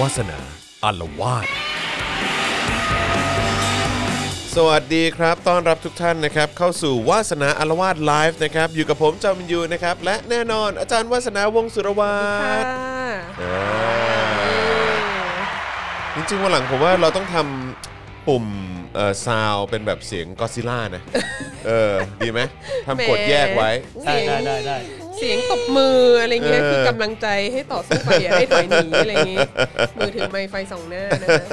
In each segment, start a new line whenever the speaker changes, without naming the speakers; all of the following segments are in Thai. วาสนาอารวาส
สวัสดีครับ ต้อนรับทุกท่านนะครับ เข้าสู่วาสนาอารวาสไลฟ์นะครับ อยู่กับผมจอมยูนะครับ และแน่นอนอาจารย์วาสนาวงศ์สุรวัตรอ่าจริงๆวันหลังผมว่าเราต้องทำปุ่มซาวเป็นแบบเสียงก็ซิล่านะ เออ ดีไหมทำกดแยกไว้
ได้ได้ได้ได้
เสียงตบมืออะไรเงี้ย
เออ
คือกำลังใจให้ต่อสู้ไปอย่าให้ถอยหนีอะไรเงี้ ยมือถือไมค์ไฟสองหน้านะคะ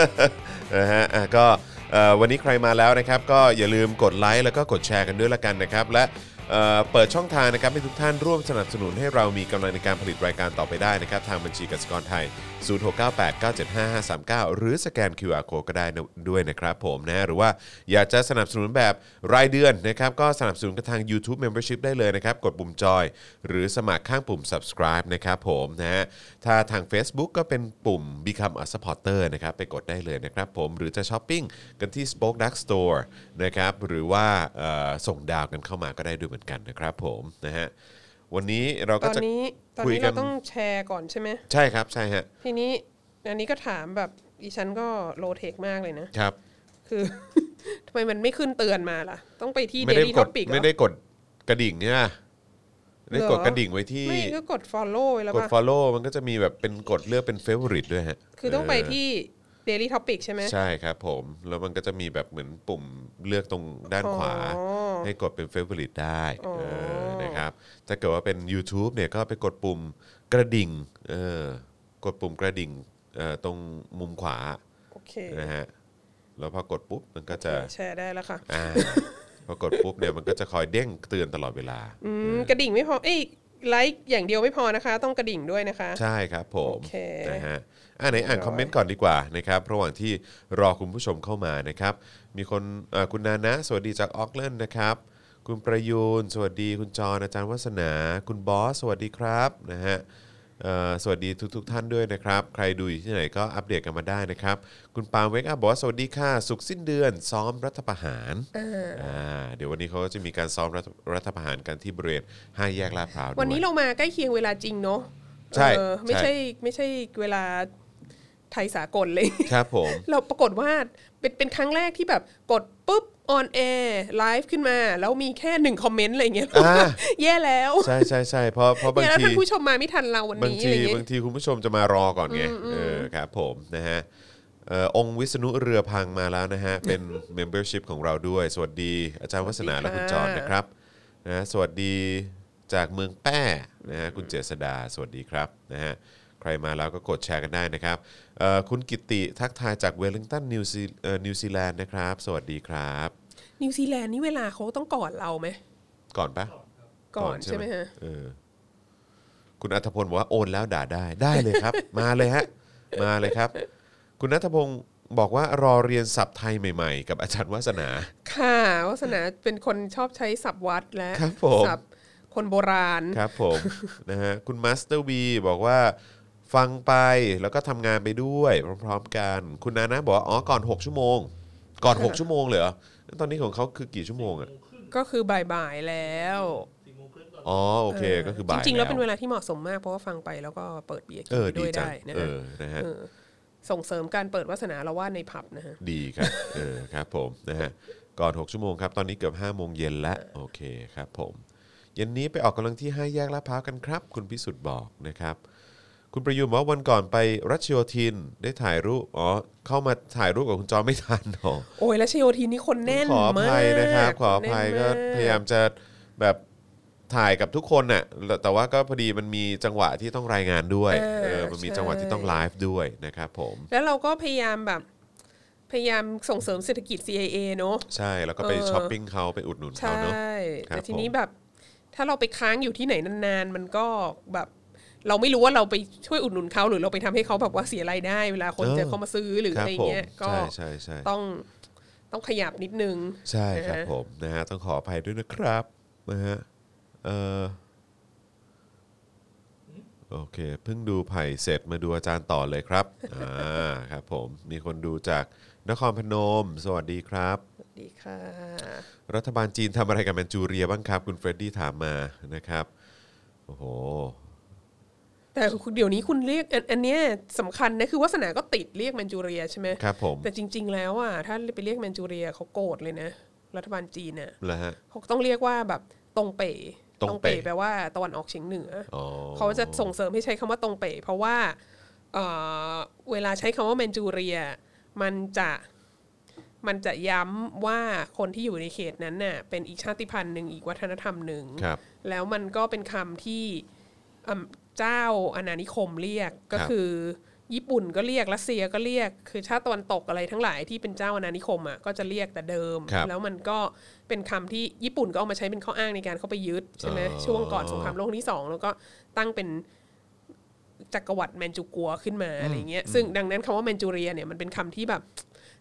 นะฮะอ่ะก็เอ่อวันนี้ใครมาแล้วนะครับ ก็อย่าลืมกดไลค์แล้วก็กดแชร์กันด้วยละกันนะครับ และเอ่อเปิดช่องทางนะครับให้ทุกท่านร่วมสนับสนุนให้เรามีกำลังในการผลิตรายการต่อไปได้นะครับ ทางบัญชีกสิกรไทย 0698975539 หรือสแกน QR code ก็ได้นะด้วยนะครับผมนะฮะหรือว่าอยากจะสนับสนุนแบบรายเดือนนะครับ ก็สนับสนุนกันทาง YouTube Membership ได้เลยนะครับ กดปุ่มจอย หรือสมัครข้างปุ่ม subscribe นะครับผมนะฮะถ้าทาง Facebook ก็เป็นปุ่ม Become a supporter นะครับ ไปกดได้เลยนะครับผม หรือจะช้อปปิ้งกันที่ Spoke Dark Store นะครับ หรือว่าเอ่อส่งดาวกันเข้ามาก็ได้ด้วยเหมือนกันนะครับผมนะฮะวันนี้เรา
ต
ก็
อน
จะ
นี้ตอน
คุย
นี้
กั
เรา
น
ต้องแชร์ก่อนใช่ไหม
ใช่ครับใช่ฮะ
ทีนี้อันนี้ก็ถามแบบอีฉันก็โลเทคมากเลยนะ
ครับ
คือ ทำไมมันไม่ขึ้นเตือนมาล่ะ ต้องไปที่
ไม่ได้
Daily
กด
Topic เหร
ไม่
อ
ได้กดกระดิ่งใช่ไหมไม่ได้กด
เหรอ
กระดิ่งไว้ที่
ไม่ก็กด follow ไว้แล้ว
กด
ป่ะ
follow มันก็จะมีแบบเป็นกดเลือกเป็น favorite ด้วยฮะ
คือต้องไป
เ
ที่ Daily Topic ใช่ไหม
ใช่ครับผม แล้วมันก็จะมีแบบเหมือนปุ่มเลือกตรงด้านขวา
อ๋อ
ให้กดเป็น favorite ได้
อ๋อ
เออนะครับถ้าเกิดว่าเป็น YouTube เนี่ยก็ไปกดปุ่มกระดิ่งเออกดปุ่มกระดิ่งเอ่อตรงมุมขวา
โอเค
นะฮะแล้วพอกดปุ๊บมันก็จะ
แชร์ได้แล้วค่ะ
อ่าพอกดปุ๊บเนี่ยมันก็จะคอยเด้งเตือนตลอดเวลา
อืมกระดิ่งไม่พอเอ้ยไลค์อย่างเดียวไม่พอนะคะ ต้องกระดิ่งด้วยนะคะ
ใช่ครับผม
โอเค
นะฮะอ่าไหนอ่าน
เรี
ค
ยบร้อย
อมเมนต์ก่อนดีกว่านะครับระหว่างที่รอคุณผู้ชมเข้ามานะครับ มีคนเอ่อคุณนานะ สวัสดีจากออกเลนนะครับ คุณประยูนสวัสดีคุณจรอาจารย์วัฒนา คุณบอส สวัสดีครับนะฮะเอ่อสวัสดีทุกทท่านด้วยนะครับ ใครดูอยู่ที่ไหนก็อัปเดตกันมาได้นะครับ คุณปาล์มเวกอัพบอกว่าสวัสดีค่ะ สุขสิ้นเดือน ซ้อมรัฐประหารอ่าเดี๋ยววันนี้เขาก็จะมีการซ้อมรัฐรัฐประหารกันที่บริเวณห้าแยกลาดพร้าวด้ย
วันนี้เรามาใกล้เคียงเวลาจริงเนาะ
ใช่
เออไม่
ใช่
ใช่ไม่ใช่เวลาไทยสากลเลย
ครับผม
เราปรากฏว่าเป็นเป็นครั้งแรกที่แบบกดปุ๊บออนแอร์ไลฟ์ขึ้นมา แล้วมีแค่หนึ่งคอมเมนต์อะไรเงี้ย
อ่า
แย่แล้ว
ใช่ใช่ใช่เพราะเพราะบาง
แย่แล้ว
ที
ท่านผู้ชมมาไม่ทันเราวัน
บาง
นี้อะ
ที
ไรเงี้
บาง
ย
ทีคุณผู้ชมจะมารอก่อนไงเออครับผมนะฮะเอ่อองค์วิษณุเรือพังมาแล้วนะฮะ เป็น membership ของเราด้วย สวัสดีอาจารย์วัฒนาและคุณจรนะครับนะสวัสดีจากเมืองแป้นะฮะคุณเจษดาสวัสดีครับนะฮะใครมาแล้วก็กดแชร์กันได้นะครับเอ่อคุณกิติทักทายจากเวลลิงตันนิวซีเอ่อนิวซีแลนด์นะครับ สวัสดีครับ
นิวซีแลนด์นี่เวลาเขาต้องก่อนเราไหม
ก่อนปะ
ก่อนใช่ไหมฮะ
เออคุณอัธพลบอกว่าโอนแล้วด่าได้ได้เลยครับ มาเลยฮะ มาเลยครับ คุณนัทพงศ์บอกว่ารอเรียนศัพท์ไทยใหม่ๆ กับอาจารย์วาสนา
ค่ะวาสนาเป็นคนชอบใช้สับวัดและ
ครับผม
ศัพท์คนโบราณ
ครับผม นะฮะคุณมาสเตอร์วีบอกว่าฟังไปแล้วก็ทำงานไปด้วยพร้อมๆกัน คุณนานะบอกว่าอ๋อก่อน 6 ชั่วโมง ก่อน 6 ชั่วโมงเลยเหรอแล้วตอนนี้ของเขาคือกี่ชั่วโมงอะ
ก็คือบ่ายๆแล้ว
อ๋อโอเคก็คือบ่าย
จริงๆแล้วเป็นเว
แล้ว
ลาที่เหมาะสมมากเพราะว่าฟังไปแล้วก็เปิดเบียร์กิ
เอน อ
ด้
ดี
วย
จัง
ได้นะ
เอ
ฮะ
อนะฮะ
เออส่งเสริมการเปิดวาสนาละว่าดในผับนะฮะ
ดีครับ เออครับผมนะฮะ ก่อน 6 ชั่วโมงครับ ตอนนี้เกือบ5โมงเย็นแล้ว โอเคครับผมเย็นนี้ไปออกกำลังที่ห้าแยกลาดพร้าวกันครับ คุณพิสุทธิ์บอกนะครับ คุณประยุมบอกว่าวันก่อนไปรัชโยธินได้ถ่ายรูป อ๋อ เข้ามาถ่ายรูปกับคุณจอไม่ทันหรอ
โอ้ยแล้วชโยทีนี่คนแน่น
ขออ
มาก
ภัยนะครับ ขออภัย
แน่น
ก็พยายามจะแบบถ่ายกับทุกคนน่ะแล้วแต่ว่าก็พอดีมันมีจังหวะที่ต้องรายงานด้วย เออ มันมีจังหวะที่ต้องไลฟ์ด้วยนะครับผม
แล้วเราก็พยายามแบบ พยายามส่งเสริมเศรษฐกิจ CIA เนอะ
ใช่ แล้วก็ไป
เออ
ช้อปปิ้งเขาไปอุดหนุน
ใช่
เขาเนาะ ครับ
แต่ทีนี้
ผม
แบบ ถ้าเราไปค้างอยู่ที่ไหนนานๆ มันก็แบบ เราไม่รู้ว่าเราไปช่วยอุดหนุนเขาหรือเราไปทำให้เขาแบบว่าเสียรายได้เวลาคนจะเข้ามาซื้อหรือ
คบ
อะไร
ผม
เงี้ย ก็
ใช่ใช่ใช่
ต้องต้องขยับนิดนึง
ใช่ครับ
นะฮะ
ผมนะฮะต้องขออภัยด้วยนะครับนะฮะเออโอเคเพิ่งดูไผ่เสร็จมาดูอาจารย์ต่อเลยครับ อ่าครับผมมีคนดูจากนครพนม สวัสดีครับ
ดีค่ะ
รัฐบาลจีนทำอะไรกับแมนจูเรียบ้างครับ คุณเฟรดดี้ถามมานะครับโอ้โห
แต่ แต่เดี๋ยวนี้คุณเรียกอันอันเนี้ยสำคัญนะคือวาสนาก็ติดเรียกแมนจูเรียใช่ไหม
ครับ ผม
แต่จริง ๆ แล้วอ่ะถ้าไปเรียกแมนจูเรียเขาโกรธเลยนะ รัฐบาลจีนเนี่ย
เหรอฮะ
เขาต้องเรียกว่าแบบตรงเป๋
ตรงเป๋
แปลว่าตะวันออกเฉียงเหนืออ
อ๋อ
เขาจะส่งเสริมให้ใช้คำว่าตรงเป๋เพราะว่าเอ่อเวลาใช้คำว่าแมนจูเรีย มันจะมันจะย้ำว่าคนที่อยู่ในเขตนั้นน่ะเป็นอีกชาติพันธุ์หนึ่งอีกวัฒนธรรมหนึ่ง
ครับ
แล้วมันก็เป็นคำที่อืมเจ้าอาณานิคมเรียกก็
ครับ
คือ ญี่ปุ่นก็เรียกรัสเซียก็เรียกคือชาติตะวันตกอะไรทั้งหลายที่เป็นเจ้าอาณานิคมอ่ะก็จะเรียกแต่เดิม
ครับ
แล้วมันก็เป็นคำที่ญี่ปุ่นก็เอามาใช้เป็นข้ออ้างในการเข้าไปยึดใช่ไหม
อ๋อ
ช่วงก่อนสงครามโลกครั้งที่สองแล้วก็ตั้งเป็นจักรวรรดิแมนจูกัวขึ้นมาอะไรเงี้ยซึ่งดังนั้นคำว่าแมนจูเรียเนี่ยมันเป็นคำที่แบบ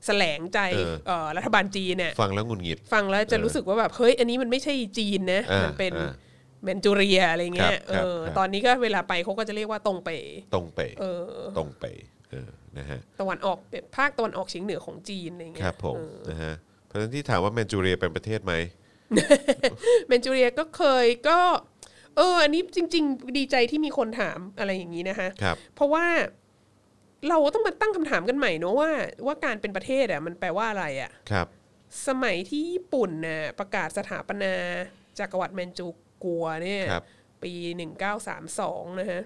แสลงใจ
เออ
เอ่อรัฐบาลจีนเนี่ย
ฟังแล้วหงุดหงิด
ฟังแล้วจะรู้สึกว่าแบบเฮ้ยอันนี้มันไม่ใช่จีนนะ
อ่ามั
มันเป็น
อ่า
แมนจูเรียอะไรเงี้ย
ค
เอ
รับ
อ
ครับ
ตอนนี้ก็เวลาไปเขาก็จะเรียกว่าตรงเป
ตรงไป
เออ
ตรงไปเออนะฮะ
ตะวันออกเป็นภาคตะวันออกเฉียงเหนือของจีนอะไร
ค
เงี้
รับ
ย
ผม
เออ
นะฮะเพราะฉะนั้นที่ถามว่าแมนจูเรียเป็นประเทศไหม
แมนจูเรียก็เคยก็ เออ อันนี้จริง ๆ ดีใจที่มีคนถามอะไรอย่างนี้นะคะ
ครับ
เพราะว่าเราต้องมาตั้งคำถามกันใหม่เนอะว่า ว่าการเป็นประเทศอ่ะมันแปลว่าอะไรอ่ะ
ครับ
สมัยที่ญี่ปุ่นน่ะประกาศสถาปนาจักรวรรดิแมนจูกัวเนี่ย
ครับ
ปี 1932 นะฮะ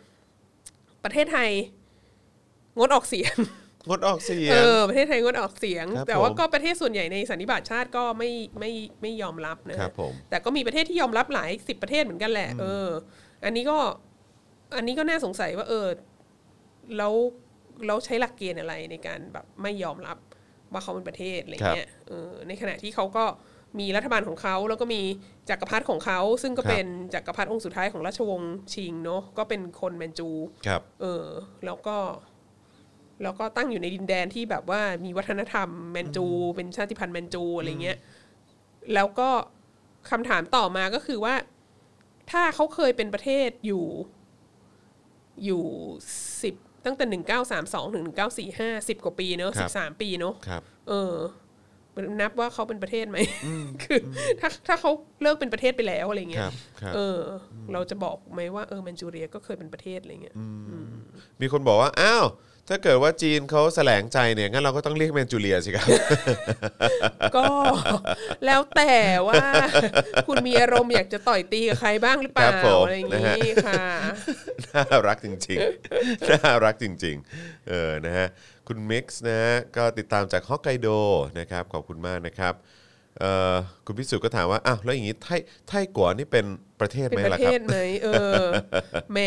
ประเทศไทยงดออกเสียง
งดออกเสีย
เอง อ ประเทศไทยงดออกเสียง
ครับ
แต่ว่า
ผม
ก็ประเทศส่วนใหญ่ในสันนิบาตชาติก็ไม่ไม่ไม่ยอมรับนะฮะ
ครับผม
แต่ก็มีประเทศที่ยอมรับหลายสิบประเทศเหมือนกันแหละ เออ อันนี้ก็ อันนี้ก็น่าสงสัยว่า เออแล้วแล้วใช้หลักเกณฑ์อะไรในการแบบไม่ยอมรับว่าเขาเป็นประเทศอะไรเงี้ยเออในขณะที่เขาก็มีรัฐบาลของเขาแล้วก็มีจักรพรรดิของเขา ซึ่งก็
ครับ
เป็นจักรพรรดิองค์สุดท้ายของราชวงศ์ชิงเนาะก็เป็นคนแมนจู
ครับ
เออแล้วก็แล้วก็ตั้งอยู่ในดินแดนที่แบบว่ามีวัฒนธรรมแมนจู เป็นชาติพันธุ์แมนจูอะไรเงี้ยแล้วก็คำถามต่อมาก็คือว่า ถ้าเขาเคยเป็นประเทศอยู่อยู่สิบตั้งแต่หนึ่งเก้าสามสองถึงหนึ่งเก้าสี่ห้าสิบกว่าปีเนอะ
ครั
สิ
บ
บสามปีเนอะ
ครับ
เออนับว่าเขาเป็นประเทศไหม คืออถ้าถ้าเขาเลิกเป็นประเทศไปแล้วอะไรเงี้
ครั
ย
บครับ
เอออ เราจะบอกไหมว่าเออแมนจูเรียก็เคยเป็นประเทศอะไรเงี้ย
มีคนบอกว่า อ้าว ถ้าเกิดว่าจีนเขาแสลงใจเนี่ย งั้นเราก็ต้องเรียกแมนจูเรียสิครับ
ก็ แล้วแต่ว่า คุณมีอารมณ์อยากจะต่อยตีกับใครบ้างหรือเป
ครั
ล่า
บผม
อะไรอย่าง
นะฮะ
นี้ค่ะ
น่ารักจริงๆ น่ารักจริงๆ เออ นะฮะ คุณมิกซ์นะฮะก็ติดตามจากฮอกไกโดนะครับ ขอบคุณมากนะครับ เอ่อ คุณพิสุทธิ์ก็ถามว่า อ้าว แล้วอย่างนี้ไทไทกัวนี่เป็นประเทศ
เป็
ไห
น
ม
ป
ล่ะ
ระ
ค
เท
รับ
ศไหมเออแหม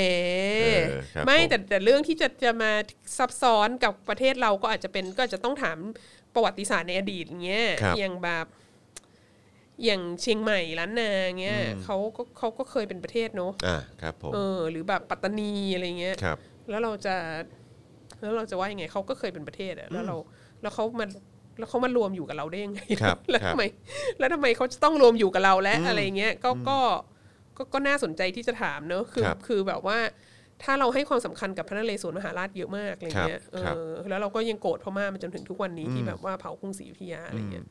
เออครับ
ไม่
ผม
แต่แต่เรื่องที่จะจะมาซับซ้อนกับประเทศเราก็อาจจะเป็นก็อาจจะต้องถามประวัติศาสตร์ในอดีตอย่างเงี้ย
ครับ
อย่างแบบอย่างเชียงใหม่ล้านนาเงี้ยเขาก็เขาก็เคยเป็นประเทศเนอะ
อ่า ครับผม
เออ หรือแบบปัตตานีอะไรเงี้ย
ครับ
แล้วเราจะแล้วเราจะว่ายังไงเขาก็เคยเป็นประเทศอะแล้วเราแล้วเขามาแล้วเขามารวมอยู่กับเราได้ยังไง
ครับ
แล้ว
ครับ
ทำไมแล้วทำไมเขาจะต้องรวมอยู่กับเราและอะไรเงี้ยก็ก็ก็ก็น่าสนใจที่จะถามเนอะคือ
ครับ
คือแบบว่า ถ้าเราให้ความสำคัญกับพระนเรศวรมหาราชเยอะมากอะไรเงี้ย
ครับครับ
เออแล้วเราก็ยังโกรธพม่ามาจนถึงทุกวันนี้ที่แบบว่าเผากรุงศรีอยุธยาอะไรเงี้ย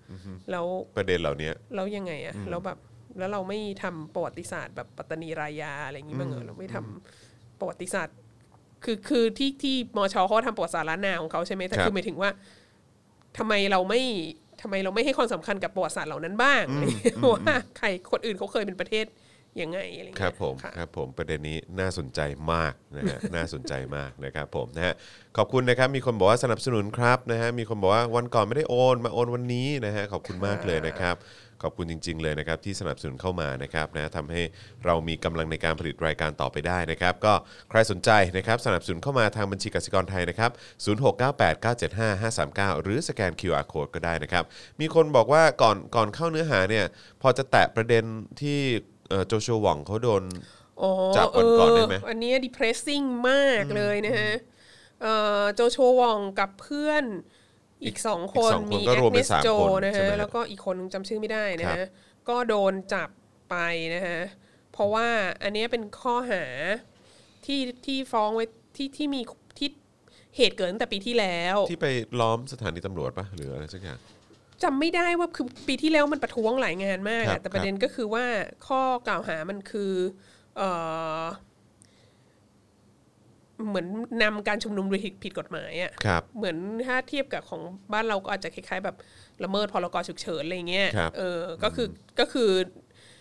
แล้ว
ประเด็นเหล่านี้
แล้วยังไงอะแล้วแบบแล้วเราไม่ทำประวัติศาสตร์แบบปัตตานีรายาอะไรอย่างงี้บ้างเหรอเราไม่ทำประวัติศาสตร์ คือคือที่ที่มชเขาทำประวัติศาสตร์ล้านนาของเขาใช่ไหมแต่
ครับ
คือหมายถึงว่าทำไมเราไม่ทำไมเราไม่ให้ความสำคัญกับประวัติศาสตร์เหล่านั้นบ้างว่าใครคนอื่นเขาเคยเป็นประเทศยังไงอะไรอย่าง
ครั
เงี้
บ
ย
ผม
ค่ะ
ครับผมประเด็นนี้น่าสนใจมากนะฮะ น่าสนใจมากนะครับผมนะฮะขอบคุณนะครับมีคนบอกว่าสนับสนุนครับนะฮะมีคนบอกว่าวันก่อนไม่ได้โอนมาโอนวันนี้นะฮะขอบคุณมากเลยนะครับขอบคุณจริง ๆ เลยนะครับที่สนับสนุนเข้ามานะครับนะทำให้เรามีกำลังในการผลิตรายการต่อไปได้นะครับ ก็ใครสนใจนะครับสนับสนุนเข้ามาทางบัญชีกสิกรไทยนะครับ0698 975 539 หรือสแกน QR code ก็ได้นะครับ มีคนบอกว่าก่อนก่อนเข้าเนื้อหาเนี่ยพอจะแตะประเด็นที่เอ่อโจชัวหว่องเขาโดน
อ๋อ
จากวันก่อนได้ไหม
เอันเนี้ย depressing มากเลยนะฮะเอ่อโจโชวองกับเพื่อนอีกสองค
อี
น
กสองคน
มี
ก็
แอ
รวม
ค
เป็
เน
น
ส
สาม
โจ
คน
นะ
ใช่
ฮะ
ไหมฮะ
แล้วก็อีกคนนึงจำชื่อไม่ได้นะครับ ฮะก็โดนจับไปนะฮะเพราะว่าอันเนี้ยเป็นข้อหาที่ที่ฟ้องไว้ที่ที่มีที่เหตุเกิดตั้งแต่ปีที่แล้ว
ที่ไปล้อมสถานีตำรวจปะหรืออะไรสักอย่าง
จำไม่ได้ว่าคือปีที่แล้วมันประท้วงหลายงานมาก
ครั
อะ
บ
แต่ประเด็นก็คือว่าข้อกล่าวหามันคือเอ่อ เหมือนนำการชุมนุมโดยผิดกฎหมายอะ
ครับ
เหมือนถ้าเทียบกับของบ้านเราก็อาจจะคล้ายๆแบบละเมิดพรกฉุกเฉินอะไรเงี้ย
ครับ
เออ ก็คืออก็คือ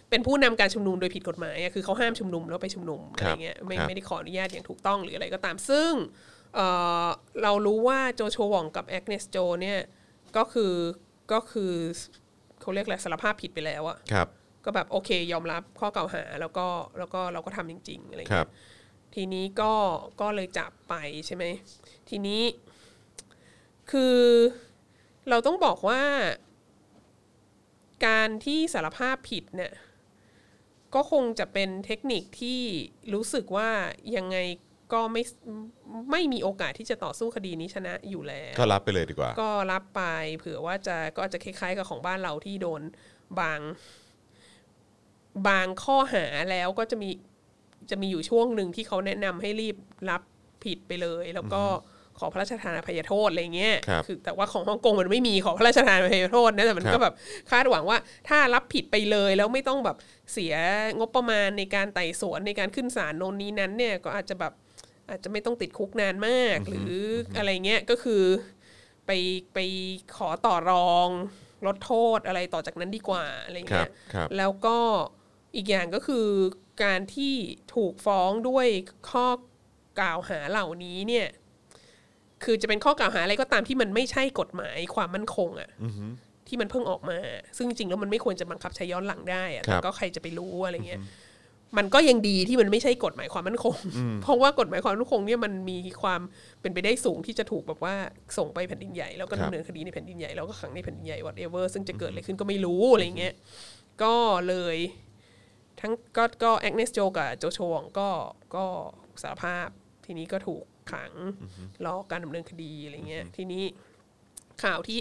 เป็นผู้นำการชุมนุมโดยผิดกฎหมายอะคือเขาห้ามชุมนุมแล้วไปชุมนุมอะไรเงี้ยไม่ไม่ได้ขออนุญาตอย่างถูกต้องหรืออะไรก็ตาม ซึ่งเออเรารู้ว่าโจโชวองกับแอกเนสโจเนี่ยก็คือก็คือเขาเรียกอะไรสารภาพผิดไปแล้วอะ
ครับ
ก็แบบโอเค ยอมรับข้อกล่าวหาแล้วก็แล้วก็เราก็ทำจริงๆอะไรเงี้ย
ครับ
ทีนี้ก็ก็เลยจับไปใช่ไหม ทีนี้คือเราต้องบอกว่า การที่สารภาพผิดเนี่ยก็คงจะเป็นเทคนิคที่รู้สึกว่ายังไงก็ไม่ไม่มีโอกาสที่จะต่อสู้คดีนี้ชนะอยู่แล้ว
ก็รับไปเลยดีกว่า
ก็รับไปเผื่อว่าจะก็อาจจะคล้ายๆ กับของบ้านเราที่โดนบาง บางข้อหาแล้วก็จะมีจะมีอยู่ช่วงหนึ่งที่เขาแนะนำให้รีบรับผิดไปเลย แล้วก็ขอพระราชทานอภัยโทษอะไรเงี้ย
ครับ
อแต่ว่าของฮ่องกงมันไม่มีขอพระราชทานอภัยโทษนะแต่มัน
ครับ
ก็แบบคาดหวังว่าถ้ารับผิดไปเลยแล้วไม่ต้องแบบเสียงบประมาณในการไต่สวนในการขึ้นศาลโน่นนี้นั้นเนี่ยก็อาจจะแบบอาจจะไม่ต้องติดคุกนานมาก หรืออะไรเงี้ยก็คือ ไปไปขอต่อรองลดโทษอะไรต่อจากนั้นดีกว่าอะไรอย่าง
ครั
เงี้
บ
ย
ครับ
แล้วก็อีกอย่างก็คือการที่ถูกฟ้องด้วยข้อกล่าวหาเหล่านี้เนี่ยคือจะเป็นข้อกล่าวหาอะไรก็ตามที่มันไม่ใช่กฎหมายความมั่นคงอะที่มันเพิ่งออกมา ซึ่งจริงๆแล้วมันไม่ควรจะบังคับใช้ย้อนหลังได้อะ
ครั
แต่
บ
ก็ใครจะไปรู้อะไรเงี้ย มันก็ยังดีที่มันไม่ใช่กฎหมายความมั่นคง เพราะว่ากฎหมายความมั่นคงเนี่ยมันมีความเป็นไปได้สูงที่จะถูกแบบว่าส่งไปแผ่นดินใหญ่แล้วก็
ครับ
ดำเนินคดีในแผ่นดินใหญ่แล้วก็ขังในแผ่นดินใหญ่ whatever ซึ่งจะเกิดอะไรขึ้นก็ไม่รู้อะไรเงี้ยก็เลยทั้งก็ก็แอกเนสโจกับโจโชวองก็ก็สารภาพทีนี้ก็ถูกขังรอการดำเนินคดีอะไรเงี้ยทีนี้ข่าวที่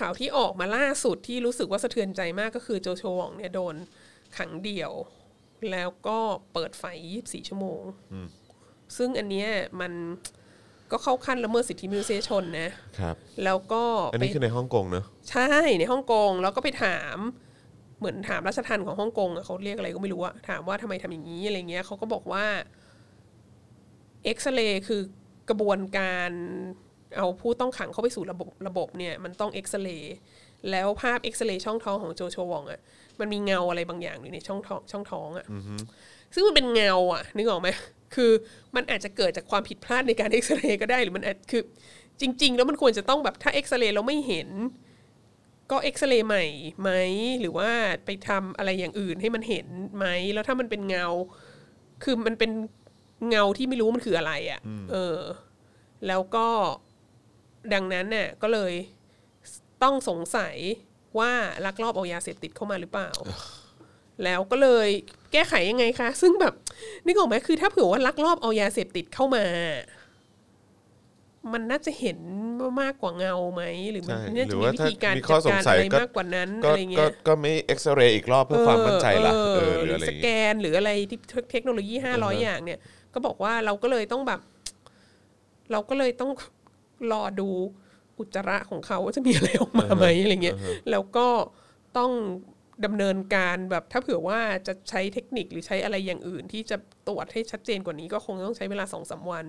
ข่าวที่ออกมาล่าสุดที่รู้สึกว่าสะเทือนใจมากก็คือโจโชวองเนี่ยโดนขังเดี่ยว แล้วก็เปิดไฟ 24 ชั่วโมง ซึ่งอันเนี้ยมันก็เข้าขั้นละเมิดสิทธิมนุษยชนนะ
ครับ
แล้วก็
อัน
ไป
นี้คือในฮ่องกงเนอะ
ใช่ในฮ่องกง แล้วก็ไปถามเหมือนถามรัชทันของฮ่องกงอะเขาเรียกอะไรก็ไม่รู้อะถามว่าทำไมทำอย่างนี้อะไรเงี้ยเขาก็บอกว่าเอ็กซเรย์คือกระบวนการเอาผู้ต้องขังเข้าไปสู่ระบบระบบเนี่ยมันต้องเอ็กซเรย์แล้วภาพเอ็กซเรย์ช่องท้องของโจโชวองอะมันมีเงาอะไรบางอย่างอยู่ในช่องท้องช่องท้องอะ ซึ่งมันเป็นเงาอะนึกออกไหมคือมันอาจจะเกิดจากความผิดพลาดในการเอ็กซเรย์ก็ได้หรือมันอาจคือจริง ๆ แล้วมันควรจะต้องแบบถ้าเอ็กซเรย์เราไม่เห็น ก็เอ็กซเรย์ใหม่ไหมหรือว่าไปทำอะไรอย่างอื่นให้มันเห็นไหมแล้วถ้ามันเป็นเงา คือมันเป็นเงาที่ไม่รู้มันคืออะไรอะ่ะ เออ แล้วก็ดังนั้นน่ะก็เลยต้องสงสัยว่าลักลอบเอายาเสพติดเข้ามาหรือเปล่า แล้วก็เลยแก้ไขยังไงคะ ซึ่งแบบนึกออกไหมคือถ้าเผื่อว่าลักลอบเอายาเสพติดเข้ามา มันน่าจะเห็นมากกว่าเงาไหมหรือมัน
ใช่
น่า
หรื
จะ
อ
มี
ว่า
วิ
ถ้า
ธีการ
มีข้
จั
อ
ด
สง
การ
สัย
อะไร
ก็
มากกว่านั้น
ก็
อะไรเงี้ย
ก็ก็ไม่เอ็กซเรย์อีกรอบเพื่อความมั่นใจละเออหรืออะไรอ
ส
ย่าง
แก
งี้
นหรืออะไรที่เทคโนโลยีห้าร้อย
อือฮะ
อย่างเนี่ย ก็บอกว่าเราก็เลยต้องแบบ เราก็เลยต้องรอดูอุจจาระของเขาว่าจะมีอะไรออกมาไหมอะไรเงี้ยแล้วก็ต้องดำเนินการแบบถ้าเผื่อว่าจะใช้เทคนิคหรือใช้อะไรอย่างอื่น ที่จะตรวจให้ชัดเจนกว่านี้ก็คงต้องใช้เวลาสองสามวัน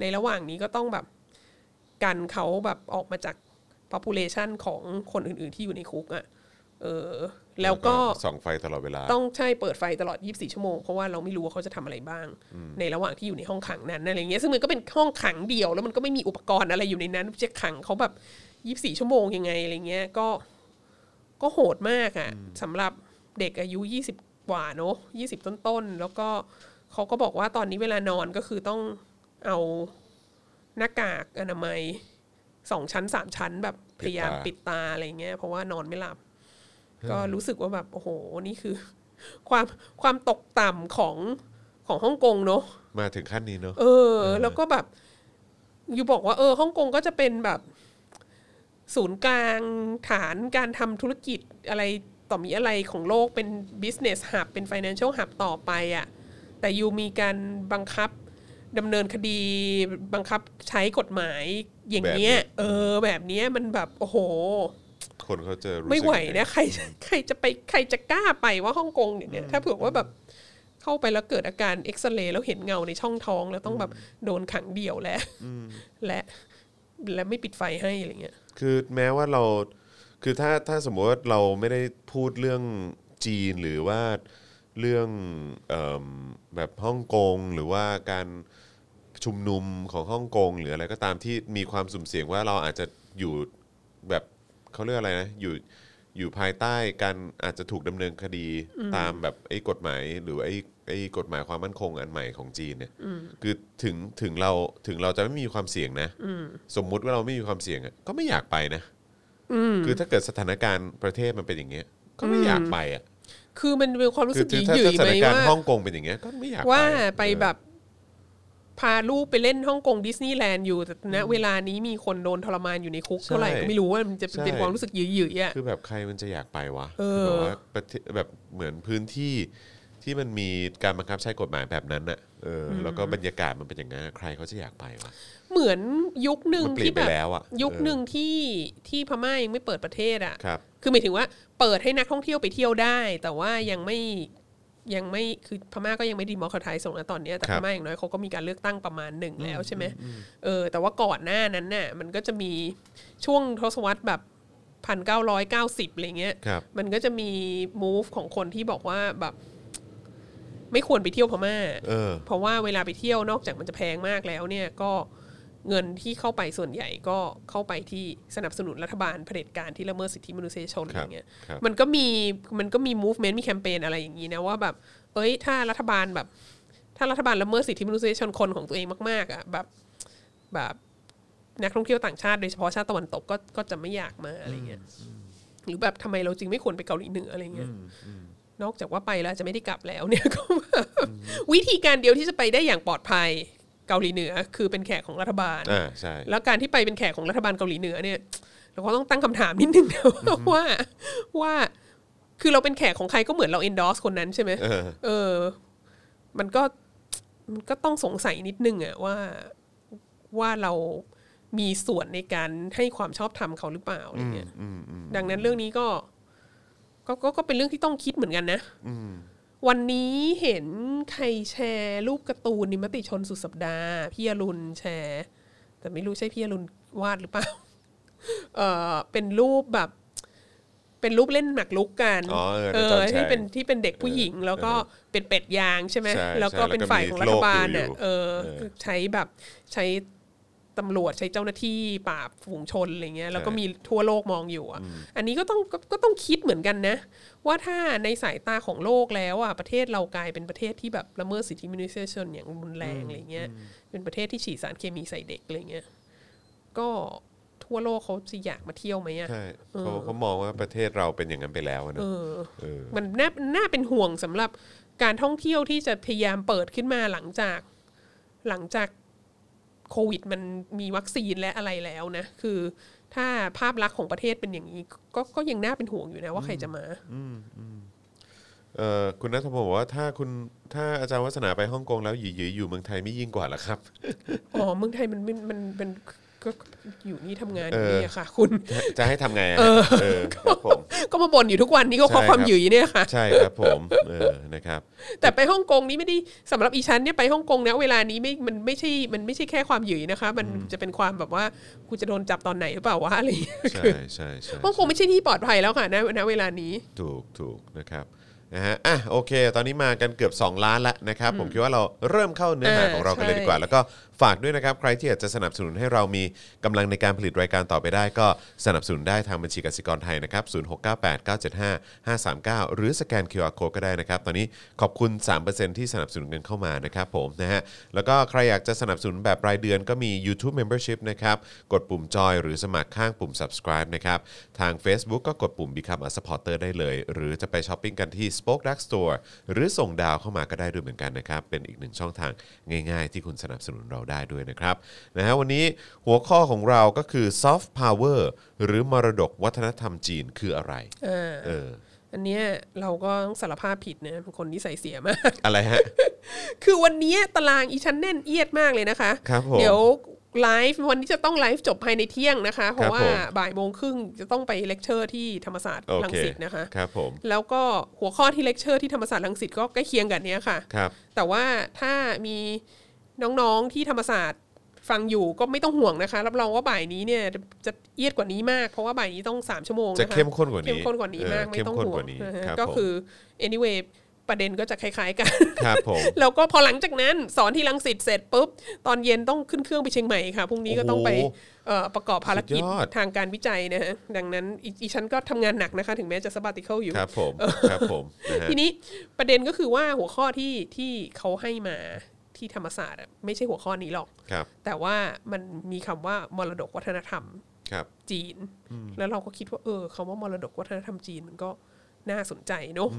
ในระหว่างนี้ก็ต้องแบบกันเขาแบบออกมาจาก population ของคนอื่น ๆ ที่อยู่ในคุกอะ่ะเออแล้วก็
ส่องไฟตลอดเวลา
ต้องใช่เปิดไฟตลอด 24 ชั่วโมง เพราะว่าเราไม่รู้ว่าเขาจะทำอะไรบ้าง ในระหว่างที่อยู่ในห้องขังนั้นอะไรเงี้ยซึ่งมันก็เป็นห้องขังเดียว แล้วมันก็ไม่มีอุปกรณ์อะไรอยู่ในนั้นจะขังเขาแบบ 24 ชั่วโมงยังไงอะไรเงี้ยก็ก็โหดมากอะ่ะสำหรับเด็กอายุ 20 กว่าเนอะ20 ต้นๆ แล้วก็เขาก็บอกว่าตอนนี้เวลานอนก็คือต้องเอาหน้ากากอนามัยสองชั้นสามชั้น แบบพยายาม
ปิ
ปิ
ด
ด
ตา
ตาอะไรเงี้ยเพราะว่านอนไม่หลับ ก็รู้สึกว่าแบบโอ้โหนี่คือ ความความตกต่ำของของฮ่องกงเนอะ
มาถึงขั้นนี้เนอะ
เออ แล้วก็แบบ อยู่บอกว่าเออฮ่องกงก็จะเป็นแบบ ศูนย์กลางฐานการทำธุรกิจอะไรต่อมีอะไรของโลกเป็น business hub เป็น financial hub ต่อไปอะ่ะ แต่ยูมีการบังคับดำเนินคดี บังคับใช้กฎหมายอย่างเงี้ย เออ แบบเนี้ยมันแบบโอ้โห
คนเขาจะรู้สึก
ไม่ไหว
ยังง
นะใครใครจะไปใครจะกล้าไปว่าฮ่องกงเนี่ยถ้าเผื่อว่าแบบ เข้าไปแล้วเกิดอาการเอ็กซเรย์แล้วเห็นเงาในช่องท้อง แล้วต้องแบบโดนขังเดี่ยวและ และและไม่ปิดไฟให้อะไรเงี้ย
คือแม้ว่าเราคือถ้าถ้าสมมติว่าเราไม่ได้พูดเรื่องจีนหรือว่าเรื่องเอมแบบฮ่องกงหรือว่าการชุมนุมของฮ่องกงหรืออะไรก็ตามที่มีความสุ่มเสี่ยงว่าเราอาจจะอยู่แบบเขาเรียกอะไรนะอยู่อยู่ภายใต้การอาจจะถูกดำเนินคดีตามแบบไอ้กฎหมายหรือไอ้ไอ้กฎหมายความมั่นคงอันใหม่ของจีนเนี่ยคือถึงถึงเราถึงเราจะไม่มีความเสี่ยงนะ สมมุติว่าเราไม่มีความเสี่ยงอะก็ไม่อยากไปนะคือถ้าเกิดสถานการณ์ประเทศมันเป็นอย่างเงี้ย ก็ไม่อยากไปอ่ะ
คือมันเป็นความรู้
คื
สึ
อก คือ
ห
ถ้า
ยุ่
ถ้ายส
ไห
ถา
ม
นการ
ว่า
ณ์ฮ่องกงเป็นอย่างเงี้ยก็ไม่อยาก
ว่า
ไป
ไป
อะ
แบบพาลูกไปเล่นฮ่องกงดิสนีย์แลนด์อยู่แต่ณเวลานี้มีคนโดนทรมานอยู่ในคุกเท่าไหร่ก็ไม่รู้ว่ามันจะเป็นความรู้สึกหยืยๆอ่ะ
คือแบบใครมันจะอยากไปวะ
เออ
คือแบบว่าประเทศแบบเหมือนพื้นที่ที่มันมีการบังคับใช้กฎหมายแบบนั้นน่ะเอออแล้วก็บรรยากาศมันเป็นอย่างนั้นใครเขาจะอยากไปวะ
เหมือนยุคหนึ่ง
มันเปลี่ย
ที่
นไป
แบบ
แล้วอะ
ยุค
เออ
หนึ่งที่ที่พม่ายังไม่เปิดประเทศอ่ะ
ครับ
คือหมายถึงว่าเปิดให้นักท่องเที่ยวไปเที่ยวได้ แต่ว่ายังไม่ยังไม่คือพม่าก็ยังไม่ดีมอคไทยส่งนะตอนเนี้ยแต่
ครั
พ
บ
ม่าอย่างน้อยเขาก็มีการเลือกตั้งประมาณหนึ่งแล้วใช่ไหมเออแต่ว่าก่อนหน้านั้นน่ะมันก็จะมีช่วงทศวรรษแบบพันเก้าร้อยเก้าสิบอะไรเงี้ย
ครับ
มันก็จะมี move ของคนที่บอกว่าแบบ ไม่ควรไปเที่ยวพม่า
เออ
เพราะว่าเวลาไปเที่ยวนอกจากมันจะแพงมากแล้วเนี่ยก็เงินที่เข้าไปส่วนใหญ่ก็เข้าไปที่สนับสนุนรัฐบาลเผด็จการที่ละเมิดสิทธิมนุษยชน
ครับ
อะไรเงี้ย
ครับ
มันก็มีมันก็มี movement มีแคมเปญอะไรอย่างนี้นะว่าแบบ เอ้ย ถ้ารัฐบาลแบบ ถ้ารัฐบาลละเมิดสิทธิมนุษยชนคนของตัวเองมากๆอ่ะแบบแบบนักท่องเที่ยวต่างชาติโดยเฉพาะชาติตะวันตกก็ก็จะไม่อยากมาอะไรเงี้ยหรือแบบทำไมเราจึงไม่ควรไปเกาหลีเหนืออะไรเงี้ย นอกจากว่าไปแล้วอาจจะไม่ได้กลับแล้ว เนี่ย ก็แบบวิธีการเดียวที่จะไปได้อย่างปลอดภัยเกาหลีเหนือ คือเป็นแขกของรัฐบาล
อ่าใช่
แล้วการที่ไปเป็นแขกของรัฐบาลเกาหลีเหนือเนี่ย เราก็ต้องตั้งคำถามนิดนึงนะ ว่าว่า คือเราเป็นแขกของใครก็เหมือนเรา endorse คนนั้นใช่ไหม
เออ
เออ มันก็ มันก็ต้องสงสัยนิดนึงอะว่า ว่าเรามีส่วนในการให้ความชอบธรรมเขาหรือเปล่าอะไรเงี้ยดังนั้นเรื่องนี้ก็ก็ก็ ก็เป็นเรื่องที่ต้องคิดเหมือนกันนะวันนี้เห็นใครแชร์รูปการ์ตูนนิมติชนสุดสัปดาห์ พี่อรุณแชร์ แต่ไม่รู้ใช่พี่อรุณวาดหรือเปล่า เออเป็นรูปแบบ เป็นรูปเล่นหมากรุกกัน
อ๋อเออ
เอ
จำ
อ
ได้
ที่เป็น ที่เป็นเด็กผู้หญิงแล้วก็เป็นเป็ดยางใช่ไหม
ใช่
แล้วก็
ใช่
เป็นฝ่ายของรัฐบาลเนี่ย
แล้วก็มีโลกอยู่
เออ
เออ
คือใช้แบบใช้ตำรวจใช้เจ้าหน้าที่ปราบฝูงชนอะไรเงี้ยแล้วก็
ใช่
มีทั่วโลกมองอยู่อ่ะ อันนี้ก็ต้องก็ก็ต้องคิดเหมือนกันนะ ว่าถ้าในสายตาของโลกแล้วอ่ะประเทศเรากลายเป็นประเทศที่แบบละเมิดสิทธิมนุษยชนอย่างรุนแรงอะไรเงี้ยเป็นประเทศที่ฉีดสารเคมีใส่เด็กอะไรเงี้ยก็ทั่วโลกเขาจะอยากมาเที่ยวไหมอ่ะ
ใช่เขาเขามองว่าประเทศเราเป็นอย่างนั้นไปแล้วอะ
เอ
นะ
อ
เออ
มันน่าน่าเป็นห่วงสำหรับการท่องเที่ยวที่จะพยายามเปิดขึ้นมาหลังจาก หลังจากโควิด มันมีวัคซีนและอะไรแล้วนะ คือถ้าภาพลักษณ์ของประเทศเป็นอย่างนี้ ก็ก็ยังน่าเป็นห่วงอยู่นะว่าใครจะมา
เอ่อคุณนัทพงศ์บอกว่าถ้าคุณถ้าอาจารย์วัฒนาไปฮ่องกงแล้วหยีหยีอยู่เมืองไทยไม่ยิ่งกว่าเหรอครับ
อ๋อเมืองไทยมันมันมันมันก็อยู่นี่ทำงานอ
เอออ
ยู่นี่อะค่ะ คุณ
จะจะให้ทำไงอะเออครับผม
ก็มาบ่นอยู่ทุกวันนี้ก็เพราะ
ใช่
ความ
ครับ
อยู่นี่เนี่ยค่ะ
ใช่ครับผมเออนะครับ
แต่ไปฮ่องกงนี้ไม่ได้สำหรับอีชั้นเนี่ยไปฮ่องกงนะเวลานี้ไม่มันไม่ใช่มันไม่ใช่แค่ความหยืยนะคะ มันจะเป็นความแบบว่ากูจะโดนจับตอนไหนหรือเปล่าวะอะไรอย่างเงี้ย
ใช่
คือ
ใช่ใช่
ฮ่องกงไม่ใช่ที่ปลอดภัยแล้วค่ะนะณเวลานี้
ถูกถูกนะครับนะฮะอ่ะโอเค ตอนนี้มากันเกือบ 2 ล้านแล้วนะครับ ผมคิดว่าเราเริ่มเข้าเนื้อหา
เออ
ของเรากันเลย
ใช่
ดีกว่า แล้วก็ฝากด้วยนะครับ ใครที่อยากจะสนับสนุนให้เรามีกำลังในการผลิตรายการต่อไปได้ ก็สนับสนุนได้ทางบัญชีกสิกรไทยนะครับ0698975539 หรือสแกน QR Code ก็ได้นะครับ ตอนนี้ขอบคุณ 3%ที่สนับสนุนกันเข้ามานะครับผมนะฮะแล้วก็ใครอยากจะสนับสนุนแบบรายเดือนก็มี YouTube Membership นะครับกดปุ่มจอยหรือสมัครข้างปุ่ม subscribe นะครับทาง Facebook ก็กดปุ่ม Become a supporter ได้เลย หรือจะไปช้อปปิ้งกันที่ Spoke Dark Store หรือส่งดาวเข้ามาก็ได้ด้วยเหมือนกันนะครับ เป็นอีกหนึ่งช่องทางง่ายๆ ที่คุณสนับสนุนเราได้ด้วยนะครับนะฮะวันนี้หัวข้อของเราก็คือ soft power หรือมรดกวัฒนธรรมจีนคืออะไร
เออ
เออ
อันเนี้ยเราก็ต้องสารภาพผิดนะเป็นคนนิสัยเสียมาก
อะไรฮะ
คือวันเนี้ยตารางอีชั้นแน่นเอียดมากเลยนะคะ
ครับผม
เดี๋ยว ไลฟ์วันนี้จะต้องไลฟ์จบภายในเที่ยงนะคะ เพ
ครับ
ราะว่า
ผม
บ่ายโมงครึ่งจะต้องไปเลคเชอร์ที่ธรรมศาสตร์
โอ
รัง
เค
สิตนะคะ
ครับผม
แล้วก็หัวข้อที่เลคเชอร์ที่ธรรมศาสตร์รังสิตก็ใกล้เคียงกันเนี้ยค่ะ
ครับ
แต่ว่าถ้ามีน้องๆที่ธรรมศาสตร์ฟังอยู่ก็ไม่ต้องห่วงนะคะรับรองว่าบ่ายนี้เนี่ยจะเอียดกว่านี้มาก เพราะว่าบ่ายนี้ต้องสามชั่วโมงนะคะ
จะเข้มข้นกว่านี้
เข้มข้นกว่านี้มาก
เ
ไม่ต้อง
เข้ข้น
ห่
ก
วง
ว่านี้
นะฮะ
รับ
ก็
ผม
คือ anyway ประเด็นก็จะคล้ายๆกัน
ครับผม
แล้วก็พอหลังจากนั้นสอนที่ลังสิตเสร็จปุ๊บ ตอนเย็นต้องขึ้นเครื่องไปเชียงใหม่ค่ะพรุ่งนี้ก็ต้องไป
โอ้โห
เอ่อประกอบภารกิจ
สุดยอด
ทางการวิจัยนะฮะดังนั้นอีอีฉันก็ทำงานหนักนะคะ ถึงแม้จะสบาติเคิลอยู่
ครับผมครับผมนะฮะ
ทีนี้ประเด็นก็คือว่าหัวข้อที่ที่เขาให้มาที่ธรรมศาสตร์อะไม่ใช่หัวข้อนี้หรอก
ครับ
แต่ว่ามันมีคำว่ามรดกวัฒนธรรม
ครับ
จีน แล้วเราก็คิดว่าเออคำว่ามรดกวัฒนธรรมจีนมันก็น่าสนใจเนอะ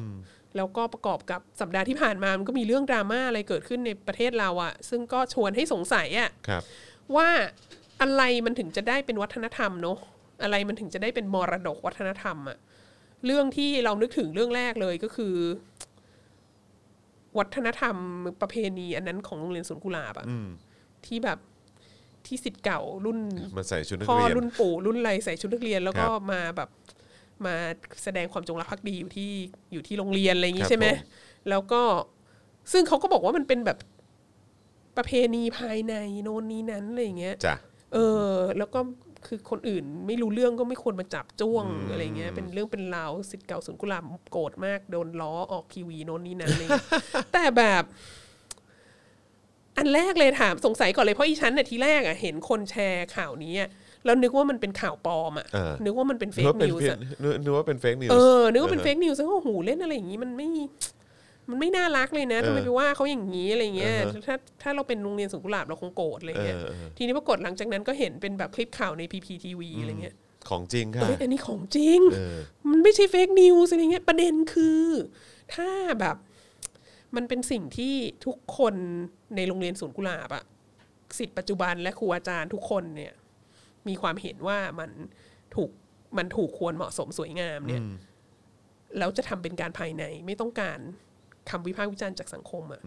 แล้วก็ประกอบกับสัปดาห์ที่ผ่านมามันก็มีเรื่องดราม่าอะไรเกิดขึ้นในประเทศเราอะซึ่งก็ชวนให้สงสัยอะ
ครับ
ว่าอะไรมันถึงจะได้เป็นวัฒนธรรมเนอะอะไรมันถึงจะได้เป็นมรดกวัฒนธรรมอะเรื่องที่เรานึกถึงเรื่องแรกเลยก็คือ วัฒนธรรมประเพณี อันนั้นของโรงเรียนสวนกุหลาบอะที่แบบที่สิทธิ์เก่ารุ่น
มาใส่ชุดนัก
พ่อ
เรียน
รุ่นปู่รุ่นอะไรใส่ชุดนักเรียน แล้วก็
ครับ
มาแบบมาแสดงความจงรักภักดีอยู่ที่อยู่ที่โรงเรียนอะไรอย่าง
ครั
นี้
บ
ใช่ไหม
ผม
แล้วก็ซึ่งเขาก็บอกว่ามันเป็นแบบประเพณีภายในโน่นนี้นั้นอะไรอย่างเงี้ย
จ้ะ
เออแล้วก็คือคนอื่นไม่รู้เรื่องก็ไม่ควรมาจับจ้วงอะไรเงี้ยเป็นเรื่องเป็นราวสิทธิ์เก่าสวนกุหลาบโกรธมากโดนล้อออกทีวีโน่นนี่นั่นอะไรเลย แต่แบบ อันแรกเลยถามสงสัยก่อนเลยเพราะอีฉันน่ะทีแรกอ่ะเห็นคนแชร์ข่าวนี้อะแล้วนึกว่ามันเป็นข่าวปลอมอ่ะ
เออ
นึกว่ามันเป็นเฟ
นึก
ก
ว่าเป็น
นิว
เฟก
ส์
นึกนึกว่าเป็นเฟกนิว
เอ
ส์
อนึกว่าเป็นเฟกนิวส์แล้วก็โอ้โหเล่นอะไรอย่างงี้มันไม่ มันไม่น่ารักเลยนะทำไม
เออ
ไปว่าเขาอย่างนี้อะไรเงี้ย
อือฮะ
ถ้าถ้าเราเป็นโรงเรียนสวนกุหลาบเราคงโกรธอะไร
เอ
เงี้ย
อเออ
ทีนี้ปรากฏหลังจากนั้นก็เห็นเป็นแบบคลิปข่าวในพีพีทีวีอะไรเงี้ย
ของจริงค่ะ
เอ้ยอันนี้ของจริง
เออ
มันไม่ใช่เฟกนิวส์อะไรเงี้ยประเด็นคือ ถ้าแบบมันเป็นสิ่งที่ทุกคนในโรงเรียนสวนกุหลาบอะสิทธิ์ปัจจุบันและครูอาจารย์ทุกคนเนี่ย มีความเห็นว่ามันถูกมันถูกควรเหมาะสมสวยงามเนี่ยแล้วจะทำเป็นการภายในไม่ต้องการคำวิพากษ์วิจารณ์จากสังคมอะ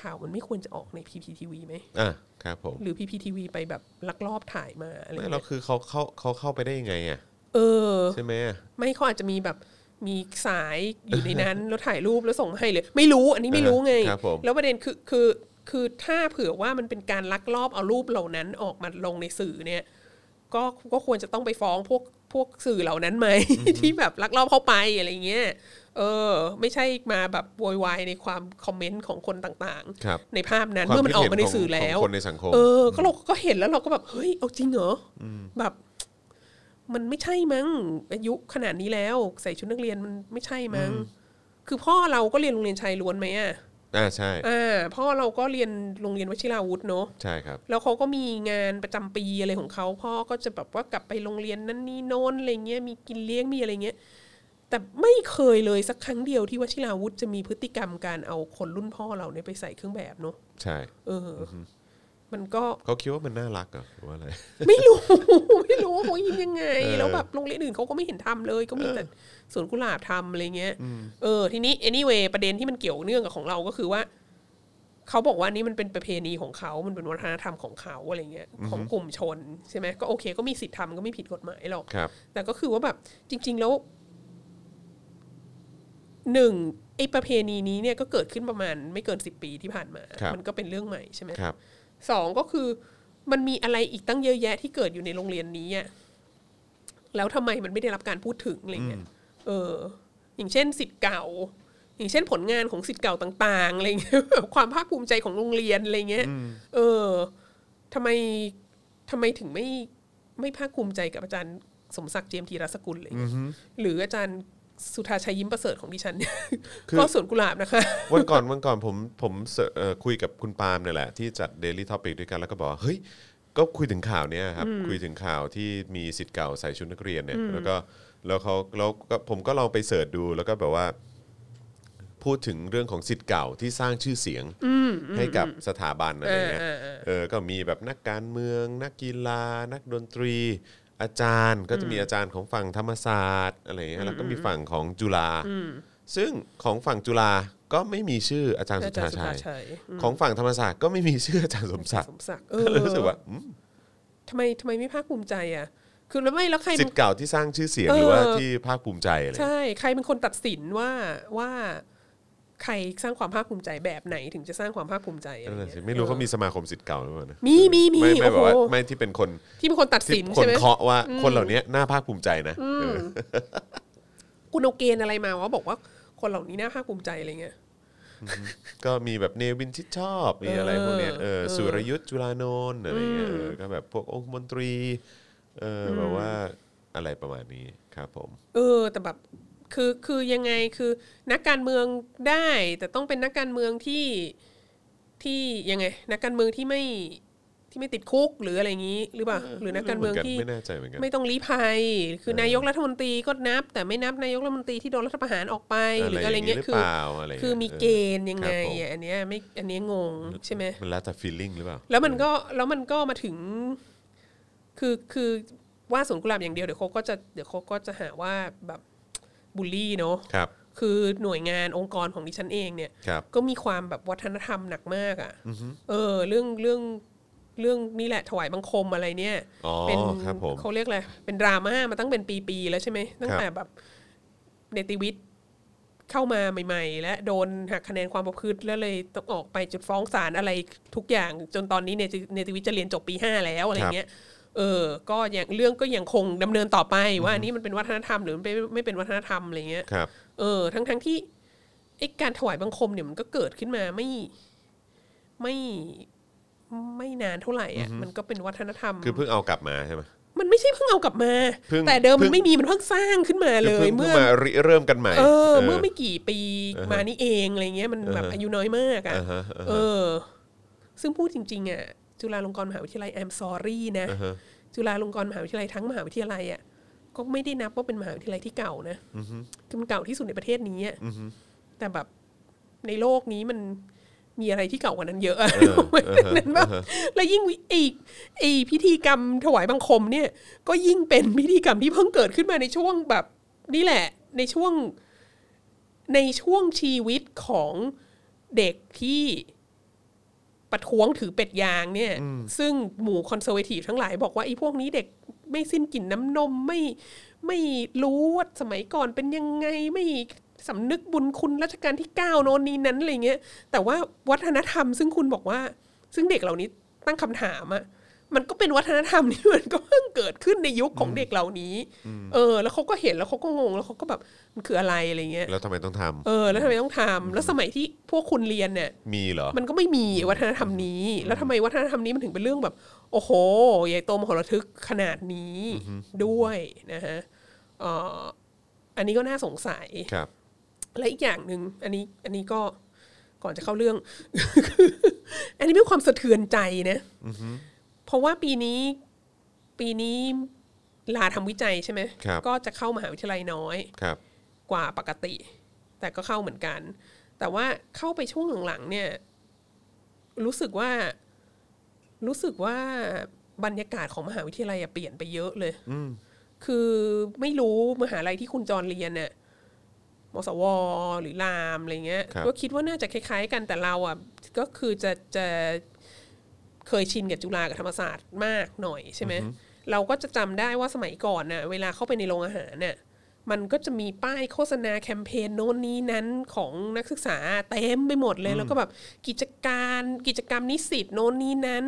ข่าวมันไม่ควรจะออกในพีพีทีวีไหม
อ่ะครับผม
หรือพีพีทีวีไปแบบลักลอบถ่ายมาอะไร
ไม่
เงี้
เรา
ย
คือเขาเข้าเขาเข้าไปได้ยังไงอ่ะ
เออ
ใช่ไหมอ่ะ
ไม่เขาอาจจะมีแบบมีสายอยู่ใน นั้น แล้วถ่ายรูปแล้วส่งมาให้เลย ไม่รู้อันนี้ไม่รู้ไง
ครับผม
แล้วประเด็นคือคือคือถ้าเผื่อว่ามันเป็นการลักลอบเอารูปเหล่านั้นออกมาลงในสื่อเนี่ย ก็ก็ควรจะต้องไปฟ้องพวกพวกสื่อเหล่านั้นไหม ที่แบบลักลอบเข้าไปอะไรเงี้ยเออ ไม่ใช่มาแบบโวยวายในความคอมเมนต์ของคนต่าง
ครับ
ๆ ในภาพนั้นเมื่อมันออกมาในสื่อแล้ว
ของคนในสังคม
เออ ก็เราก็เห็นแล้วเราก็แบบ เฮ้ย เอาจริงเหรออแบบ มันไม่ใช่มั้ง อายุขนาดนี้แล้ว ใส่ชุดนักเรียนมันไม่ใช่มั้ง คือพ่อเราก็เรียนโรงเรียนชายล้วนไหมอ่ะ
อ่าใช่
อ่า พ่อเราก็เรียนโรงเรียนวชิราวุธเนอะ
ใช่ครับ
แล้วเขาก็มีงานประจำปีอะไรของเขาพ่อก็จะแบบว่ากลับไปโรงเรียนนั่นนี่โน้นอะไรเงี้ยมีกินเลี้ยงมีอะไรเงี้ยแต่ไม่เคยเลยสักครั้งเดียวที่วชิราวุธจะมีพฤติกรรมการเอาคนรุ่นพ่อเราเนี่ยไปใส่เครื่องแบบเนอะ
ใช่
เอออมันก็
เขาคิดว่ามันน่ารักเหรอหรือว่าอะไร
ไม่รู้ ไม่รู้ว่าเขายินยังไง
เออ
แล้วแบบโรงเรียนอื่นเขาก็ไม่เห็นทำเลย ก็มีแต่สวนกุหลาบทำอะไรเงี้ยเออทีนี้ anyway ประเด็นที่มันเกี่ยวเนื่องกับของเราก็คือว่า เขาบอกว่านี่มันเป็นประเพณีของเขา มันเป็นวัฒนธรรมของเขาอะไรเงี้ยของกลุ่มชนใช่ไหมก็โอเค ก็มีสิทธิ์ทำก็ไม่ผิดกฎหมายหรอก
ครับ
แต่ก็คือว่าแบบจริง ๆ แล้วหนึ่งไอ้ประเพณีนี้เนี่ยก็เกิดขึ้นประมาณไม่เกินสิบปีที่ผ่านมา
ครับ
มันก็เป็นเรื่องใหม่ใช่ไหม
ครับ
สองก็คือมันมีอะไรอีกตั้งเยอะแยะที่เกิดอยู่ในโรงเรียนนี้อะแล้วทำไมมันไม่ได้รับการพูดถึงอะไรเงี้ยเออ อย่างเช่นสิทธิ์เก่า อย่างเช่นผลงานของสิทธิ์เก่าต่างๆอะไรเงี้ย ความภาคภูมิใจของโรงเรียนอะไรเงี้ยเออทำไมทำไมถึงไม่ไม่ภาคภูมิใจกับอาจารย์สมศักดิ์เจียมธีรสกุลเลยหรืออาจารย์สุธาชัยยิ้มประเสริฐของดิฉัน เนี่ยก็สวนกุหลาบนะคะ
วันก่อนวันก่อนผมผมเสิร์ชเอ่อคุยกับคุณปาล์มเนี่ยแหละ ที่จัด Daily Topic ด้วยกันแล้วก็บอกว่าเฮ้ยก็คุยถึงข่าวเนี้ยครับ คุยถึงข่าวที่มีสิทธิ์เก่าใส่ชุดนักเรียนเนี่ยแล้วก็แล้วเขาแล้วก็ผมก็ลองไปเสิร์ชดูแล้วก็แบบว่า พูดถึงเรื่องของสิทธิ์เก่าที่สร้างชื่อเสียงให้กับสถาบันอะไรเงี้ย
เออเออเออ
เออ ก็มีแบบนักการเมือง นักกีฬา นักดนตรี อาจารย์ก็จะมีอาจารย์ของฝั่งธรรมศาสตร์อะไรเงี้ยแล้วก็มีฝั่งของจุฬาซึ่งของฝั่งจุฬา ก็ไม่มีชื่ออาจารย์สุ
อาจาร
ชา
ย์
ชั
สุชาย ติชัยอืม
ของฝั่งธรรมศาสตร์ก็ไม่มีชื่ออาจารย์สมศักดิ์
สมศักดิ์เอ
ก็
อ
เลยรู้สึกว่าอืม
ทำไมทำไมไม่ภาคภูมิใจอ่ะ คือแล้วไม่แล้วใคร
สิ
เป็
ท
น
ธิ์เก่าที่สร้างชื่อเสียง
เออ
หรือว่าที่ภาคภูมิใจอะไร
ใช่ ใครเป็นคนตัดสินว่าว่า ใครสร้างความภาคภูมิใจแบบไหนถึงจะสร้างความภาคภูมิใจอะ
นั่น
ไร
แหละ
เงี้
สิ
ย
ไม่รู้เขามีสมาคมสิทธิ์เก่าหรือเปล่านะ
มีมีมี
ไม่ไม่แบบว่า
โอ้โห
ไม่ที่เป็นคน
ที่เป็นคนตัด
ที่
สิน
ค
ใช่
น
ไหม
เคาะว่าคนเหล่านี้น่าภาคภูมิใจนะเออ
คุณเอาเกณฑ์อะไรมาว่าบอกว่าคนเหล่านี้น่าภาคภูมิใจอะไรเงี้ย
ก็มีแบบเนวินชิดชอบมีอะไรพวกเนี้ยเออ
เออ
สุรยุทธ์จุลานนท์อะไรเงี้ยเออก็แบบพวกองคมนตรีเอออแบบว่าอะไรประมาณนี้ครับผม
เออ แต่แบบคือคือยังไงคือนักการเมืองได้ แต่ต้องเป็นนักการเมืองที่ที่ยังไง นักการเมืองที่ไม่ที่ไม่ติดคุกหรืออะไรอย่างนี้หรือเปล่าหรือนักการเมืองที่
ไม่แน่ใจเหมือนกัน
ไม่ต้องลี้ภัย คือ
เออ
นายกรัฐมนตรีก็นับ แต่ไม่นับนายกรัฐมนตรีที่โดนรัฐประหารออกไปหรืออะไรเงี้ย
หรื
คือ
เปล่าอะไรย่างเงี้ย
คือมีเกณฑ์ยังไง
ครับผม
อ่ะอันเนี้ยไม่อันเนี้ยงงใช่ไหม
มันแล้วแต่ feeling หรือเปล่า
แล้วมันก็แล้วมันก็มาถึง คือคือว่าสวนกุหลาบอย่างเดียวเดี๋ยวเขาก็จะเดี๋ยวเขาก็จะหาว่าแบบบูลลี่เนาะ
ครับ
คือหน่วยงานองค์กรของดิฉันเองเนี่ย
ครับ
ก็มีความแบบวัฒนธรรมหนักมากอ่ะเออ เรื่องเรื่องเรื่องนี่แหละถวายบังคมอะไรเนี่ย
อ๋อ
เป็น
ครับผม
เขาเรียกอะไรเป็นดราม่ามาตั้งเป็นปีๆแล้วใช่ไหมตั้ง
ครับ
แต่แบบเนติวิทย์เข้ามาใหม่ ๆ และโดนหักคะแนนความประพฤติแล้วเลยต้องออกไปจุดฟ้องศาลอะไรทุกอย่าง จนตอนนี้เนติเนติวิทย์จะเรียนจบปีห้าแล้วอะไรเงี้ยเออ ก็ยังเรื่องก็ยังคงดำเนินต่อไปว่าอันนี้มันเป็นวัฒนธรรมหรือมันเป็นไม่เป็นวัฒนธรรมอะไรเงี้ย
ครับ
เออทั้งทั้งที่ไอการถวายบังคมเนี่ยมันก็เกิดขึ้นมาไม่ไม่ไม่นานเท่าไหร่อ่ะมันก็เป็นวัฒนธรรม
คือเพิ่งเอากลับมาใช่ไหม
มันไม่ใช่เพิ่งเอากลับมา
เพิ่ง
แต่เดิม
เพิ่
มั
ง
นไม่มีมันเพิ่งสร้างขึ้นมา
คื
เล
พิ่
ย
ง
เมื่อ
พิ่งมาริเริ่มกันใหม่
เออ เมื่อไม่กี่ปี
เออ
มานี่เองอะไรเงี้ยมันแบบ
เอออ
อายุน้อยมากอ่ะ
อ่าฮะอ่า
เอ
ฮะ
อ ซึ่งพูดจริง ๆ อ่ะ จุฬาลงกรณ์มหาวิทยาลัย I'm sorry นะ
อ่าฮะ
จุฬาลงกรณ์มหาวิทยาลัยทั้งมหาวิทยาลัยอ่ะก็ไม่ได้นับว่าเป็นมหาวิทยาลัยที่เก่านะ
อือฮึ
คือมันเก่าที่สุดในประเทศนี้อะ
อือฮึ
แต่แบบในโลกนี้มันมีอะไรที่เก่ากว่านั้นเยอะอะ
เออเออ
ดังนั้นแบบ
เออ
แล้วยิ่งวิไอีกไอพิธีกรรมถวายบังคมเนี่ย ก็ยิ่งเป็นพิธีกรรมที่เพิ่งเกิดขึ้นมาในช่วงแบบนี่แหละ ในช่วงในช่วงชีวิตของเด็กที่ประท้วงถือเป็ดยางเนี่ย ซึ่งหมู่คอนเซอร์เวทีฟทั้งหลายบอกว่าไอ้พวกนี้เด็กไม่สิ้นกลิ่นน้ำนมไม่ ไม่รู้ว่าสมัยก่อนเป็นยังไงไม่สำนึกบุญคุณรัชกาลที่ 9 โน่นนี้นั้นอะไรเงี้ยแต่ว่าวัฒนธรรมซึ่งคุณบอกว่า ซึ่งเด็กเหล่านี้ตั้งคำถามอะมันก็เป็นวัฒนธรรมที่ มันก็เพิ่งเกิดขึ้นในยุคของเด็กเหล่านี้ เออ แล้วเขาก็เห็นแล้วเขาก็งงแล้วเขาก็แบบมันคืออะไรอะไรเงี้ย
แล้วทำไมต้องท
เออ แล้วทำไมต้องทำแล้วสมัยที่พวกคุณเรียนเนี่ย
ำมีเหรอ
มันก็ไม่มีวัฒนธรรมนี้ แล้วทำไมวัฒนธรรมนี้มันถึงเป็นเรื่องแบบ โอ้โห ใหญ่โตมโหฬารทึกขนาดนี้ด้วยนะฮะเอ่ออันนี้ก็น่าสงสัย
ครับ
และอีกอย่างหนึ่งอันนี้อันนี้ก็ก่อนจะเข้าเรื่อง คืออันนี้เป็นความสะเทือนใจนะเพราะว่าปีนี้ปีนี้ลาทำวิจัยใช่ไหม
ครับ
ก็จะเข้ามหาวิทยาลัยน้อย
ครับ
กว่าปกติ แต่ก็เข้าเหมือนกัน แต่ว่าเข้าไปช่วงหลังๆเนี่ย รู้สึกว่า รู้สึกว่าบรรยากาศของมหาวิทยาลัยอะเปลี่ยนไปเยอะเลย
อืม
คือไม่รู้มหาลัยที่คุณจรเรียนเนี่ยมสว หรือรามอะไรเงี้ย
ครับ
ก็คิดว่าน่าจะคล้ายๆ กันแต่เราอ่ะก็คือจะจะเคยชินกับจุฬากับธรรมศาสตร์มากหน่อยใช่ไหมเราก็จะจำได้ว่าสมัยก่อนน่ะเวลาเข้าไปในโรงอาหารเนี่ยมันก็จะมีป้ายโฆษณาแคมเปญโน้นนี้นั้นของนักศึกษาเต็มไปหมดเลย แล้วก็แบบกิจการกิจกรรมนิสิตโน้นนี้นั้น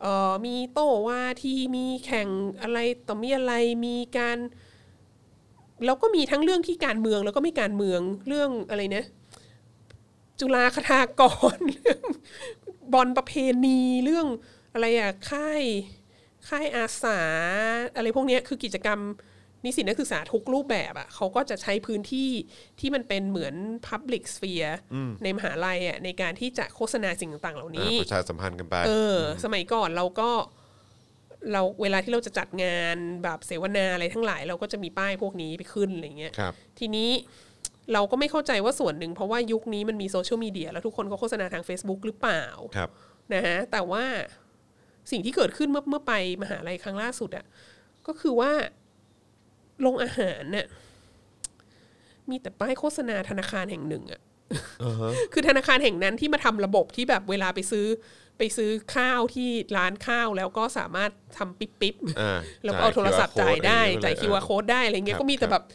เอ่อมีโต้วาทีมีแข่งอะไรต่อมีอะไรมีการ แล้วก็มีทั้งเรื่องที่การเมืองแล้วก็ไม่การเมืองเรื่องอะไรนะ จุฬาคทากร เรื่องบอลประเพณีเรื่องอะไรอะค่ายค่ายอาสา อะไรพวกเนี้ยคือกิจกรรมนิสิตนักศึกษาทุกรูปแบบอะเขาก็จะใช้พื้นที่ที่มันเป็นเหมือน Public Sphere ในมหาลัยอะในการที่จะโฆษณาสิ่งต่าง ๆ เหล่า
อ่า
นี้
ประชาสัมพันธ์กันไป
เออ สมัยก่อนเราก็เราเวลาที่เราจะจัดงานแบบเสวนาอะไรทั้งหลาย เราก็จะมีป้ายพวกนี้ไปขึ้นอะไรเงี้ย
ครับ
ทีนี้เราก็ไม่เข้าใจว่าส่วนหนึ่งเพราะว่ายุคนี้มันมีโซเชียลมีเดียแล้วทุกคนก็โฆษณาทาง Facebook หรือเปล่า
ครับ
นะฮะแต่ว่าสิ่งที่เกิดขึ้นเมื่อเมื่อไปมหาลัยครั้งล่าสุดอะก็คือว่าโรงอาหารเนี่ยมีแต่ป้ายโฆษณาธนาคารแห่งหนึ่งอะ
อ่าฮะ
คือธนาคารแห่งนั้นที่มาทำระบบที่แบบเวลาไปซื้อไปซื้อข้าวที่ร้านข้าวแล้วก็สามารถทำปิ๊บปิ๊บ
อ่า
แล้วก็เอาโทรศัพท์จ่ายได้จ่ายคิวอาร์
โค้ด
โค้ดได้อะไรเงี้
ครั
ย
บ
ก็มีแต่
ครั
แบบ บ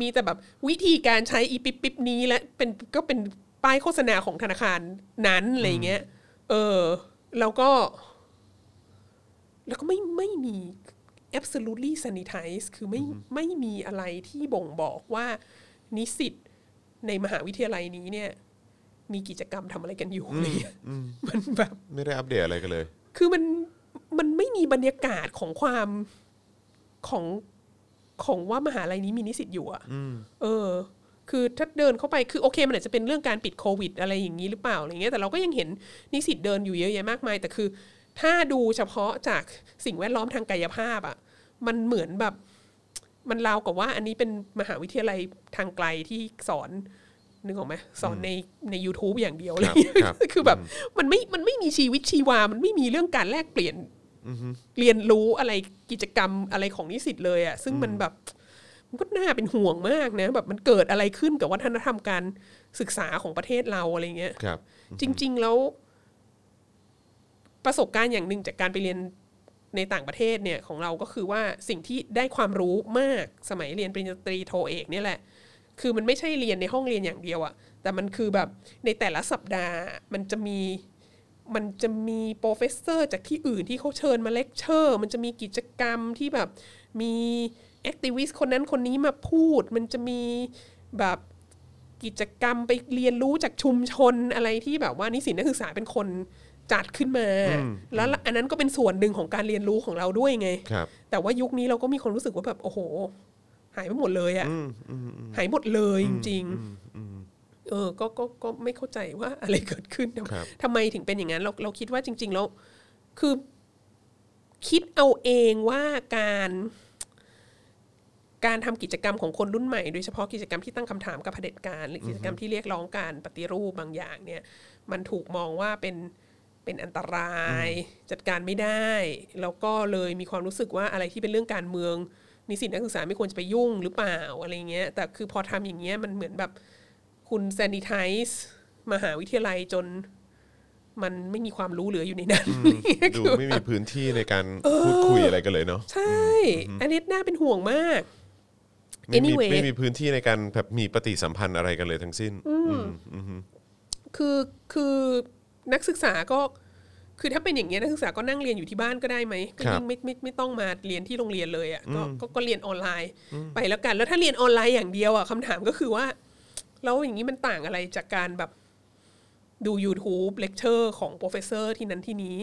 มีแต่แบบวิธีการใช้อีปิ๊บปิ๊บนี้และเป็นก็เป็นป้ายโฆษณาของธนาคารนั้นอะไรเงี้ย เออ แล้วก็ แล้วก็ไม่ไม่มี absolutely sanitize คือไม่ไม่มีอะไรที่บ่งบอกว่านิสิตในมหาวิทยาลัยนี้เนี่ย มีกิจกรรมทำอะไรกันอยู่อะไรเงี้ยมันแบบ
ไม่ได้อัปเดตอะไรกันเลย
คือมันมันไม่มีบรรยากาศของความของของว่ามหาลัยนี้มีนิสิตอยู่อะเออ คือถ้าเดินเข้าไปคือโอเค มันอาจจะเป็นเรื่องการปิดโควิด อะไรอย่างนี้หรือเปล่าอะไรเงี้ยแต่เราก็ยังเห็นนิสิตเดินอยู่เยอะแยะมากมาย แต่คือ ถ้าดูเฉพาะจากสิ่งแวดล้อมทางกายภาพอะมันเหมือนแบบ มันราวกับว่า อันนี้เป็นมหาวิทยาลัยทางไกลที่สอนนึกออกไหมสอนในใน u t u b e อย่างเดียวอะไรเงี้ย
ครับ
คือแบบ มันไม่ มันไม่มีชีวิตชีวา มันไม่มีเรื่องการแลกเปลี่ยนเรียนรู้อะไรกิจกรรมอะไรของนิสิตเลยอะ่ะ ซึ่งมันแบบ มันก็น่าเป็นห่วงมากนะ แบบมันเกิดอะไรขึ้นกับวัฒนธรรมการศึกษาของประเทศเราอะไรเงี้ย
ครับ
จริง ๆ แล้วประสบการณ์อย่างหนึ่งจากการไปเรียนในต่างประเทศเนี่ยของเราก็คือว่าสิ่งที่ได้ความรู้มากสมัยเรียนปริญญาตรีโทเอกเนี่ยแหละ คือมันไม่ใช่เรียนในห้องเรียนอย่างเดียวอะแต่มันคือแบบในแต่ละสัปดาห์มันจะมีมันจะมีโปรเฟสเซอร์จากที่อื่นที่เขาเชิญมาเลคเชอร์ มันจะมีกิจกรรมที่แบบมีแอคทิวิสต์คนนั้นคนนี้มาพูด มันจะมีแบบ กิจกรรมไปเรียนรู้จากชุมชนอะไรที่แบบว่านิสิตนักศึกษาเป็นคนจัดขึ้นมา แล้วอันนั้นก็เป็นส่วนหนึ่งของการเรียนรู้ของเราด้วยไง
ครับ
แต่ว่ายุคนี้เราก็มีความรู้สึกว่าแบบโอ้โห หายไปหมดเลยอะ
อืมอืมอืม
หายหมดเลยจริงๆเออก็ก็ก็ไม่เข้าใจว่าอะไรเกิดขึ้นทำ
ครับ
ทำไมถึงเป็นอย่างนั้น เราเราคิดว่าจริง ๆ แล้วคือ คิดเอาเองว่าการการทำกิจกรรมของคนรุ่นใหม่โดยเฉพาะกิจกรรมที่ตั้งคำถามกับเผด็จการ หรือกิจกรรมที่เรียกร้องการปฏิรูปบางอย่างเนี่ย มันถูกมองว่าเป็นเป็นอันตราย จัดการไม่ได้ แล้วก็เลยมีความรู้สึกว่าอะไรที่เป็นเรื่องการเมืองนิสิตนักศึกษาไม่ควรจะไปยุ่งหรือเปล่าอะไรเงี้ย แต่คือพอทำอย่างเงี้ยมันเหมือนแบบคุณ sanitize มหาวิทยาลัยจนมันไม่มีความรู้เหลืออยู่ในนั้น
ดูไม่มีพื้นที่ในการพูดคุยอะไรกันเลยเนาะ
ใช่ อันนี้น่าเป็นห่วงมาก
ไม่มี
Anyway
ไม่มีพื้นที่ในการแบบมีปฏิสัมพันธ์อะไรกันเลยทั้งสิ้น
คือคือนักศึกษาก็ คือถ้าเป็นอย่างเงี้ยนักศึกษาก็นั่งเรียนอยู่ที่บ้านก็ได้ไหมก็
ครับ
ยิ่งไม่ไม่ไม่ต้องมาเรียนที่โรงเรียนเลยอะ่ะก็ก็เรียนออนไลน์ไปแล้วกัน แล้วถ้าเรียนออนไลน์อย่างเดียวอะ่ะคำถามก็คือว่าแล้วอย่างนี้มันต่างอะไรจากการแบบดู YouTube เลคเชอร์ของโปรเฟสเซอร์ที่นั้นที่นี้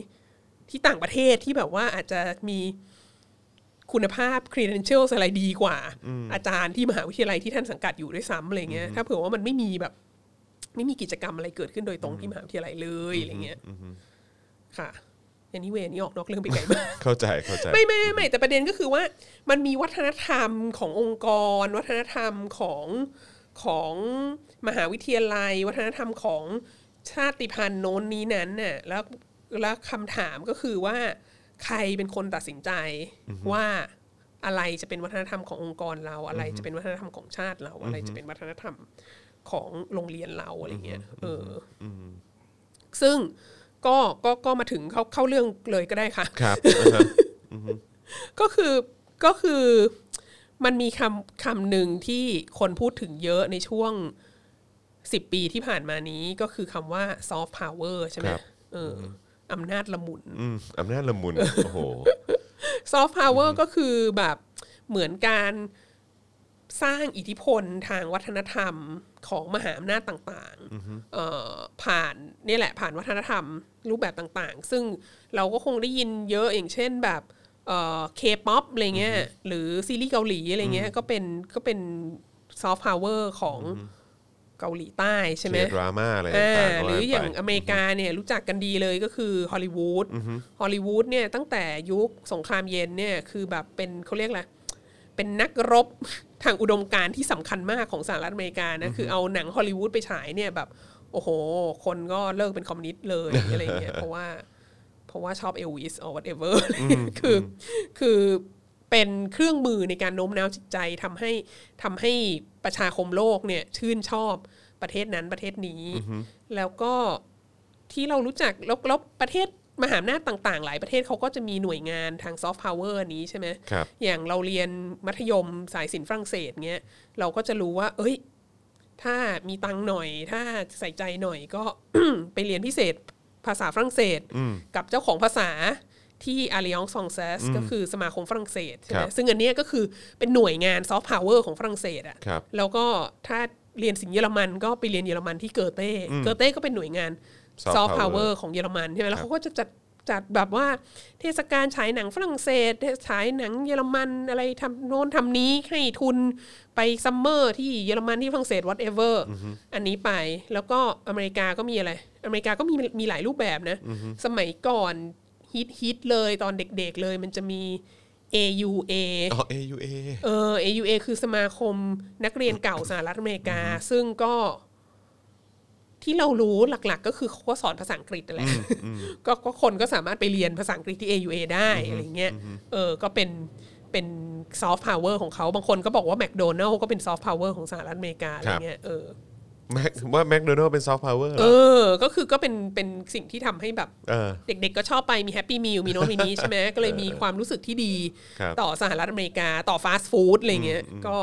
ที่ต่างประเทศที่แบบว่าอาจจะมีคุณภาพ credentials อะไรดีกว่า อาจารย์ที่มหาวิทยาลัยที่ท่านสังกัดอยู่ด้วยซ้ำอะไรเงี้ยถ้าเผื่อว่ามันไม่มีแบบ ไม่มีกิจกรรมอะไรเกิดขึ้นโดยตรงที่มหาวิทยาลัยเลยอะไรเงี้ยค่ะอันนี้เวรนี่ออกนอกเรื่องไปไกลมาก
เข้าใจเข้าใจ
ไม่ไม่ไม่ไม่แต่ประเด็นก็คือว่ามันมีวัฒนธรรมขององค์กร วัฒนธรรมของของมหาวิทยาลัย วัฒนธรรมของชาติพันธุ์โน้นนี้นั้นน่ะแล้วแล้วคำถามก็คือว่า ใครเป็นคนตัดสินใจว่าอะไรจะเป็นวัฒนธรรมขององค์กรเราอะไรจะเป็นวัฒนธรรมของชาติเราอะไรจะเป็นวัฒนธรรมของโรงเรียนเราอะไรเงี้ยเอออซึ่งก็ก็ก็มาถึงเข้าเข้าเรื่องเลยก็ได้ค่ะ
ครับอ่าฮะ
ก็คือก็คือมันมีคำคำหนึ่งที่คนพูดถึงเยอะในช่วงสิบปีที่ผ่านมานี้ก็คือคำว่าซอฟต์พาวเวอร์ใช่ไหมเอออำนาจละมุน
อืมอำนาจละมุน โอ้โห
ซอฟต์พาวเวอร์ก็คือแบบเหมือนการสร้างอิทธิพลทางวัฒนธรรมของมหาอำนาจต่างๆเอ่อผ่านนี่แหละผ่านวัฒนธรรมรูปแบบต่างๆ ซึ่งเราก็คงได้ยินเยอะอย่างเช่นแบบเคป๊อปอะไรเงี้ยหรือซีรีส์เกาหลีอะไรเงี้ยก็เป็นก็เป็นซอฟต์พาวเวอร์ของเกาหลีใต้ใช่ไหม
เคดราม่าอะไร
อ่า
ต่างๆก็
ห
ว่
รืออย่าง
ไป
อเมริกาเนี่ยรู้จักกันดีเลยก็คือฮอลลีวูดฮอลลีวูดเนี่ยตั้งแต่ยุคสงครามเย็นเนี่ยคือแบบเป็นเขาเรียกอะไรเป็นนักรบ ทางอุดมการณ์ที่สำคัญมากของสหรัฐอเมริกานะคือเอาหนังฮอลลีวูดไปฉายเนี่ยแบบ โอ้โห คนก็เลิกเป็นคอมมิวนิสต์เลย อะไรเงี้ยเพราะว่า เพราะว่าชอบเอลวิส or whatever คืออคือเป็นเครื่องมือในการโน้มน้าวจิตใจทำให้ทำให้ประชาคมโลกเนี่ยชื่นชอบ ประเทศนั้นประเทศนี้ แล้วก็ที่เรารู้จักแล้วแล้วประเทศมหาอำนาจต่าง ๆ หลายประเทศเขาก็จะมีหน่วยงานทางซอฟต์พาวเวอร์นี้ใช่ไหม
ครับ
อย่างเราเรียนมัธยมสายศิลป์ฝรั่งเศสเงี้ยเราก็จะรู้ว่า เอ้ย ถ้ามีตังค์หน่อย ถ้าใส่ใจหน่อยก็ ไปเรียนพิเศษภาษาฝรั่งเศส กับเจ้าของภาษาที่ Alliance Française ก็คือสมาคมฝรั่งเศสใช่ไห
ค
ม
รับ
ซึ่งอันเนี้ยก็คือเป็นหน่วยงานซอฟต์พาวเวอร์ของฝรั่งเศสอะ
ครับ
แล้วก็ถ้าเรียนสิงเยอรมันก็ไปเรียนเยอรมันที่เกอเต้เกอเต้ก็เป็นหน่วยงาน
Soft
ซอฟต์พาวเวอ
power
ร์ของเยอรมันใช่ไหมแล้วเขาก็จะจัดจัดแบบว่า เทศกาลฉายหนังฝรั่งเศสฉายหนังเยอรมันอะไรทำโน้นทำนี้ให้ทุนไปซัมเมอร์ที่เยอรมันที่ฝรั่งเศส whatever อันนี้ไปแล้วก็อเมริกาก็มีอะไร อเมริกาก็มีมีหลายรูปแบบนะ สมัยก่อนฮิตฮิตเลยตอนเด็กๆเลยมันจะมี AUA
อ๋อ AUA
เออ AUA คือสมาคมนักเรียนเก่าสหรัฐอเมริกา ซึ่งก็ที่เรารู้หลักๆ ก็คือเขาก็สอนภาษาอังกฤษนั่นแหละ ก็ก็คนก็สามารถไปเรียนภาษาอังกฤษที่ AUA ได้อะไรเงี้ยเออก็เป็นเป็นซอฟต์พาวเวอร์ของเขา บางคนก็บอกว่าแม d โดนัล s ก็เป็นซอฟต์พาวเวอร์ของสหรัฐอเมริกาอะไรเงี้ยเออ
แม็กว่าแม d โดนัลเป็นซอฟต์พาวเวอร์เหร
เอ
อ
อ ก็คือก็เป็นเป็นสิ่งที่ทำให้แบบ
เออ
เด็กๆ ก็ชอบไปมีแฮปปี้มิลมีโน้นมีนี้ใช่ไหม ก็เลยมีความรู้สึกที่ดี
ครับ
ต่อสหรัฐอเมริกาต่อฟาสต์ฟู้ดอะไรเงี้ยก็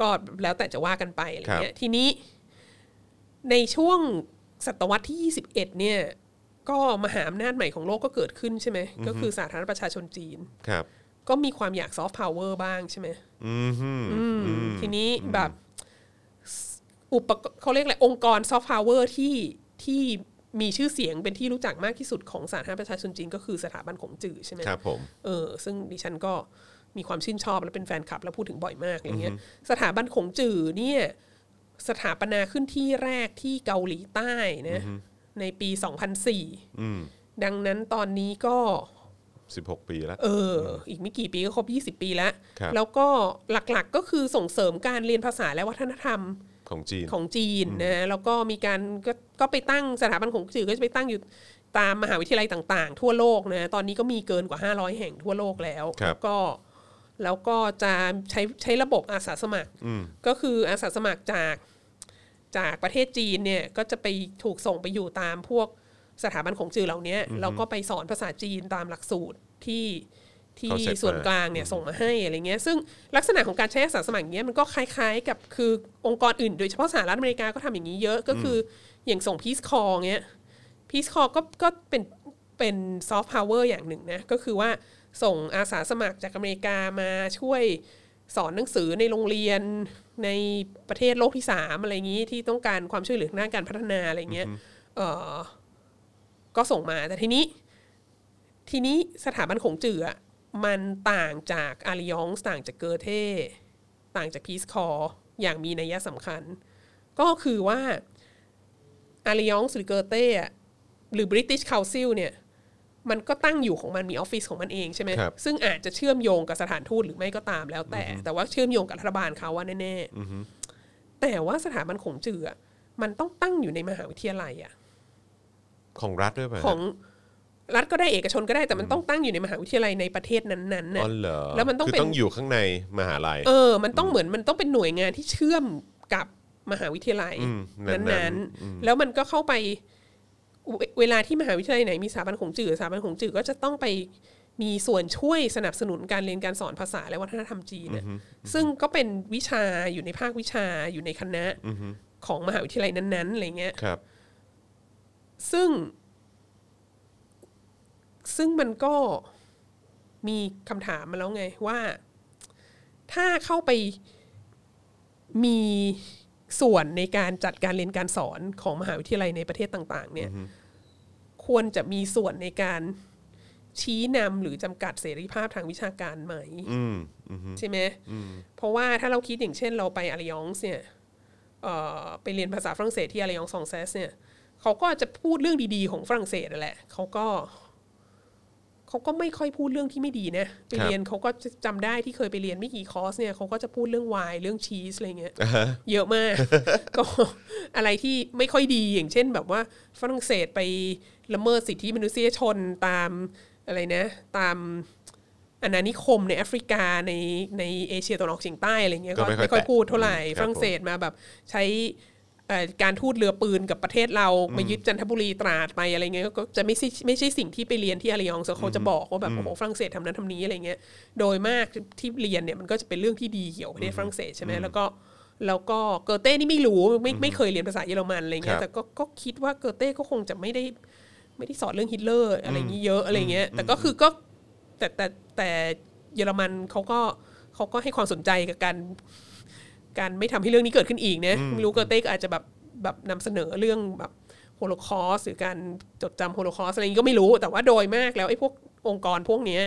ก็แล้วแต่จะว่ากันไปอะไรเงี้ยทีนี้ ในช่วงศตวรรษที่ 21 เนี่ย ก็มหาอำนาจใหม่ของโลกก็เกิดขึ้นใช่ไหม ก็คือสาธารณประชาชนจีน
ครับ
ก็มีความอยากซอฟต์พาวเวอร์บ้างใช่ไหม
อืมฮึม
อืมทีนี้แบบอุปกรณ์เขาเรียกอะไรองค์กรซอฟต์พาวเวอร์ที่ที่มีชื่อเสียงเป็นที่รู้จักมากที่สุดของสาธารณประชาชนจีนก็คือสถาบันขงจื่อใช่ไหม
ครับผม
เออซึ่งดิฉันก็มีความชื่นชอบและเป็นแฟนคลับ และพูดถึงบ่อยมากอะไรเงี้ยสถาบันขงจื่อเนี่ยสถาปนาขึ้นที่แรกที่เกาหลีใต้นะในปี 2004
อืม
ดังนั้นตอนนี้ก็
สิบหกปีแล้ว
เออ อีกไม่กี่ปีก็ครบ 20 ปีแล้ว
ครับ
แล้วก็หลักๆก็คือส่งเสริมการเรียนภาษาและวัฒนธรรม
ของจีน
ของจีนนะ แล้วก็มีการก็ก็ไปตั้งสถาบันของจื่อก็จะไปตั้งอยู่ตามมหาวิทยาลัยต่างๆ ทั่วโลกนะ ตอนนี้ก็มีเกินกว่า 500 แห่งทั่วโลกแล้ว
ครับ
แล้วก็แล้วก็จะใช้ใช้ระบบอาสาสมัคร
อืม
ก็คืออาสาสมัครจากจากประเทศจีนเนี่ยก็จะไปถูกส่งไปอยู่ตามพวกสถาบันของจือเหล่าเนี้ยแล้วก็ไปสอนภาษาจีนตามหลักสูตรที่ที่
เขาเซ็ตมา
ส่วนกลางเนี่ยส่งมาให้อะไรเงี้ยซึ่งลักษณะของการใช้อาสาสมัครอย่างเงี้ยมันก็คล้ายๆ กับคือองค์กรอื่นโดยเฉพาะสหรัฐอเมริกาก็ทำอย่างนี้เยอะก็คืออย่างส่งพีซคอเงี้ย พีซคอก็ก็เป็นเป็นซอฟต์พาวเวอร์อย่างหนึ่งนะ ก็คือว่าส่งอาสาสมัครจากอเมริกามาช่วยสอนหนังสือในโรงเรียนในประเทศโลกที่สามอะไรอย่างนี้ที่ต้องการความช่วยเหลือทางด้านการพัฒนาอะไรเงี้ยเออก็ส่งมาแต่ทีนี้ ทีนี้สถาบันของจืออะมันต่างจากอาริยองต่างจากเกอเท ต่างจากพีซคออย่างมีนัยสำคัญ ก็คือว่า อาริยองหรือเกอเต้อะหรือ British Council เนี่ยมันก็ตั้งอยู่ของมันมีออฟฟิศของมันเองใช่ไหม
ครับ
ซึ่งอาจจะเชื่อมโยงกับสถานทูตหรือไม่ก็ตามแล้วแต่ แต่ว่าเชื่อมโยงกับรัฐบาลเขาว่าแน่ๆแต่ว่าสถาบันของจืออะมันต้องตั้งอยู่ในมหาวิทยาลัยอะ
ของรัฐด้วยป่ะ
ของรัฐก็ได้เอกชนก็ได้แต่มันต้องตั้งอยู่ในมหาวิทยาลัยในประเทศนั้นๆ
อ๋
น่ะ
อเหรอ
แล้วมันต้อง
คือ
เป็น
ต้องอยู่ข้างในมหาลัย
เออ มันต้องเหมือนมันต้องเป็นหน่วยงานที่เชื่อมกับมหาวิทยาลัย
อืมนั้
นั้น น
ๆ
ๆ แล้วมันก็เข้าไปเวเวลาที่มหาวิทยาลัยไหนมีสถาบันของจือสถาบันของจือก็จะต้องไปมีส่วนช่วยสนับสนุนการเรียนการสอนภาษาและวัฒนธรรมจีนน่ะซึ่งก็เป็นวิชาอยู่ในภาควิชาอยู่ในคณะของมหาวิทยาลัยนั้นๆอะไรเงี้ย
ครับ
ซึ่ง ซึ่งมันก็มีคำถามมาแล้วไงว่า ถ้าเข้าไปมีส่วนในการจัดการเรียนการสอนของมหาวิทยาลัยในประเทศต่าง ๆ เนี่ย ควรจะมีส่วนในการชี้นำหรือจำกัดเสรีภาพทางวิชาการไหม
อืม
ใช่ไหม เพราะว่าถ้าเราคิดอย่างเช่นเราไปอาริยองส์เนี่ยเอ่อไปเรียนภาษาฝรั่งเศสที่อาริยองส์ซองเซสเนี่ยเขาก็จะพูดเรื่องดีๆของฝรั่งเศสนั่นแหละเขาก็เขาก็ไม่ค่อยพูดเรื่องที่ไม่ดีนะไปเรียนเขาก็จะจำได้ที่เคยไปเรียนไม่กี่คอร์สเนี่ยเขาก็จะพูดเรื่องไวน์เรื่องชีสอะไรเงี้ยเยอะมาก ก็อะไรที่ไม่ค่อยดีอย่างเช่น แบบว่าฝรั่งเศสไปละเมิดสิทธิมนุษยชนตามอะไรนะ ตาม อาณานิคมในแอฟริกาในในเอเชียตะวันออกเฉียงใต้อะไรเงี้ย
ก็
ก็
ไม่
ไม่
ค่อย
ค่อย
แตะ
พูดเท่าไหร่
อืมครับ
ฝรั่งเศสมาแบบใช้ เอ่อการทูตเรือปืนกับประเทศเรามายึดจันทบุรีตราดไปอะไรเงี้ยก็จะไม่ใช่ไม่ใช่สิ่งที่ไปเรียนที่อาริยองส์เขาจะบอกว่าแบบโอ้โหฝรั่งเศสทำนั้นทำนี้อะไรเงี้ยโดยมากที่เรียนเนี่ยมันก็จะเป็นเรื่องที่ดีเกี่ยวกับประเทศฝรั่งเศสใช่ไหมแล้วก็แล้วก็เกอเต้นี่ไม่รู้ไม่ไม่เคยเรียนภาษาเยอรมันอะไร
ค
เงี้
รั
ย
บ
แต่ก็ก็คิดว่าเกอเต้ก็คงจะไม่ได้ ไม่ได้สอนเรื่องฮิตเลอร์อะไรอย่างนี้เยอะอะไรเงี้ย แต่ก็คือก็แต่แต่แต่เยอรมันเขาก็เขาก็ให้ความสนใจกับการ การไม่ทำให้เรื่องนี้เกิดขึ้นอีกนะไม่รู้เกอเต้ก็อาจจะแบบแบบนำเสนอเรื่องแบบโฮโลคอสต์หรือการจดจำโฮโลคอสต์อะไรอย่างนี้ก็ไม่รู้ แต่ว่าโดยมากแล้วไอ้พวกองค์กรพวกเนี้ย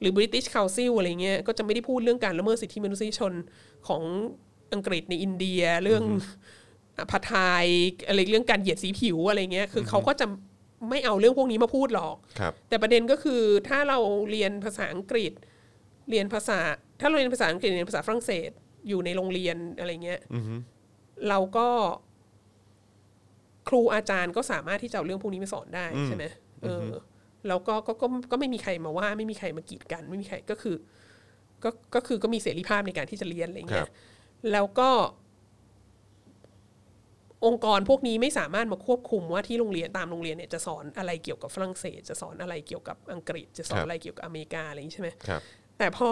หรือบริ i ิชคา u ซิลอะไรเงี้ยก็จะไม่ได้พูดเรื่องการละเมิดสิทธิมนุษยชนของอังกฤษในอินเดียเรื่องอภัทไทยอะไรเรื่องการเหยียดสีผิวอะไรเงี้ยคือเขาก็จะไม่เอาเรื่องพวกนี้มาพูดหรอก
ครับ
แต่ประเด็นก็คือถ้าเราเรียนภาษาอังกฤษ เรียนภาษา ถ้าเราเรียนภาษาอังกฤษเรียนภาษาฝรั่งเศสอยู่ในโรงเรียนอะไรเงี้ยเราก็ ครูอาจารย์ก็สามารถที่จะเอาเรื่องพวกนี้มาสอนได้ใช่ไหมเอออแล้วก็ก็ก็ก็ไม่มีใครมาว่า ไม่มีใครมากีดกัน ไม่มีใครก็คือ ก็ก็คือก็มีเสรีภาพในการที่จะเรียนอะไร
ครั
เงี้
บ
ย แล้วก็ องค์กรพวกนี้ไม่สามารถมาควบคุมว่าที่โรงเรียนตามโรงเรียนเนี่ยจะสอนอะไรเกี่ยวกับฝรั่งเศส จะสอนอะไรเกี่ยวกับอังกฤษ จะสอน
ครับ
อะไรเกี่ยวกับอเมริกาอะไรอย่างนี้ใช่ไหม
ครับ
แต่พอ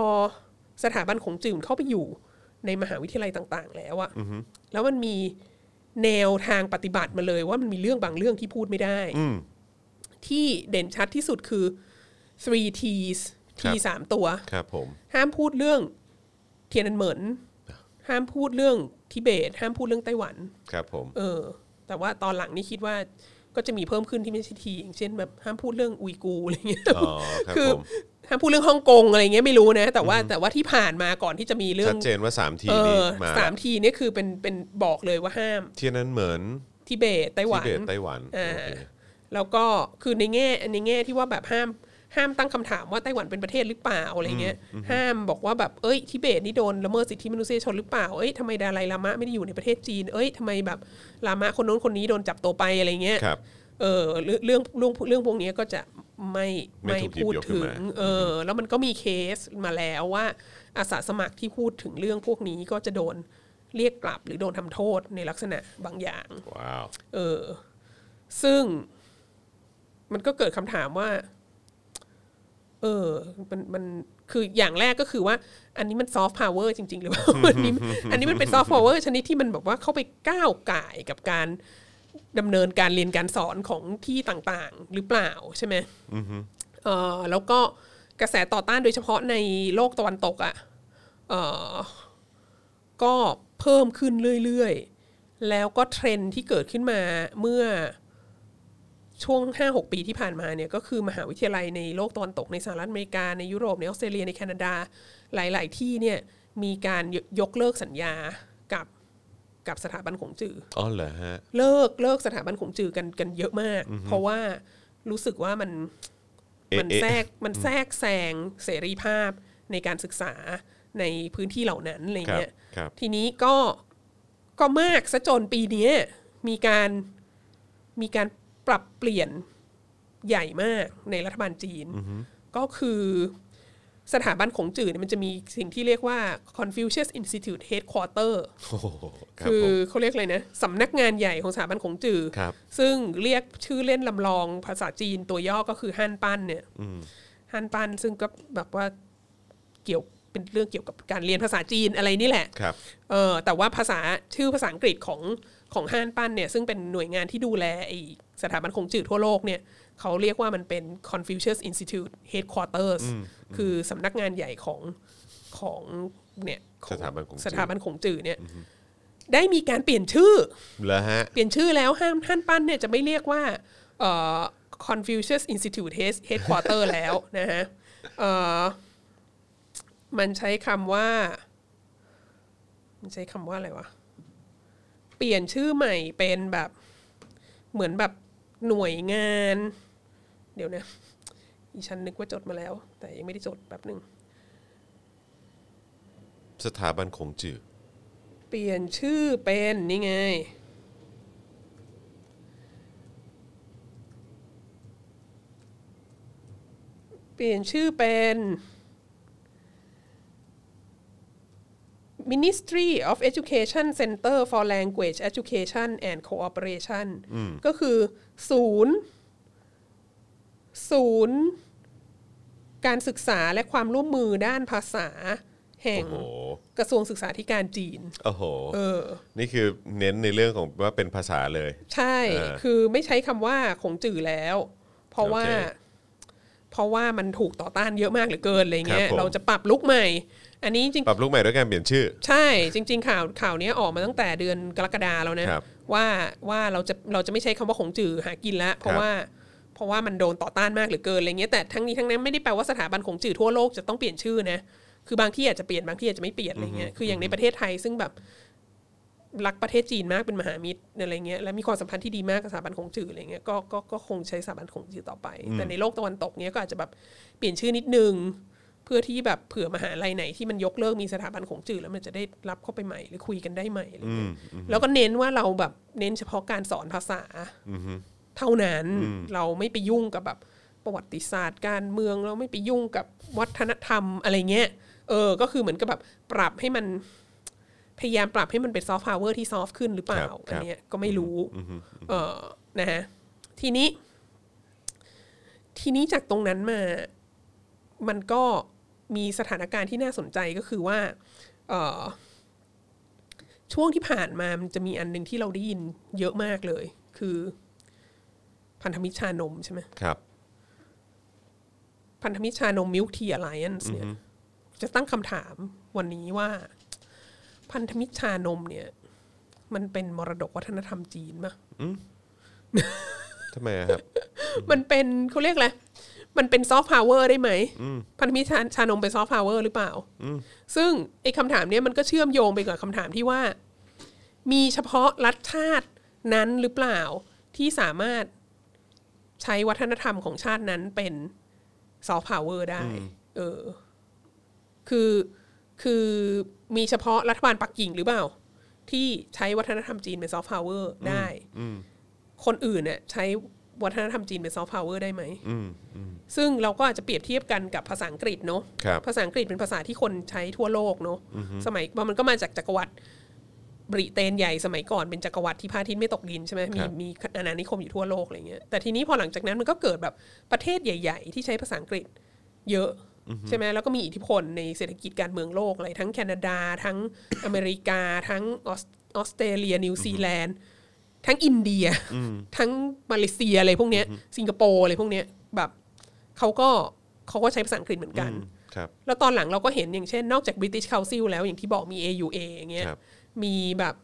สถาบันของจืมเข้าไปอยู่ในมหาวิทยาลัยต่าง ๆ แล้วอะแล้วมันมีแนวทางปฏิบัติมาเลยว่ามันมีเรื่องบางเรื่องที่พูดไม่ได้
อืม
ที่เด่นชัดที่สุดคือ three T's
ค
T
รับ
สามตัว
ครับผม
ห้ามพูดเรื่องเทียนอันเหมินห้ามพูดเรื่องทิเบต ห้ามพูดเรื่องไต้หวัน
ครับผม
เออ แต่ว่าตอนหลังนี่คิดว่าก็จะมีเพิ่มขึ้นที่ไม่ใช่ทีอย่างเช่นแบบห้ามพูดเรื่องอุยกูร์อะไรเงี้ย
อ๋อ ครับ
คือ
ผม
ห้ามพูดเรื่องฮ่องกงอะไรเงี้ยไม่รู้นะ แต่ว่าแต่ว่าที่ผ่านมาก่อนที่จะมีเรื่อ
ชั
ง
ดเจนว่า 3 ที
เอ
นี้
อ
มา
สามทีเนี่ยคือเป็นเป็นบอกเลยว่าห้าม
เทียนนั้นเหมือน
ทิเบตไต้
ทิ
หวัน
เบตไต้หวัน
อ่า
โอเค
แล้วก็คือในแง่ในแง่ที่ว่าแบบห้ามห้ามตั้งคำถามว่าไต้หวันเป็นประเทศหรือเปล่าอะไรเงี้ยห้ามบอกว่าแบบเอ้ยทิเบตนี่โดนละเมิดสิทธิมนุษยชนหรือเปล่าเอ้ยทำไมดาไลลามะไม่ได้อยู่ในประเทศจีนเอ้ยทำไมแบบลามะคนโน้นคนนี้โดนจับตัวไปอะไรเงี้ย
ครับ
เออเรื่องเรื่องเรื่องเรื่องพวกนี้ก็จะไม่
ไม่
ไม่
ถูกหยิบ
พูด
ยกขึ้น
ถึง
มา
เออแล้วมันก็มีเคสมาแล้วว่า อาสาสมัครที่พูดถึงเรื่องพวกนี้ก็จะโดนเรียกกลับ หรือโดนทำโทษในลักษณะบางอย่าง
ว้าว
เออ ซึ่งมันก็เกิดคำถามว่า เออ มันมันคืออย่างแรกก็คือว่า อันนี้มันซอฟต์พาวเวอร์จริง ๆ หรือเปล่า อันนี้อันนี้มันเป็นซอฟต์พาวเวอร์ชนิดที่มันแบบว่าเข้าไปก้าวไก่ายกับการดำเนินการเรียนการสอนของที่ต่างๆ หรือเปล่าใช่ไหมเออแล้วก็กระแสต่อต้านโดยเฉพาะในโลกตะวันตกอะ่ะ เออ ก็เพิ่มขึ้นเรื่อยๆ แล้วก็เทรนด์ที่เกิดขึ้นมาเมื่อช่วง 5-6 ปีที่ผ่านมาเนี่ยก็คือมหาวิทยาลัยในโลกตะวันตกในสหรัฐอเมริกา ในยุโรป ในออสเตรเลียในแคนาดาหลายๆ ที่เนี่ยมีการยยกเลิกสัญญากับกับสถาบันของจือ
อ๋อเหรอฮะ
เลิกเลิกสถาบันของจือกันกันเยอะมาก เพราะว่ารู้สึกว่ามัน
เอ๊ะ
มัน
เอ๊ะ
แทรกมันแทรกแซงเสรีภาพในการศึกษาในพื้นที่เหล่านั้นอะ
ค
ไร
รับ
เงี้ย
ครับ
ทีนี้ก็ก็มากซะจนปีเนี้ยมีการมีการปรับเปลี่ยนใหญ่มากในรัฐบาลจีน ก็คือสถาบันของจื่อเนี่ยมันจะมีสิ่งที่เรียกว่า Confucius Institute Headquarter
โอ้โหรับ
คือ
ผม
เขาเรียกอะไรนะสำนักงานใหญ่ของสถาบันของจือ
ครับ
ซึ่งเรียกชื่อเล่นลำลองภาษาจีนตัวย่อก็คือฮั่นปั้นเนี่ยฮั่นปั้นซึ่งก็แบบว่าเกี่ยวเป็นเรื่องเกี่ยวกับการเรียนภาษาจีนอะไรนี่แหละ
ครับ
เออแต่ว่าภาษาชื่อภาษาอังกฤษของของห้านปั้นเนี่ยซึ่งเป็นหน่วยงานที่ดูแลไอสถาบันคงจืดทั่วโลกเนี่ยเขาเรียกว่ามันเป็น Confucius Institute Headquarters คือสำนักงานใหญ่ของของเนี่ยขอ
สถาบันคงจืด
สถาบันคงจืดเนี่ยได้มีการเปลี่ยนชื่อ
เหรอฮะ
เปลี่ยนชื่อแล้วห้ามท่านปั้นเนี่ยจะไม่เรียกว่าเอ่อ Confucius Institute Head- Headquarter แล้วนะฮะเอ่อมันใช้คำว่า มันใช้คำว่าอะไรวะ เปลี่ยนชื่อใหม่เป็นแบบเหมือนแบบหน่วยงาน เดี๋ยวนะอีฉันนึกว่าจดมาแล้ว แต่ยังไม่ได้จดแป๊บหนึ่ง
สถาบันคงจือ
เปลี่ยนชื่อเป็นนี่ไง เปลี่ยนชื่อเป็น Ministry of Education Center for Language Education and Cooperation ก็คือศูนย์ศูนย์การศึกษาและความร่วมมือด้านภาษา แห่ง
โอ้โห
กระทรวงศึกษาธิการจีน
โอ้โห
เออ
นี่คือเน้นในเรื่องของว่าเป็นภาษาเลย
ใช่
อ่า
คือไม่ใช้คำว่าของจื่อแล้ว เพราะว่า
โอเค
เพราะว่ามันถูกต่อต้านเยอะมากเหลือเกินอะไร
ค
เงี้
รั
ย
บผม
เราจะปรับลุกใหม่ อันนี้จริง
ปรับลูกใหม่ด้วยการเปลี่ยนชื่อ
ใช่ จริง ๆ ข่าวข่าวเนี้ยออกมาตั้งแต่เดือนกรกฎาแล้วนะครับ ว่าว่าเราจะเราจะไม่ใช้คำว่าของจื่อหากินละ
ค
เพ
รั
ราะ
บ
ว่าเพราะว่ามันโดนต่อต้านมากเหลือเกินอะไรเงี้ยแต่ทั้งนี้ทั้งนั้นไม่ได้แปลว่าสถาบันของจื่อทั่วโลกจะต้องเปลี่ยนชื่อนะคือบางที่อาจจะเปลี่ยนบางที่อาจจะไม่เปลี่ยนอะไรเงี้ยคืออย่างในประเทศไทยซึ่งแบบรักประเทศจีนมากเป็นมหามิตรอะไรเงี้ยและมีความสัมพันธ์ที่ดีมากกับสถาบันของจื่ออะไรเงี้ยก็ก็ก็คงใช้สถาบันของจื่อต่อไป แต่ในโลกตะวันตกเนี้ยก็อาจจะแบบเปลี่ยนชื่อนิดนึง เพื่อที่แบบเผื่อมหาลัยไหนที่มันยกเลิกมีสถาบันของจื่อแล้วมันจะได้รับเข้าไปใหม่หรือคุยกันได้ใหม่อะไรเงี้ยแล้วก็เน้นว่าเราแบบเน้นเฉพาะการสอนภาษาเท่านั้นเราไม่ไปยุ่งกับแบบประวัติศาสตร์การเมืองเราไม่ไปยุ่งกับวัฒนธรรมอะไรเงี้ยเออ ก็คือเหมือนกับแบบปรับให้มันพยายามปรับให้มันเป็นซอฟต์พาวเวอร์ที่ซอฟต์ขึ้นหรือเปล่า
ครับครับ
อันเนี้ยก็ไม่รู้เออนะฮะทีนี้ ทีนี้จากตรงนั้นมา มันก็มีสถานการณ์ที่น่าสนใจก็คือว่าเอ่อช่วงที่ผ่านมามันจะมีอันหนึ่งที่เราได้ยินเยอะมากเลย คือพันธมิตรชานมใช่ไหม
ครับ
พันธมิตรชานมมิลค์ทีอ l ไลแอนซ์เนี่ยจะตั้งคำถามวันนี้ว่า พันธมิตรชานมเนี่ย มันเป็นมรดกวัฒนธรรมจีนปะ
ทำไมอะครับ
มันเป็นเขาเรียกอะไร มันเป็นซอฟต์พาวเวอร์ได้ไหม พันธมิตรชาชานมเป็นซอฟต์พาวเวอร์หรือเปล่า ซึ่งไอ้คำถามเนี้ยมันก็เชื่อมโยงไปกับคำถามที่ว่า มีเฉพาะรัฐชาตินั้นหรือเปล่า ที่สามารถใช้วัฒนธรรมของชาตินั้นเป็นซอฟต์พาวเวอร์ได้ เออ คือคือมีเฉพาะรัฐบาลปักกิ่งหรือเปล่า ที่ใช้วัฒนธรรมจีนเป็นซอฟต์พาวเวอร์ได้ คนอื่นเนี่ยใช้วัฒนธรรมจีนเป็นซอฟต์พาวเวอร์ได้ไหม ซึ่งเราก็อาจจะเปรียบเทียบกันกับภาษาอังกฤษเนาะ
ครับ
ภาษาอังกฤษเป็นภาษาที่คนใช้ทั่วโลกเนาะ สมัยมันก็มาจากจักรวรรดิบริเตนใหญ่สมัยก่อนเป็นจักรวรรดิที่พระอาทิตย์ไม่ตกดินใช่ไหมมี
ครับ
มีอาณานิคมอยู่ทั่วโลกอะไรเงี้ย แต่ทีนี้พอหลังจากนั้นมันก็เกิดแบบประเทศใหญ่ ๆ ที่ใช้ภาษาอังกฤษ เยอะใช่ไหมแล้วก็มีอิทธิพลในเศรษฐกิจการเมืองโลกอะไรทั้งแคนาดา ทั้ง อเมริกา ทั้งออสออสเตรเลีย นิวซีแลนด์ ทั้งอินเดีย ทั้งมาเลเซียอะไรพวกเนี้ยสิงคโปร์อะไรพวกเนี้ยแบบเขาก็เขาก็ใช้ภาษาอังกฤษเหมือนกัน
ครับ
แล้วตอนหลังเราก็เห็นอย่างเช่น นอกจาก British Council แล้วอย่างที่บอกมี AUA อย่างเงี้ย
ครับ
มีแบบ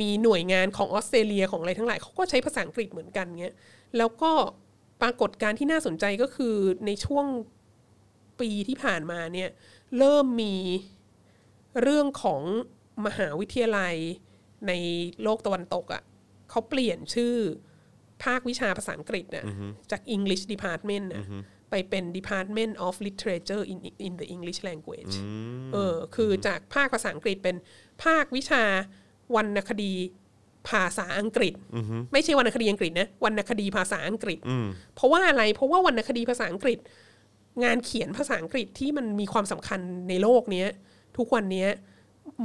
มีหน่วยงานของออสเตรเลียของอะไรทั้งหลายเขาก็ใช้ภาษาอังกฤษเหมือนกันเงี้ยแล้วก็ปรากฏการณ์ที่น่าสนใจก็คือในช่วงปีที่ผ่านมาเนี่ยเริ่มมีเรื่องของมหาวิทยาลัยในโลกตะวันตกอะ่ะเขาเปลี่ยนชื่อ ภาควิชาภาษาอังกฤษน่ะจาก English Department น่ะไปเป็น Department of Literature in in the English Language เออคือจากภาคภาษาอังกฤษเป็นภาควิชาวรรณคดีภาษาอังกฤษ ไม่ใช่วรรณคดีอังกฤษนะวรรณคดีภาษาอังกฤษ เพราะว่าอะไรเพราะว่าวรรณคดีภาษาอังกฤษ งานเขียนภาษาอังกฤษที่มันมีความสำคัญในโลกเนี้ย ทุกวันเนี้ย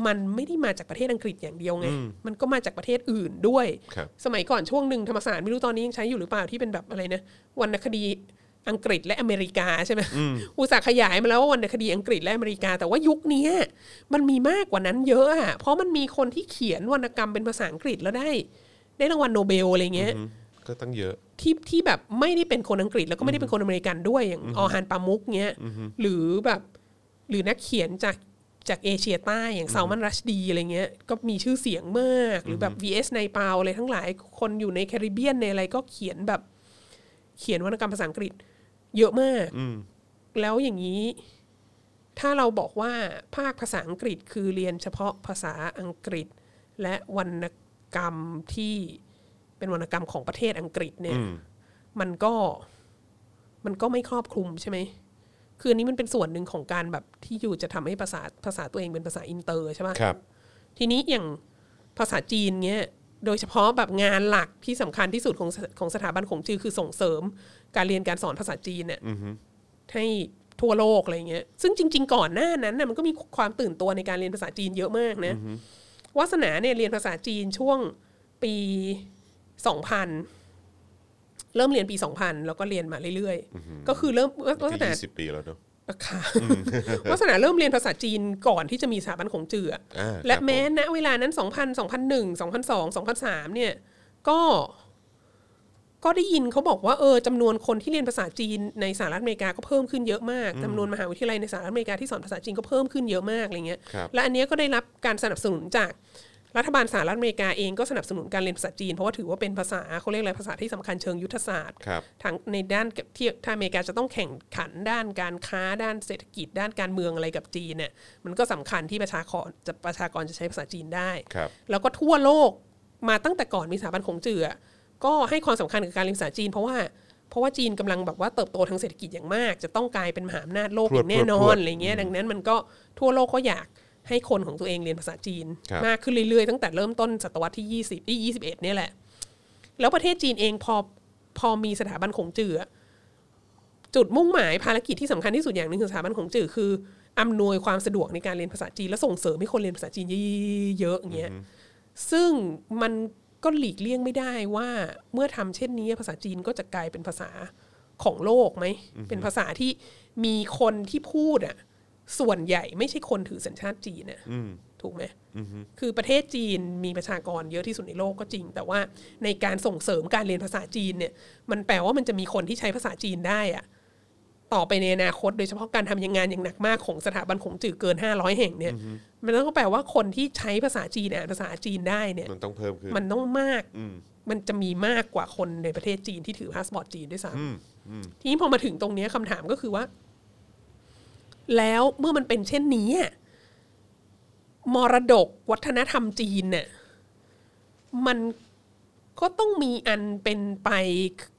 มันไม่ได้มาจากประเทศอังกฤษอย่างเดียวไงมันก็มาจากประเทศอื่นด้วย
ครับ
สมัยก่อนช่วงหนึ่งธรรมศาสตร์ไม่รู้ตอนนี้ยังใช้อยู่หรือเปล่าที่เป็นแบบอะไรนะวรรณคดีอังกฤษและอเมริกาใช่ไหมอุตสาห์ขยายมาแล้วว่าวรรณคดีอังกฤษและอเมริกา แต่ว่ายุคเนี้ยมันมีมากกว่านั้นเยอะอะเพราะมันมีคนที่เขียนวรรณกรรมเป็นภาษาอังกฤษแล้วได้ ได้รางวัลโนเบลอะไรเงี้ย
ก็ตั้งเยอะ
ที่ที่แบบไม่ได้เป็นคนอังกฤษ แล้วก็ไม่ได้เป็นคนอเมริกันด้วยอย่างออฮันปามุกเนี้ยหรือแบบหรือนักเขียนจากจากเอเชียใต้อย่างซ l มันรัชดีอะไรเงี้ยก็มีชื่อเสียงมาก หรือแบบ VS ในเปาอะไรทั้งหลายคนอยู่ในแคริบเบียนในอะไรก็เขียนแบบเขียนวรรณกรรมภาษาอังกฤษ เยอะมากแล้วอย่างนี้ ถ้าเราบอกว่าภาคภาษาอังกฤษคือเรียนเฉพาะภาษาอังกฤษ และวรรณกรรมที่เป็นวรรณกรรมของประเทศอังกฤษเนี่ย มันก็มันก็ไม่ครอบคลุมใช่ไหม คืออันนี้มันเป็นส่วนหนึ่งของการแบบที่อยู่จะทำให้ภาษาภาษาตัวเองเป็นภาษาอินเตอร์ใช่ปะ
ครับ
ทีนี้อย่างภาษาจีนเงี้ย โดยเฉพาะแบบงานหลักที่สำคัญที่สุดของสของสถาบันของจือคือส่งเสริม การเรียนการสอนภาษาจีนเนี่ยให้ ทั่วโลกอะไรเงี้ยซึ่งจริง ๆ ก่อนหน้านั้นน่ะมันก็มีความตื่นตัวในการเรียนภาษาจีนเยอะมากนะวาสนาเนี่ยเรียนภาษาจีนช่วงปีสองพันเริ่มเรียนปีสองพันแล้วก็เรียนมาเรื่อยๆ ก็คือเริ่มวาส
ที่
นา
ยี่สิบปีแล้วเนาะ
ค่ะวาสนาเริ่มเรียนภาษาจีนก่อนที่จะมีสถาบันของจืออะ
อ่าครับ
และแม้ณเวลานั้น 2,000 2,001 2,002 2,003เนี่ย ก็ ก็ได้ยินเขาบอกว่าเออจำนวนคนที่เรียนภาษาจีนในสหรัฐอเมริกาก็เพิ่มขึ้นเยอะมากจำนวนมหาวิทยาลัยในสหรัฐอเมริกาที่สอนภาษาจีนก็เพิ่มขึ้นเยอะมากอะไรเงี้ย
ครับ
และอันเนี้ยก็ได้รับการสนับสนุนจากรัฐบาลสหรัฐอเมริกาเองก็สนับสนุนการเรียนภาษาจีนเพราะว่าถือว่าเป็นภาษาเขาเรียกอะไรภาษาที่สำคัญเชิงยุทธศาสตร์
ครับ
ทางในด้านกับที่ถ้าอเมริกาจะต้องแข่งขันด้านการค้าด้านเศรษฐกิจด้านการเมืองอะไรกับจีนเนี่ยมันก็สำคัญที่ประชากรจะประชากรจะใช้ภาษาจีนได้
ครับ
แล้วก็ทั่วโลกมาตั้งแต่ก่อนมีสถาบันของจืออะก็ให้ความสำคัญกับการเรียนภาษาจีน เพราะว่าเพราะว่าจีนกำลังแบบว่าเติบโตทางเศรษฐกิจอย่างมาก จะต้องกลายเป็นมหาอำนาจโลก
พรวด
อย่างแน่น
พร
อ
วด
นอะไรเงี้ยดังนั้นมันก็ทั่วโลกก็อยากให้คนของตัวเองเรียนภาษาจีน
ครับ
มากขึ้นเรื่อยๆตั้งแต่เริ่มต้นศตวรรษที่ 20ที่21เนี่ยแหละ แล้วประเทศจีนเองพอพอมีสถาบันของจืออะจุดมุ่งหมายภารกิจที่สำคัญที่สุดอย่างหนึ่งคือสถาบันของจือคืออำนวยความสะดวกในการเรียนภาษาจีน และส่งเสริมให้คนเรียนภาษาจีนเยอะๆอย่างเงี้ยซึ่งมันก็หลีกเลี่ยงไม่ได้ว่าเมื่อทำเช่นนี้ภาษาจีนก็จะกลายเป็นภาษาของโลกไหมเป็นภาษาที่มีคนที่พูดอ่ะส่วนใหญ่ไม่ใช่คนถือสัญชาติจีนน่ะถูกไหม คือประเทศจีนมีประชากรเยอะที่สุดในโลกก็จริง แต่ว่าในการส่งเสริมการเรียนภาษาจีนเนี่ย มันแปลว่ามันจะมีคนที่ใช้ภาษาจีนได้อะต่อไปในอนาคต โดยเฉพาะการทำยังงานอย่างหนักมากของสถาบันของจื่อเกิน 500 แห่งเนี่ย มันก็แปลว่าคนที่ใช้ภาษาจีนอ่านภาษาจีนได้เนี่ย
มันต้องเพิ่มขึ้น
มันต้องมาก มันจะมีมากกว่าคนในประเทศจีนที่ถือพาสปอร์ตจีนด้วยซ้ำทีนี้พอมาถึงตรงเนี้ยคำถามก็คือว่า แล้วเมื่อมันเป็นเช่นนี้อะมรดกวัฒนธรรมจีนเนี่ยมันก็ต้องมีอันเป็นไป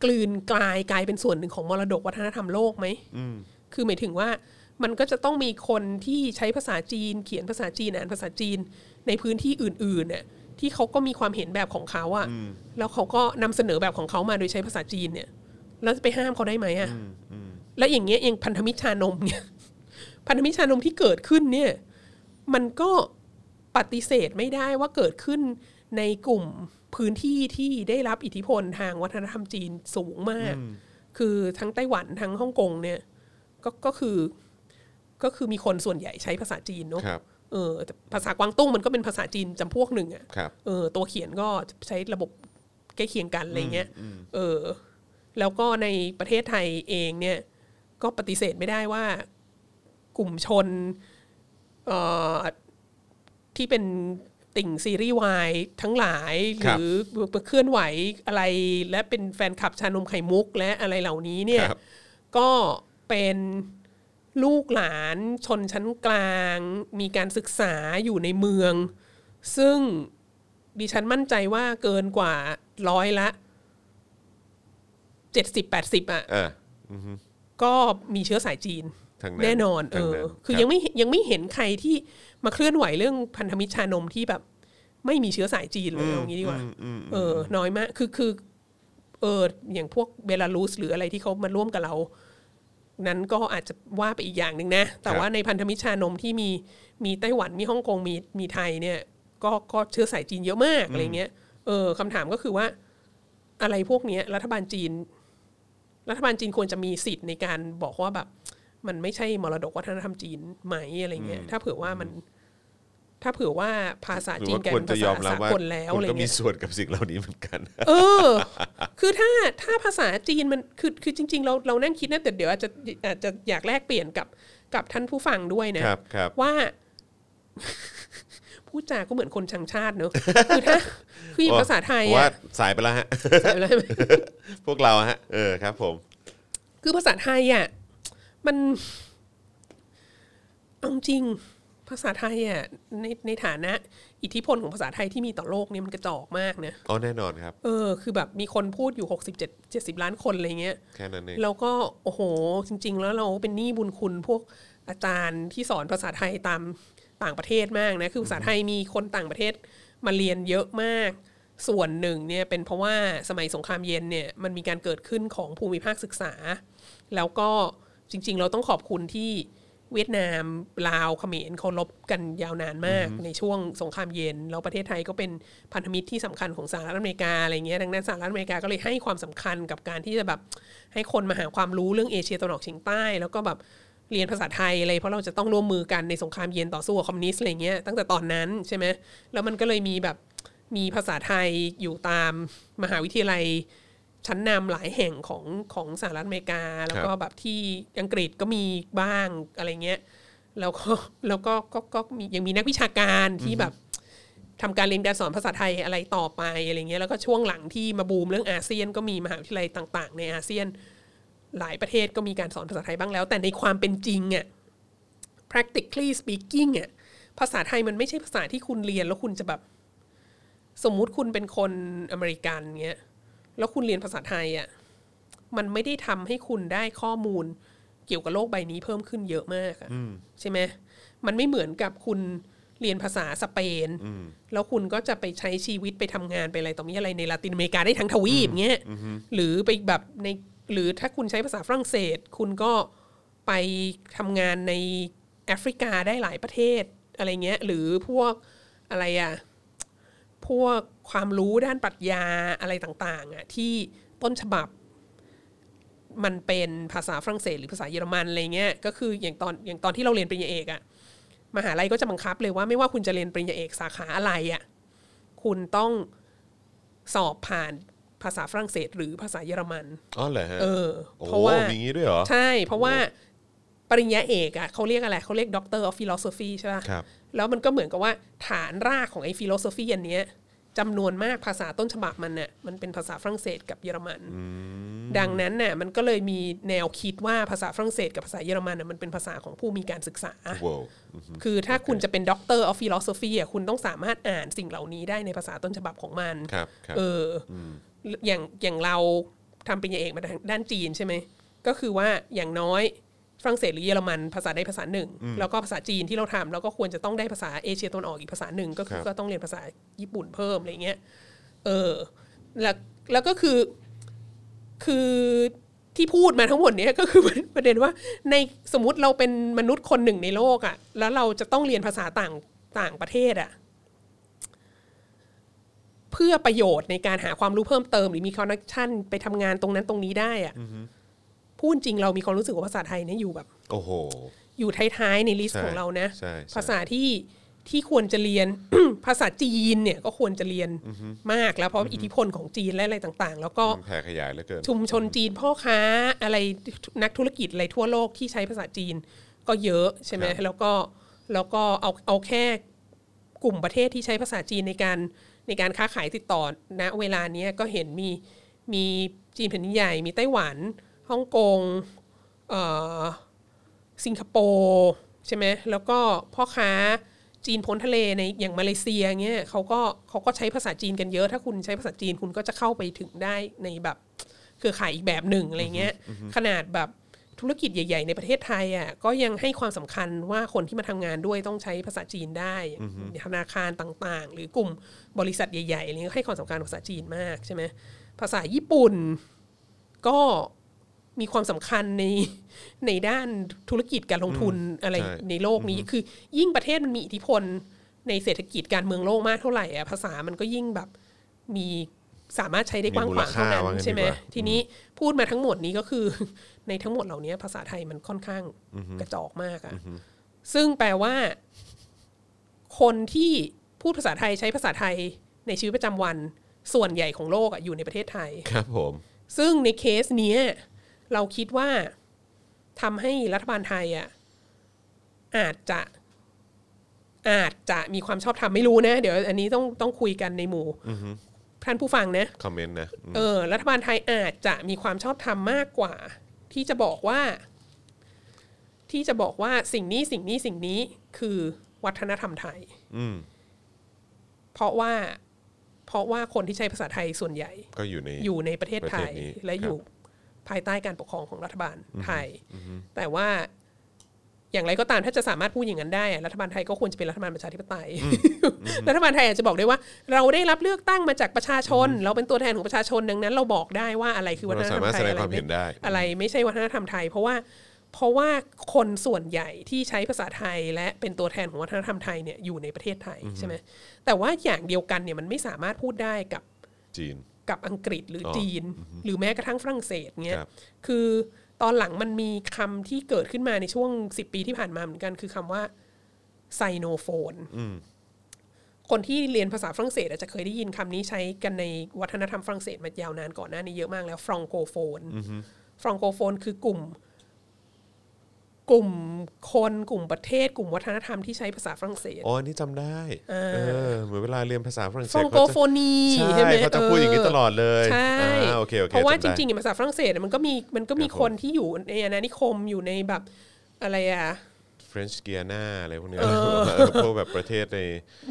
กลืนกลายกลายเป็นส่วนหนึ่งของมรดกวัฒนธรรมโลกไหม คือหมายถึงว่ามันก็จะต้องมีคนที่ใช้ภาษาจีน เขียนภาษาจีนอ่านภาษาจีนในพื้นที่อื่นๆเนี่ยที่เขาก็มีความเห็นแบบของเขาอะแล้วเขาก็นำเสนอแบบของเขามาโดยใช้ภาษาจีนเนี่ยแล้วจะไปห้ามเขาได้ไหมอะแล้วอย่างเงี้ยอย่างพันธมิตรชานมเนี่ย พันธมิตรชานมที่เกิดขึ้นเนี่ย มันก็ปฏิเสธไม่ได้ว่าเกิดขึ้นในกลุ่มพื้นที่ที่ได้รับอิทธิพลทางวัฒนธรรมจีนสูงมาก คือทั้งไต้หวันทั้งฮ่องกงเนี่ย ก็ก็คือก็คือมีคนส่วนใหญ่ใช้ภาษาจีนเนอะ
ครับ
เออแต่ภาษากวางตุ้งมันก็เป็นภาษาจีนจำพวกหนึ่งอะ
ครับ
เออตัวเขียนก็ใช้ระบบใกล้เคียงกันอะไรเงี้ยเออ แล้วก็ในประเทศไทยเองเนี่ย ก็ปฏิเสธไม่ได้ว่ากลุ่มชนเอ่อที่เป็นติ่งซีรีส์วายทั้งหลาย ห
ครั
รื
บ
อเคลื่อนไหวอะไรและเป็นแฟนคลับชานมไข่มุกและอะไรเหล่านี้เนี่ย
ครับ
ก็เป็นลูกหลานชนชั้นกลาง มีการศึกษาอยู่ในเมือง ซึ่งดิฉันมั่นใจว่าเกินกว่าร้อยละเจ็ดสิบแปดสิบอ่ะ
อ่า
ก็มีเชื้อสายจีน
ทั้งนั้น
แน่นอนเอ
ทั้ง
อ
นั้น
คื
ครั
อ
บ
ยังไม่เห็นยังไม่เห็นใครที่มาเคลื่อนไหวเรื่องพันธมิตรชานมที่แบบ ไม่มีเชื้อสายจีนเลยเอางี้ดีกว่าเออ น้อยมากคือคือเอออย่างพวกเบลารุสหรืออะไรที่เขามาร่วมกับเรา นั้นก็อาจจะว่าไปอีกอย่างหนึ่งนะ แต่
ครับ
ว่าในพันธมิตรชานมที่มีมีไต้หวันมีฮ่องกงมีมีไทยเนี่ย ก็ก็เชื้อสายจีนเยอะมากอะไรเงี้ยเออคำถามก็คือว่า อะไรพวกเนี้ยรัฐบาลจีน รัฐบาลจีนควรจะมีสิทธิ์ในการบอกว่าแบบ มันไม่ใช่มรดกวัฒนธรรมจีนไหมอะไรเงี้ยถ้าเผื่อว่ามัน ถ้าเผื่อว่าภาษา
หรือ
จีน
ว่ากค
ลาย
วร
เป็น
จะ
ภาย ษา
อมรับ
สา
ว่าก
ลแล้ว
คุณ
อะไร
ก็มี
เงี้ย
ส่วนกับสิ่งเหล่านี้เหมือนกัน
เออ คือถ้าถ้าภาษาจีนมันคือคือจริง ๆ เราเรานั่งคิดนะแต่เดี๋ยวอาจจะอาจจะอยากแลกเปลี่ยนกับกับท่านผู้ฟังด้วยนะ
ครับครับ
ว่า พูดจาก็เหมือนคนชังชาติเนอะคือถ้าคืออย่างภาษาไทย
ว่า
อะ
สายไปแล้วฮะ
อะไร
พวกเราฮะ เออครับผม
คือภาษาไทยอ่ะมันเอาจริงภาษาไทยอ่ะในในฐานะ อิทธิพลของภาษาไทยที่มีต่อโลกเนี่ยมันกระจอกมากนะ
อ๋อแน่นอนครับ
เออ คือแบบมีคนพูดอยู่หกสิบเจ็ดเจ็ดสิบล้านคนอะไรเงี้ย
แค่นั้นเอง
แล้วก็โอ้โห จริง ๆ แล้วเราเป็นหนี้บุญคุณพวกอาจารย์ที่สอนภาษาไทยตามต่างประเทศมากนะคือภาษาไทยมีคนต่างประเทศมาเรียนเยอะมาก ส่วนหนึ่งเนี่ยเป็นเพราะว่าสมัยสงครามเย็นเนี่ยมันมีการเกิดขึ้นของภูมิภาคศึกษา แล้วก็ จริง ๆ เราต้องขอบคุณที่เวียดนามลาวเขมรเขารบกันยาวนานมาก ในช่วงสงครามเย็น แล้วประเทศไทยก็เป็นพันธมิตรที่สำคัญของสหรัฐอเมริกาอะไรเงี้ยดังนั้นสหรัฐอเมริกาก็เลยให้ความสำคัญกับการที่จะแบบให้คนมาหาความรู้เรื่องเอเชียตะวันออกเฉียงใต้ แล้วก็แบบเรียนภาษาไทยอะไรเพราะเราจะต้องร่วมมือกันในสงครามเย็นต่อสู้กับคอมมิวนิสต์อะไรเงี้ยตั้งแต่ตอนนั้นใช่ไหมแล้วมันก็เลยมีแบบมีภาษาไทยอยู่ตามมหาวิทยาลัย ชั้นนำหลายแห่งของของสหรัฐอเมริกา แล้วก็แบบที่อังกฤษก็มีบ้างอะไรเงี้ยแล้วก็ แล้วก็ก็ก็ก็มียังมีนักวิชาการที่แบบทำการเรียนการสอนภาษาไทยอะไรต่อไปอะไรเงี้ยแล้วก็ช่วงหลังที่มาบูมเรื่องอาเซียนก็มีมหาวิทยาลัยต่าง ๆ ในอาเซียน หลายประเทศก็มีการสอนภาษาไทยบ้างแล้ว แต่ในความเป็นจริงอะ practically speaking อะภาษาไทยมันไม่ใช่ภาษาที่คุณเรียนแล้วคุณจะแบบ สมมุติคุณเป็นคนอเมริกันเงี้ย แล้วคุณเรียนภาษาไทยอะ่ะ มันไม่ได้ทำให้คุณได้ข้อมูลเกี่ยวกับโลกใบนี้เพิ่มขึ้นเยอะมากอะใช่ไหมมันไม่เหมือนกับคุณเรียนภาษาสเปน แล้วคุณก็จะไปใช้ชีวิตไปทำงานไปอะไรต่อมีอะไรในลาตินอเมริกาได้ทั้งทวีปเงี้ยหรือไปแบบในหรือถ้าคุณใช้ภาษาฝรั่งเศส คุณก็ไปทำงานในแอฟริกาได้หลายประเทศอะไรเงี้ย หรือพวกอะไรอ่ะ พวกความรู้ด้านปรัชญาอะไรต่างๆอ่ะที่ต้นฉบับมันเป็นภาษาฝรั่งเศส หรือภาษาเยอรมันอะไรเงี้ยก็คืออย่างตอนอย่างตอนที่เราเรียนปริญญาเอกอ่ะมหาลัยก็จะบังคับเลยว่าไม่ว่าคุณจะเรียนปริญญาเอกสาขาอะไรอ่ะคุณต้องสอบผ่านภาษาฝรั่งเศส หรือภาษาเยอรมัน
อ๋อเหรอฮะ
เออ
โอ้
เพราะว่า
มีอย่างงี้ด้วยเหรอ
ใช่ เพราะว่าปริญญาเอกอ่ะเขาเรียกอะไรเขาเรียกด็อกเตอร์ออฟฟิโลโซฟีใช่ป่ะ
ครับ
แล้วมันก็เหมือนกับว่าฐานรากของไอ้ฟิโลโซฟีอันเนี้ยจำนวนมากภาษาต้นฉบับมันเนี่ยมันเป็นภาษาฝรั่งเศสกับเยอรมัน ดังนั้นน่ะมันก็เลยมีแนวคิดว่าภาษาฝรั่งเศสกับภาษาเยอรมันน่ะมันเป็นภาษาของผู้มีการศึกษา
ว้าว
คือถ้าคุณจะเป็นด็อกเตอร์ออฟฟิโลโซฟีอ่ะคุณต้องสามารถอ่านสิ่งเหล่านี้ได้ในภาษาต้นฉบับของมัน
ครับครับ
เออออย่างอย่างเราทำปริญญาเอกมาทางด้านจีนใช่ไหม ก็คือว่าอย่างน้อยฝรั่งเศสหรือเยอรมันภาษาใดภาษาหนึ่ง แล้วก็ภาษาจีนที่เราทำแล้วก็ควรจะต้องได้ภาษาเอเชียตะวันออกอีกภาษาหนึ่ง ก็คือ
ครับ
ก็ต้องเรียนภาษาญี่ปุ่นเพิ่มอะไรเงี้ยเออแล้วแล้วก็คือคือที่พูดมาทั้งหมดเนี้ยก็คือ ประเด็นว่าในสมมติเราเป็นมนุษย์คนหนึ่งในโลกอะ่ะแล้วเราจะต้องเรียนภาษาต่างต่างประเทศอ่ะ เพื่อประโยชน์ในการหาความรู้เพิ่มเติม หรือมีคอนเนคชั่นไปทำงานตรงนั้นตรงนี้ได้อะพูดจริงเรามีความรู้สึกว่าภาษาไทยเนี่ยอยู่แบบ
โอ้โห
อยู่ท้ายๆในลิส
ใช่
ต์ของเรานะ
ใช่ใช่
ภาษาที่ที่ควรจะเรียน ภาษาจีนเนี่ยก็ควรจะเรียนมากแล้วเพราะอิทธิพลของจีนและอะไรต่างๆ แล้วก็
มันแผ่ขยายเหลือเกิน
ชุมชนจีนพ่อค้าอะไรนักธุรกิจอะไรทั่วโลกที่ใช้ภาษาจีนก็เยอะใช่ไหม
ครับ
แล้วก็แล้วก็เอาเอาแค่กลุ่มประเทศที่ใช้ภาษาจีนในการในการค้าขายติดต่อณเวลาเนี้ยก็เห็นมีมีจีนแผ่นดินใหญ่ มีไต้หวันฮ่องกงเอ่อ สิงคโปร์ใช่ไหมแล้วก็พ่อค้าจีนพ้นทะเลในอย่างมาเลเซียเงี้ยเขาก็เขาก็ใช้ภาษาจีนกันเยอะ ถ้าคุณใช้ภาษาจีนคุณก็จะเข้าไปถึงได้ในแบบเครือข่ายอีกแบบหนึ่งอะไรเงี้ยขนาดแบบธุรกิจใหญ่ ๆ ในประเทศไทยอ่ะก็ยังให้ความสำคัญว่าคนที่มาทำงานด้วยต้องใช้ภาษาจีนได้ธนาคารต่างๆ หรือกลุ่มบริษัทใหญ่ๆอะไรเงี้ยให้ความสำคัญกับภาษาจีนมากใช่ไหมภาษาญี่ปุ่นก็ มีความสำคัญใน ในด้านธุรกิจการลงทุนอะไร
ใช่
ในโลกนี้คือ ยิ่งประเทศมันมีอิทธิพลในเศรษฐกิจการเมืองโลกมากเท่าไหร่อะภาษามันก็ยิ่งแบบมีสามารถใช้ได้กว้างขวางเท่านั้น
มีมูลค่าว่างั้น
ใช่ไหม
ดีกว่า
ทีนี้พูดมาทั้งหมดนี้ก็คือ ในทั้งหมดเหล่านี้ภาษาไทยมันค่อนข้างกระจอกมากอะซึ่งแปลว่า คนที่พูดภาษาไทยใช้ภาษาไทยในชีวิตประจำวัน ส่วนใหญ่ของโลกอะอยู่ในประเทศไทย
ครับผม
ซึ่งในเคสเนี้ยเราคิดว่าทำให้รัฐบาลไทยอ่ะอาจจะอาจจะมีความชอบธรรมไม่รู้นะ เดี๋ยวอันนี้ต้องต้องคุยกันในหมู่ท่านผู้ฟังนะ
คอมเมนต์นะอืม
เออรัฐบาลไทยอาจจะมีความชอบธรรมมากกว่า ที่จะบอกว่า ที่จะบอกว่าสิ่งนี้สิ่งนี้สิ่งนี้คือวัฒนธรรมไทย
อืม
เพราะว่าเพราะว่าคนที่ใช้ภาษาไทยส่วนใหญ่
ก็อยู่ใน
อยู่ในประเทศไท
ประ
ย
เทศนี้ค
และ
รับ
อยู่ภายใต้การปกครองของรัฐบาลไทย แต่ว่าอย่างไรก็ตามถ้าจะสามารถพูดอย่างนั้นได้อะรัฐบาลไทยก็ควรจะเป็นรัฐบาลประชาธิปไตย รัฐบาลไทยอาจจะบอกได้ว่า เราได้รับเลือกตั้งมาจากประชาชน เราเป็นตัวแทนของประชาชนดังนั้น เราบอกได้ว่าอะไรคือวัฒนธรรม
เราสามารถ
ไทย
แสดง
อะไร
ความเห็นได้
อะไรไม่ใช่วัฒนธรรมไทย เพราะว่า เพราะว่าคนส่วนใหญ่ที่ใช้ภาษาไทยและเป็นตัวแทนของวัฒนธรรมไทยเนี่ยอยู่ในประเทศไทยใช่ไหมแต่ว่าอย่างเดียวกันเนี่ยมันไม่สามารถพูดได้กับ
จีน
กับอังกฤษหรืออ
อ
จีน หรือแม้กระทั่งฝรั่งเศสเงี้ย
ครับ
คือตอนหลังมันมีคำที่เกิดขึ้นมาในช่วงสิบปีที่ผ่านมาเหมือนกัน คือคำว่าไซโนโฟนคนที่เรียนภาษาฝรั่งเศสอาจจะเคยได้ยินคำนี้ใช้กันในวัฒนธรรมฝรั่งเศสมายาวนานก่อนหน้านี้เยอะมากแล้วฟรองโกโฟนฟรองโกโฟนคือกลุ่ม กลุ่มคนกลุ่มประเทศ กลุ่มวัฒนธรรมที่ใช้ภาษาฝรั่งเศส
อ๋ออันนี่จำได้
เออ
เออเหมือนเวลาเรียนภาษาฝรั่งเศ
ฟร
ส
องโก
เขา
โฟ
จะ
นี
ใช่
ใช่ไหม
เขาจะพูดอย่างนี้
เ
ตลอดเลย
ใช่
อ่าโอเคโอเค
เพราะว่าจ
ำได้
ริงๆภาษาฝรั่งเศสอะมันก็มีมันก็มี
ครับผม
คนที่อยู่ในอาณานิคมอยู่ในแบบอะไรอ่ะ
French Guiana อะไรพวกเนี้ยพวกแบบประเทศใน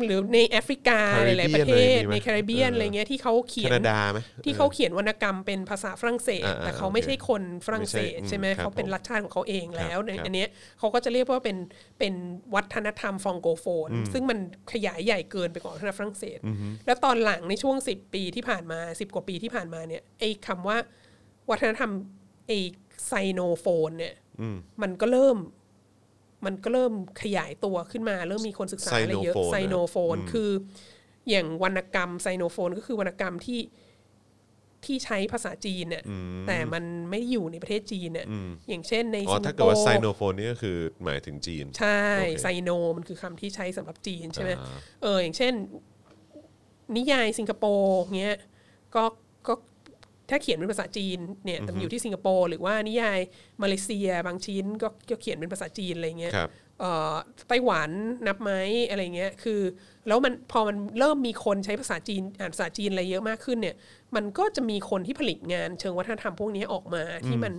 หรือในแอฟริกาในหลายประเท
Caribbean
ศ
อะไรมีไหม
ในแคริบเบีย
เออ
น
อ
อะไรเงี้ยที่เขาเขี
แค
ยน
นาดาไหม
ที่เขาเขียนวรรณกรรมเป็นภาษาฝรั่งเศส
อ่าๆ
แต่เขาไม่ใช่คนฝรั่งเศส
ไม่ใช่
ใช่ไหม
อืมครับ
เขาเป็นรัฐชาติของเขาเองแล้ว
ครับ
ใน
ครับ
อันเนี้ยเขาก็จะเรียกว่าเป็นเป็นวัฒนธรรมฟรองโกโฟน ซึ่งมันขยายใหญ่เกินไปกว่าวัฒนธรรมฝรั่งเศส แล้วตอนหลังในช่วง 10 ปีที่ผ่านมา 10 กว่าปีที่ผ่านมาเนี่ยไอ้คำว่าวัฒนธรรมไอ้ไซโนโฟนเนี่ย
อืม
มันก็เริ่ม มันก็เริ่มขยายตัวขึ้นมา เริ่มมีคนศึกษาอะไรเยอะ
Sinophone
ไซโนโฟน คือ อย่างวรรณกรรมไซโนโฟน ก็คือวรรณกรรมที่ที่ใช้ภาษาจีนเนี่ยแต่มันไม่ได้อยู่ในประเทศจีนเนี่ยอย่างเช่นใน
อ๋อ
สิงค
ถ้า
โป
เกิดว่า
ร์
ไซโนโฟนนี่ก็คือหมายถึงจีน
ใช่
โอเค
ไซโนมันคือคำที่ใช้สำหรับจีนใช่ไหม
อ่า
เอออย่างเช่น นิยายสิงคโปร์เงี้ยก็ก็ถ้าเขียนเป็นภาษาจีนเนี่ยแต่มันอยู่ที่สิงคโปร์หรือว่านิยายมาเลเซียบางชิ้นก็ก็เขียนเป็นภาษาจีนอะไรเงี้ย
ครับ
เอ่อไต้หวันนับไหมอะไรเงี้ยคือ แล้วมันพอมันเริ่มมีคนใช้ภาษาจีนอ่านภาษาจีนอะไรเยอะมากขึ้นเนี่ย มันก็จะมีคนที่ผลิตงานเชิงวัฒนธรรมพวกนี้ออกมาที่มัน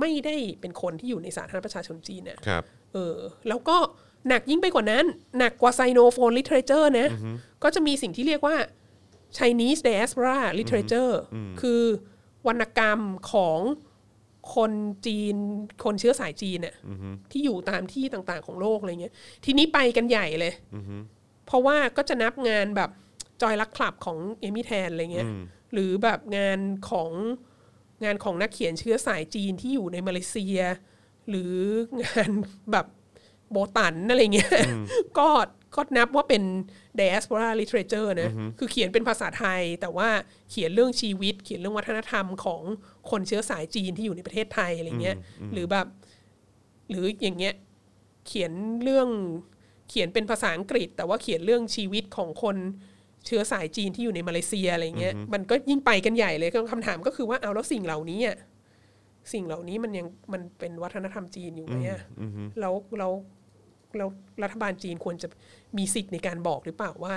ไม่ได้เป็นคนที่อยู่ในสาธารณประชาชนจีนเนี่ย
ครับ
เออแล้วก็หนักยิ่งไปกว่านั้น หนักกว่าไซโนโฟนลิเทเรเจอร์นะก็จะมีสิ่งที่เรียกว่า Chinese diaspora literature คือวรรณกรรมของคนจีน คนเชื้อสายจีนเนี่ยที่อยู่ตามที่ต่างๆของโลกอะไรเงี้ย ทีนี้ไปกันใหญ่เลยเพราะว่าก็จะนับงานแบบจอยลักคลับของเอมี่แทนอะไรเงี้ยหรือแบบงานของงานของนักเขียนเชื้อสายจีนที่อยู่ในมาเลเซีย หรืองานแบบโบตันอะไรเงี้ยก็ก็นับว่าเป็น diaspora literature นะ คือเขียนเป็นภาษาไทย แต่ว่าเขียนเรื่องชีวิต เขียนเรื่องวัฒนธรรมของคนเชื้อสายจีนที่อยู่ในประเทศไทยอะไรเงี้ยหรือแบบ หรืออย่างเงี้ย เขียนเรื่องเขียนเป็นภาษาอังกฤษ แต่ว่าเขียนเรื่องชีวิตของคนเชื้อสายจีนที่อยู่ในมาเลเซียอะไรเงี้ยมันก็ยิ่งไปกันใหญ่เลยก็คำถามก็คือว่าเอาแล้วสิ่งเหล่านี้อะสิ่งเหล่านี้มันยังมันเป็นวัฒนธรรมจีนอยู่ไหมอะแล้วแล้วแล้วรัฐบาลจีนควรจะมีสิทธิ์ในการบอกหรือเปล่าว่า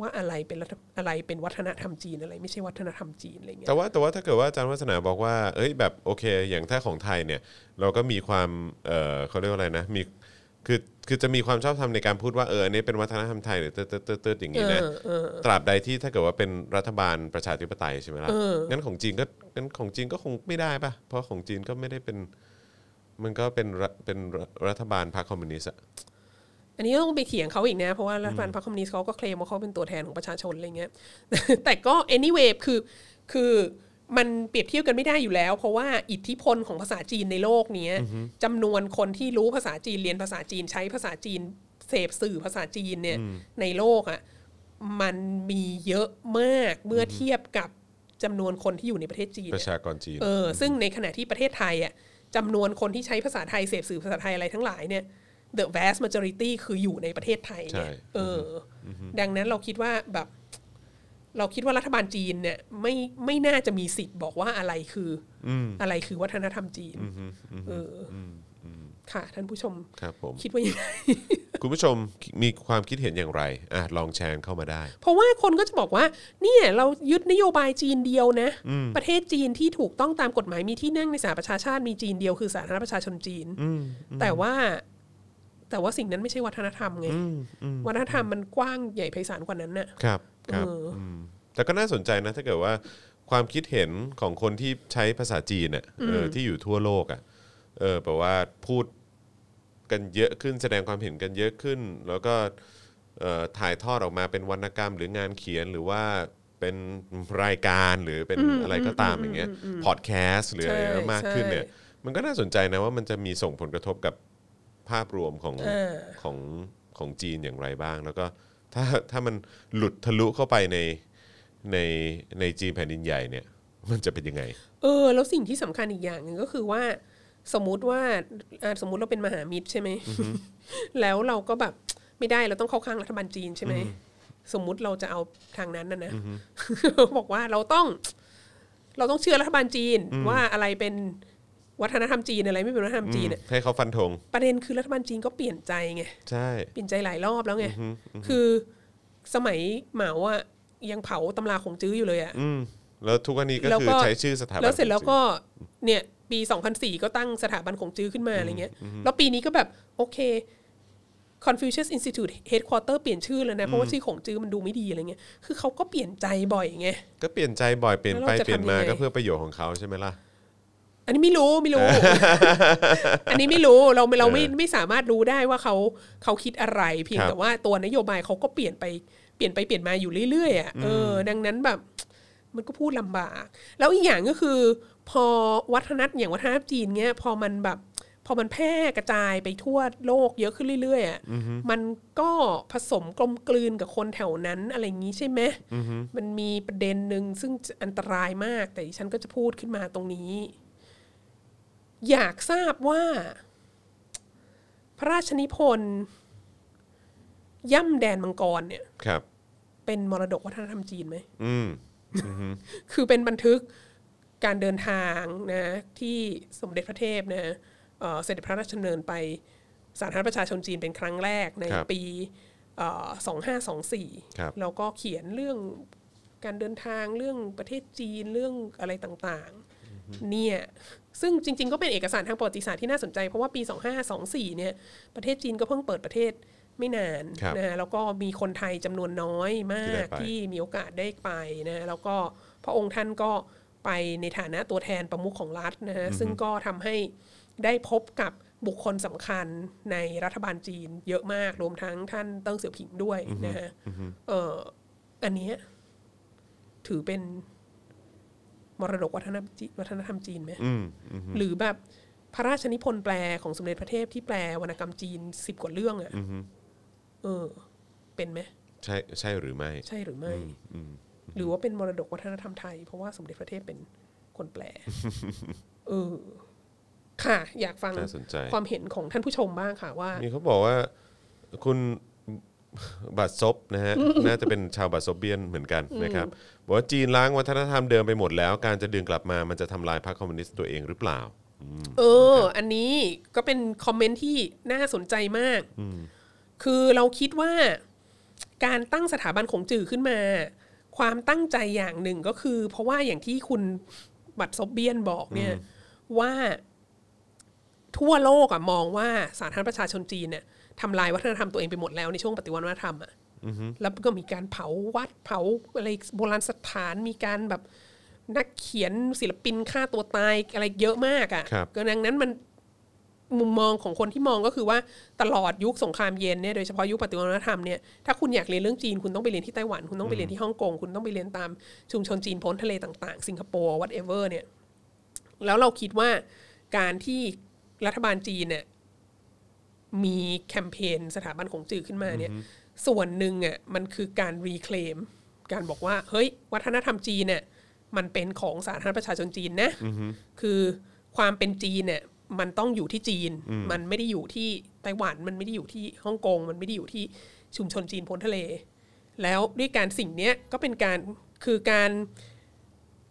ว่าอะไรเป็นรัฐอะไรเป็นวัฒนธรรมจีนอะไร ไม่ใช่วัฒนธรรมจีนอะไรเงี้ย
แต่ว่าแต่ว่าถ้าเกิดว่าอาจารย์วัฒนาบอกว่า เอ้ยแบบโอเค อย่างถ้าของไทยเนี่ย เราก็มีความ เออเขาเรียกว่าอะไรนะ มี คือ คือจะมีความชอบธรรมในการพูดว่า เออ อันนี้เป็นวัฒนธรรมไทยหรือเติร์ดเติร์ดเติร์ดเติร์ดอย่างนี้นะ
เออเออ
ตราบใดที่ถ้าเกิดว่าเป็นรัฐบาลประชาธิปไตยใช่ไหมล่ะ งั้นของจีนก็ งั้นของจีนก็คงไม่ได้ปะเพราะของจีนก็ไม่ได้เป็น มันก็เป็นรัฐเป็นรัฐบาลพรรคคอมมิวนิสต์อะ
อันนี้ต้องไปเถียงเขาอีกนะ เพราะว่ารัฐบาลพรรคคอมมิวนิสต์เขาก็เคลมว่าเขาเป็นตัวแทนของประชาชนอะไรเงี้ย แต่ก็ anyway คือคือมันเปรียบเทียบกันไม่ได้อยู่แล้ว เพราะว่าอิทธิพลของภาษาจีนในโลกเนี้ยจำนวนคนที่รู้ภาษาจีนเรียนภาษาจีนใช้ภาษาจีนเสพสื่อภาษาจีนเนี่ยในโลกอะ่ะมันมีเยอะมากเมื่อเทียบกับจำนวนคนที่อยู่ในประเทศจีน
ป
เนี่ย
ระชากรจีน
เออซึ่งในขณะที่ประเทศไทยอ่ะจำนวนคนที่ใช้ภาษาไทยเสพสื่อภาษาไทยอะไรทั้งหลายเนี่ย the vast majority คืออยู่ในประเทศไทยเนี่ย
ใช่
เอออดังนั้นเราคิดว่าแบบ เราคิดว่ารัฐบาลจีนเนี่ยไม่ไม่น่าจะมีสิทธิ์บอกว่าอะไรคือออะไรคือวัฒนธรรมจีนเอออค่ะ ท่านผู้ชม
ครับผม
คิดว่ายังไง
คุณผู้ชมมีความคิดเห็นอย่างไรอ่ะลองแชร์เข้ามาได้
เพราะว่าคนก็จะบอกว่า เนี่ยเรายึดนโยบายจีนเดียวนะ ประเทศจีนที่ถูกต้องตามกฎหมายมีที่นั่งในสหประชาชาติมีจีนเดียวคือสาธารณประชาชนจีนแต่ว่า แต่ว่าสิ่งนั้นไม่ใช่วัฒนธรรมไงวัฒนธรรมมันกว้างใหญ่ไพศาลกว่านั้นน่ะ
ครับครับ
เอออื
มแต่ก็น่าสนใจนะ ถ้าเกิดว่าความคิดเห็นของคนที่ใช้ภาษาจีนเนี่ยเออที่อยู่ทั่วโลกอ่ะเออแปลว่าพูดกันเยอะขึ้นแสดงความเห็นกันเยอะขึ้น แล้วก็เอ่อถ่ายทอดออกมาเป็นวรรณกรรม หรืองานเขียนหรือว่าเป็นรายการหรือเป็นอะไรก็ตามอย่างเงี้ยพอดแคสต์หรืออะไร
ใช่
มากขึ้นเนี่ย
ใช่
มันก็น่าสนใจนะว่ามันจะมีส่งผลกระทบกับภาพรวมของ
เออ
ของของจีนอย่างไรบ้าง แล้วก็ถ้าถ้ามันหลุดทะลุเข้าไปในในในจีนแผ่นดินใหญ่เนี่ย มันจะเป็นยังไง
เออ แล้วสิ่งที่สำคัญอีกอย่างหนึ่งก็คือว่า สมมุติว่าอ่าสมมุติเราเป็นมหามิตรใช่ไหม แล้วเราก็แบบไม่ได้เราต้องเข้าข้างรัฐบาลจีนใช่ไหมสมมุติเราจะเอาทางนั้นนะนะ บอกว่าเราต้อง เราต้องเชื่อรัฐบาลจีน ว่าอะไรเป็นวัฒนธรรมจีนอะไรไม่เป็นวัฒนธรรมจีนอะ
ให้เขาฟันธง
ประเด็นคือรัฐบาลจีนก็เปลี่ยนใจไง
ใช่
เปลี่ยนใจหลายรอบแล้วไง คือสมัยเหมาอะยังเผาตำราของจื้ออยู่เลยอะ
อืมแล้วทุกวันนี้ก็
แล้ว
คือ
ก็
ใช้ชื่อสถาบัน
แล้วเสร็จแล้ว
ของจี
ก็เนี่ยปี 2004 ก็ตั้งสถาบันของจื้อขึ้นมาอะไรเงี้ย แล้วปีนี้ก็แบบโอเค Confucius Institute Headquarter เปลี่ยนชื่อแล้วนะ เพราะว่าชื่อของจื้อมันดูไม่ดีอะไรเงี้ย คือเขาก็เปลี่ยนใจบ่อยไง
นก็เปลี่ยนใจบ่อยเปลี่ยนไป
แล้วเราจะ
เปลี่ยนมา
ทำยังไง
ก็เพื่อประโยชน์ของเขาใช่ไหมล่ะ
อันนี้ไม่รู้ไม่ รู้ อันนี้ไม่รู้เราเราไม่
เออ
ไม่สามารถรู้ได้ว่าเขาเขาคิดอะไรเพียง
ครับ
แต่ว่าตัวนโยบายเขาก็เปลี่ยนไปเปลี่ยนไปเปลี่ยนมาอยู่เรื่อยๆอ่ะเออดังนั้นแบบ มันก็พูดลำบาก แล้วอีกอย่างก็คือ พอวัฒนธรรมอย่างวัฒนธรรมจีนเนี้ยพอมันแบบ พอมันแพร่กระจายไปทั่วโลกเยอะขึ้นเรื่อยๆอ่ะมันก็ผสมกลมกลืนกับคนแถวนั้นอะไรอย่างนี้ใช่ไหมมันมีประเด็นหนึ่งซึ่งอันตรายมาก แต่ดิฉันก็จะพูดขึ้นมาตรงนี้ อยากทราบว่า พระราชนิพนธ์ย่ำแดนมังกรเนี่ย
ครับ
เป็นมรดกวัฒนธรรมจีนไหม
อืม
คือเป็นบันทึกการเดินทางนะที่สมเด็จพระเทพนะเอ่อเสด็จพระราชดำเนินไปสาธารณประชาชนจีนเป็นครั้งแรกใน
ครับ
ปีเอ่อ
ครับ
2524 แล้วก็เขียนเรื่องการเดินทางเรื่องประเทศจีนเรื่องอะไรต่างๆเนี่ยซึ่งจริง ๆ ก็เป็นเอกสารทางประวัติศาสตร์ที่น่าสนใจ เพราะว่าปี 2524เนี่ยประเทศจีนก็เพิ่งเปิดประเทศไม่นาน
ครับ
นะแล้วก็มีคนไทยจำนวนน้อยมาก
ที่ได้ไป
ที่มีโอกาสได้ไปนะแล้วก็พระองค์ท่านก็ไปในฐานะตัวแทนประมุขของรัฐนะฮะซึ่งก็ทำให้ได้พบกับบุคคลสำคัญในรัฐบาลจีนเยอะมากรวมทั้งท่านเติ้งเสี่ยวผิงด้วยนะฮะเอ่ออันเนี้ยถือเป็นมรดกวัฒนธรรมจีวัฒนธรรมจีนไหม
อืม
หรือแบบพระราชนิพนธ์แปลของสมเด็จพระเทพที่แปลวรรณกรรมจีนสิบกว่าเรื่องอะ่ะเออ เป็นไหม
ใช่ใช่หรือไม่
ใช่หรือไม่ หรือว่าเป็นมรดกวัฒนธรรมไทย เพราะว่าสมเด็จพระเทพเป็นคนแปล เออ ค่ะ อยากฟัง
น่าสนใจ
ความเห็นของท่านผู้ชมบ้างค่ะว่า
มีเขาบอกว่าคุณ บัตรซบนะ ฮะ น่าจะเป็นชาวบัตรซบเบียนเหมือนกันนะครับบอกว่าจีนล้างวัฒนธรรมเดิมไปหมดแล้ว การจะดึงกลับมามันจะทำลายพรรคคอมมิวนิสต์ตัวเองหรือเปล่า
เออ อันนี้ก็เป็นคอมเมนต์ที่น่าสนใจมาก คือเราคิดว่าการตั้งสถาบันของจื่อขึ้นมา ความตั้งใจอย่างหนึ่งก็คือ เพราะว่าอย่างที่คุณบัตรซบเบียนบอกเนี่ย ว่าทั่วโลกอะมองว่าสาธารณประชาชนจีนเนี่ยทำลายวัฒนธรรมตัวเองไปหมดแล้วในช่วงปฏิวัติวัฒนธรรมอะแล้วก็มีการเผาวัดเผาอะไรโบราณสถานมีการแบบนักเขียนศิลปินฆ่าตัวตายอะไรเยอะมาก
ครั
อะ่ะ
บ
ก็ดังนั้นมัน มุมมองของคนที่มองก็คือว่าตลอดยุคสงครามเย็นเนี่ยโดยเฉพาะยุคปฏิวัติวัฒนธรรมเนี่ยถ้าคุณอยากเรียนเรื่องจีนคุณต้องไปเรียนที่ไต้หวัน คุณต้องไปเรียนที่ฮ่องกงคุณต้องไปเรียนตามชุมชนจีนพ้นทะเลต่างๆ สิงคโปร์ whatever เนี่ยแล้วเราคิดว่าการที่รัฐบาลจีนเนี่ยมีแคมเปญสถาบันของจือขึ้นมาเนี่ยส่วนหนึ่งอ่ะมันคือการรีเคลมการบอกว่าเฮ้ยวัฒนธรรมจีนเนี่ยมันเป็นของสาธารณประชาชนจีนนะ คือความเป็นจีนเนี่ยมันต้องอยู่ที่จีน มันไม่ได้อยู่ที่ไต้หวันมันไม่ได้อยู่ที่ฮ่องกงมันไม่ได้อยู่ที่ชุมชนจีนพ้นทะเล แล้วด้วยการสิ่งเนี้ยก็เป็นการคือการ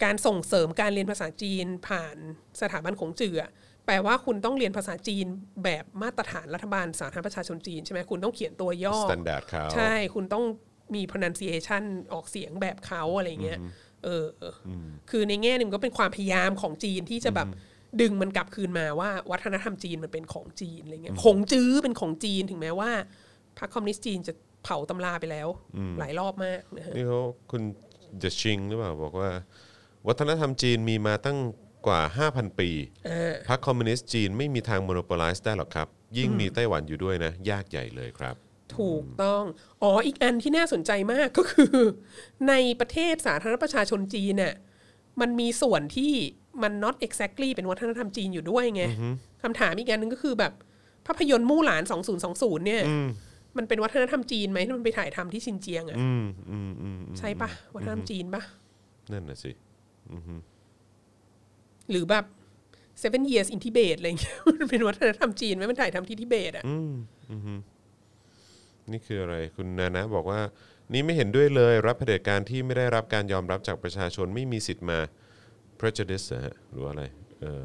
การส่งเสริมการเรียนภาษาจีนผ่านสถาบันของจืออะแปลว่าคุณต้องเรียนภาษาจีนแบบมาตรฐานรัฐบาลสาธารณประชาชนจีนใช่ไหมคุณต้องเขียนตัวย่อ
สแตนดาร์ดเขา
ใช่คุณต้องมี pronunciation ออกเสียงแบบเขาอะไรเงี้ย เออเอออคือในแง่หนึ่งก็เป็นความพยายามของจีนที่จะแบบดึงมันกลับคืนมาว่า วัฒนธรรมจีนมันเป็นของจีนอะไรเงี้ยของจื้อเป็นของจีนถึงแม้ว่าพรรคคอมมิวนิสต์จีนจะเผาตำราไปแล้ว หลายรอบมากนะฮะ
นี่เขาคุณจะชิงหรือเปล่าบอกว่า วัฒนธรรมจีนมีมาตั้งกว่า 5,000 ปี
เออ
พรรคคอมมิวนิสต์จีนไม่มีทางโมโนโปลิซ์ได้หรอกครับ ยิ่งมีไต้หวันอยู่ด้วยนะ ยากใหญ่เลยครับ
ถูกต้อง อ๋ออีกอันที่น่าสนใจมากก็คือ ในประเทศสาธารณประชาชนจีนน่ะ มันมีส่วนที่มัน not exactly เป็นวัฒนธรรมจีนอยู่ด้วยไงคำถามอีกอันหนึ่งก็คือแบบภาพยนตร์มู่หลาน 2020 เนี่ย
อืม
มันเป็นวัฒนธรรมจีนไหมที่มันไปถ่ายทำที่ซินเจียงอะ
อืมอืมอืมอืม
ใช่ปะวัฒนธรรมจีนปะ
นั่นน่ะสิ
หรือแบบ seven years in Tibet อะไรเงี้ย มันเป็นวัฒนธรรมจีนไหมมันถ่ายทำที่ทิเบตอะ
อืมอืมนี่คืออะไรคุณนานะบอกว่า นี่ไม่เห็นด้วยเลยรับเผด็จการที่ไม่ได้รับการยอมรับจากประชาชนไม่มีสิทธิ์มา prejudice เหรอฮะหรืออะไรเออ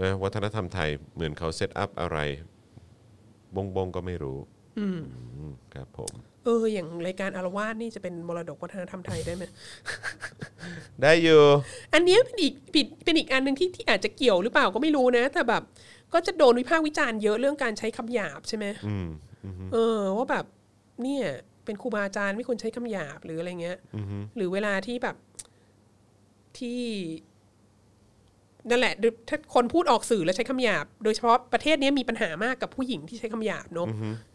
นะวัฒนธรรมไทยเหมือนเขาเซตอัพอะไร บงบงๆก็ไม่รู้อืมครับผม
เออ อย่างรายการอารวาสนี่จะเป็นมรดกวัฒนธรรมไทยได้ไหม
ได้อยู่
อันเนี้ยเป็นอีกปิดเป็นอีกอันหนึ่งที่ที่อาจจะเกี่ยวหรือเปล่าก็ไม่รู้นะ แต่แบบก็จะโดนวิพากษ์วิจารณ์เยอะเรื่องการใช้คำหยาบใช่ไหม
อืม
เออว่าแบบเนี่ยเป็นครูบาอาจารย์ไม่ควรใช้คำหยาบหรืออะไรเงี้ย
อือฮึ
หรือเวลาที่แบบที่นั่นแหละหรือถ้าคนพูดออกสื่อแล้วใช้คำหยาบ โดยเฉพาะประเทศเนี้ยมีปัญหามากกับผู้หญิงที่ใช้คำหยาบเนอะ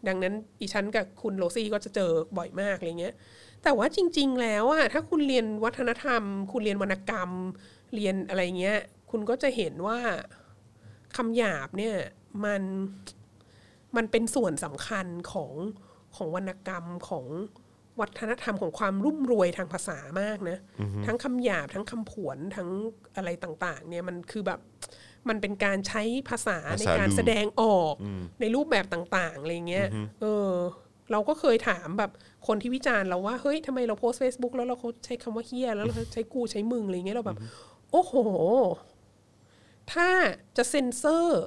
ดังนั้นอีฉันกับคุณโรซี่ก็จะเจอบ่อยมากอะไรเงี้ย แต่ว่าจริง ๆ แล้วอะถ้าคุณเรียนวัฒนธรรม คุณเรียนวรรณกรรม เรียนอะไรเงี้ย คุณก็จะเห็นว่าคำหยาบเนี่ยมันมันเป็นส่วนสำคัญของของวรรณกรรมของวัฒนธรรมของความรุ่มรวยทางภาษามากนะ ทั้งคำหยาบทั้งคำผวนทั้งอะไรต่าง ๆ เนี่ยมันคือแบบมันเป็นการใช้ภาษาใน
ภาษา
การ
ลือ
แสดงออกในรูปแบบต่าง ๆ อะไรเงี้ยเออ เราก็เคยถามแบบคนที่วิจารณ์เราว่า เฮ้ยทำไมเราโพสต์ Facebook แล้วเราเขาใช้คำว่าเฮียแล้วเราใช้กูใช้มึงอะไรเงี้ยเราแบบ โอ้โห ถ้าจะเซ็นเซอร์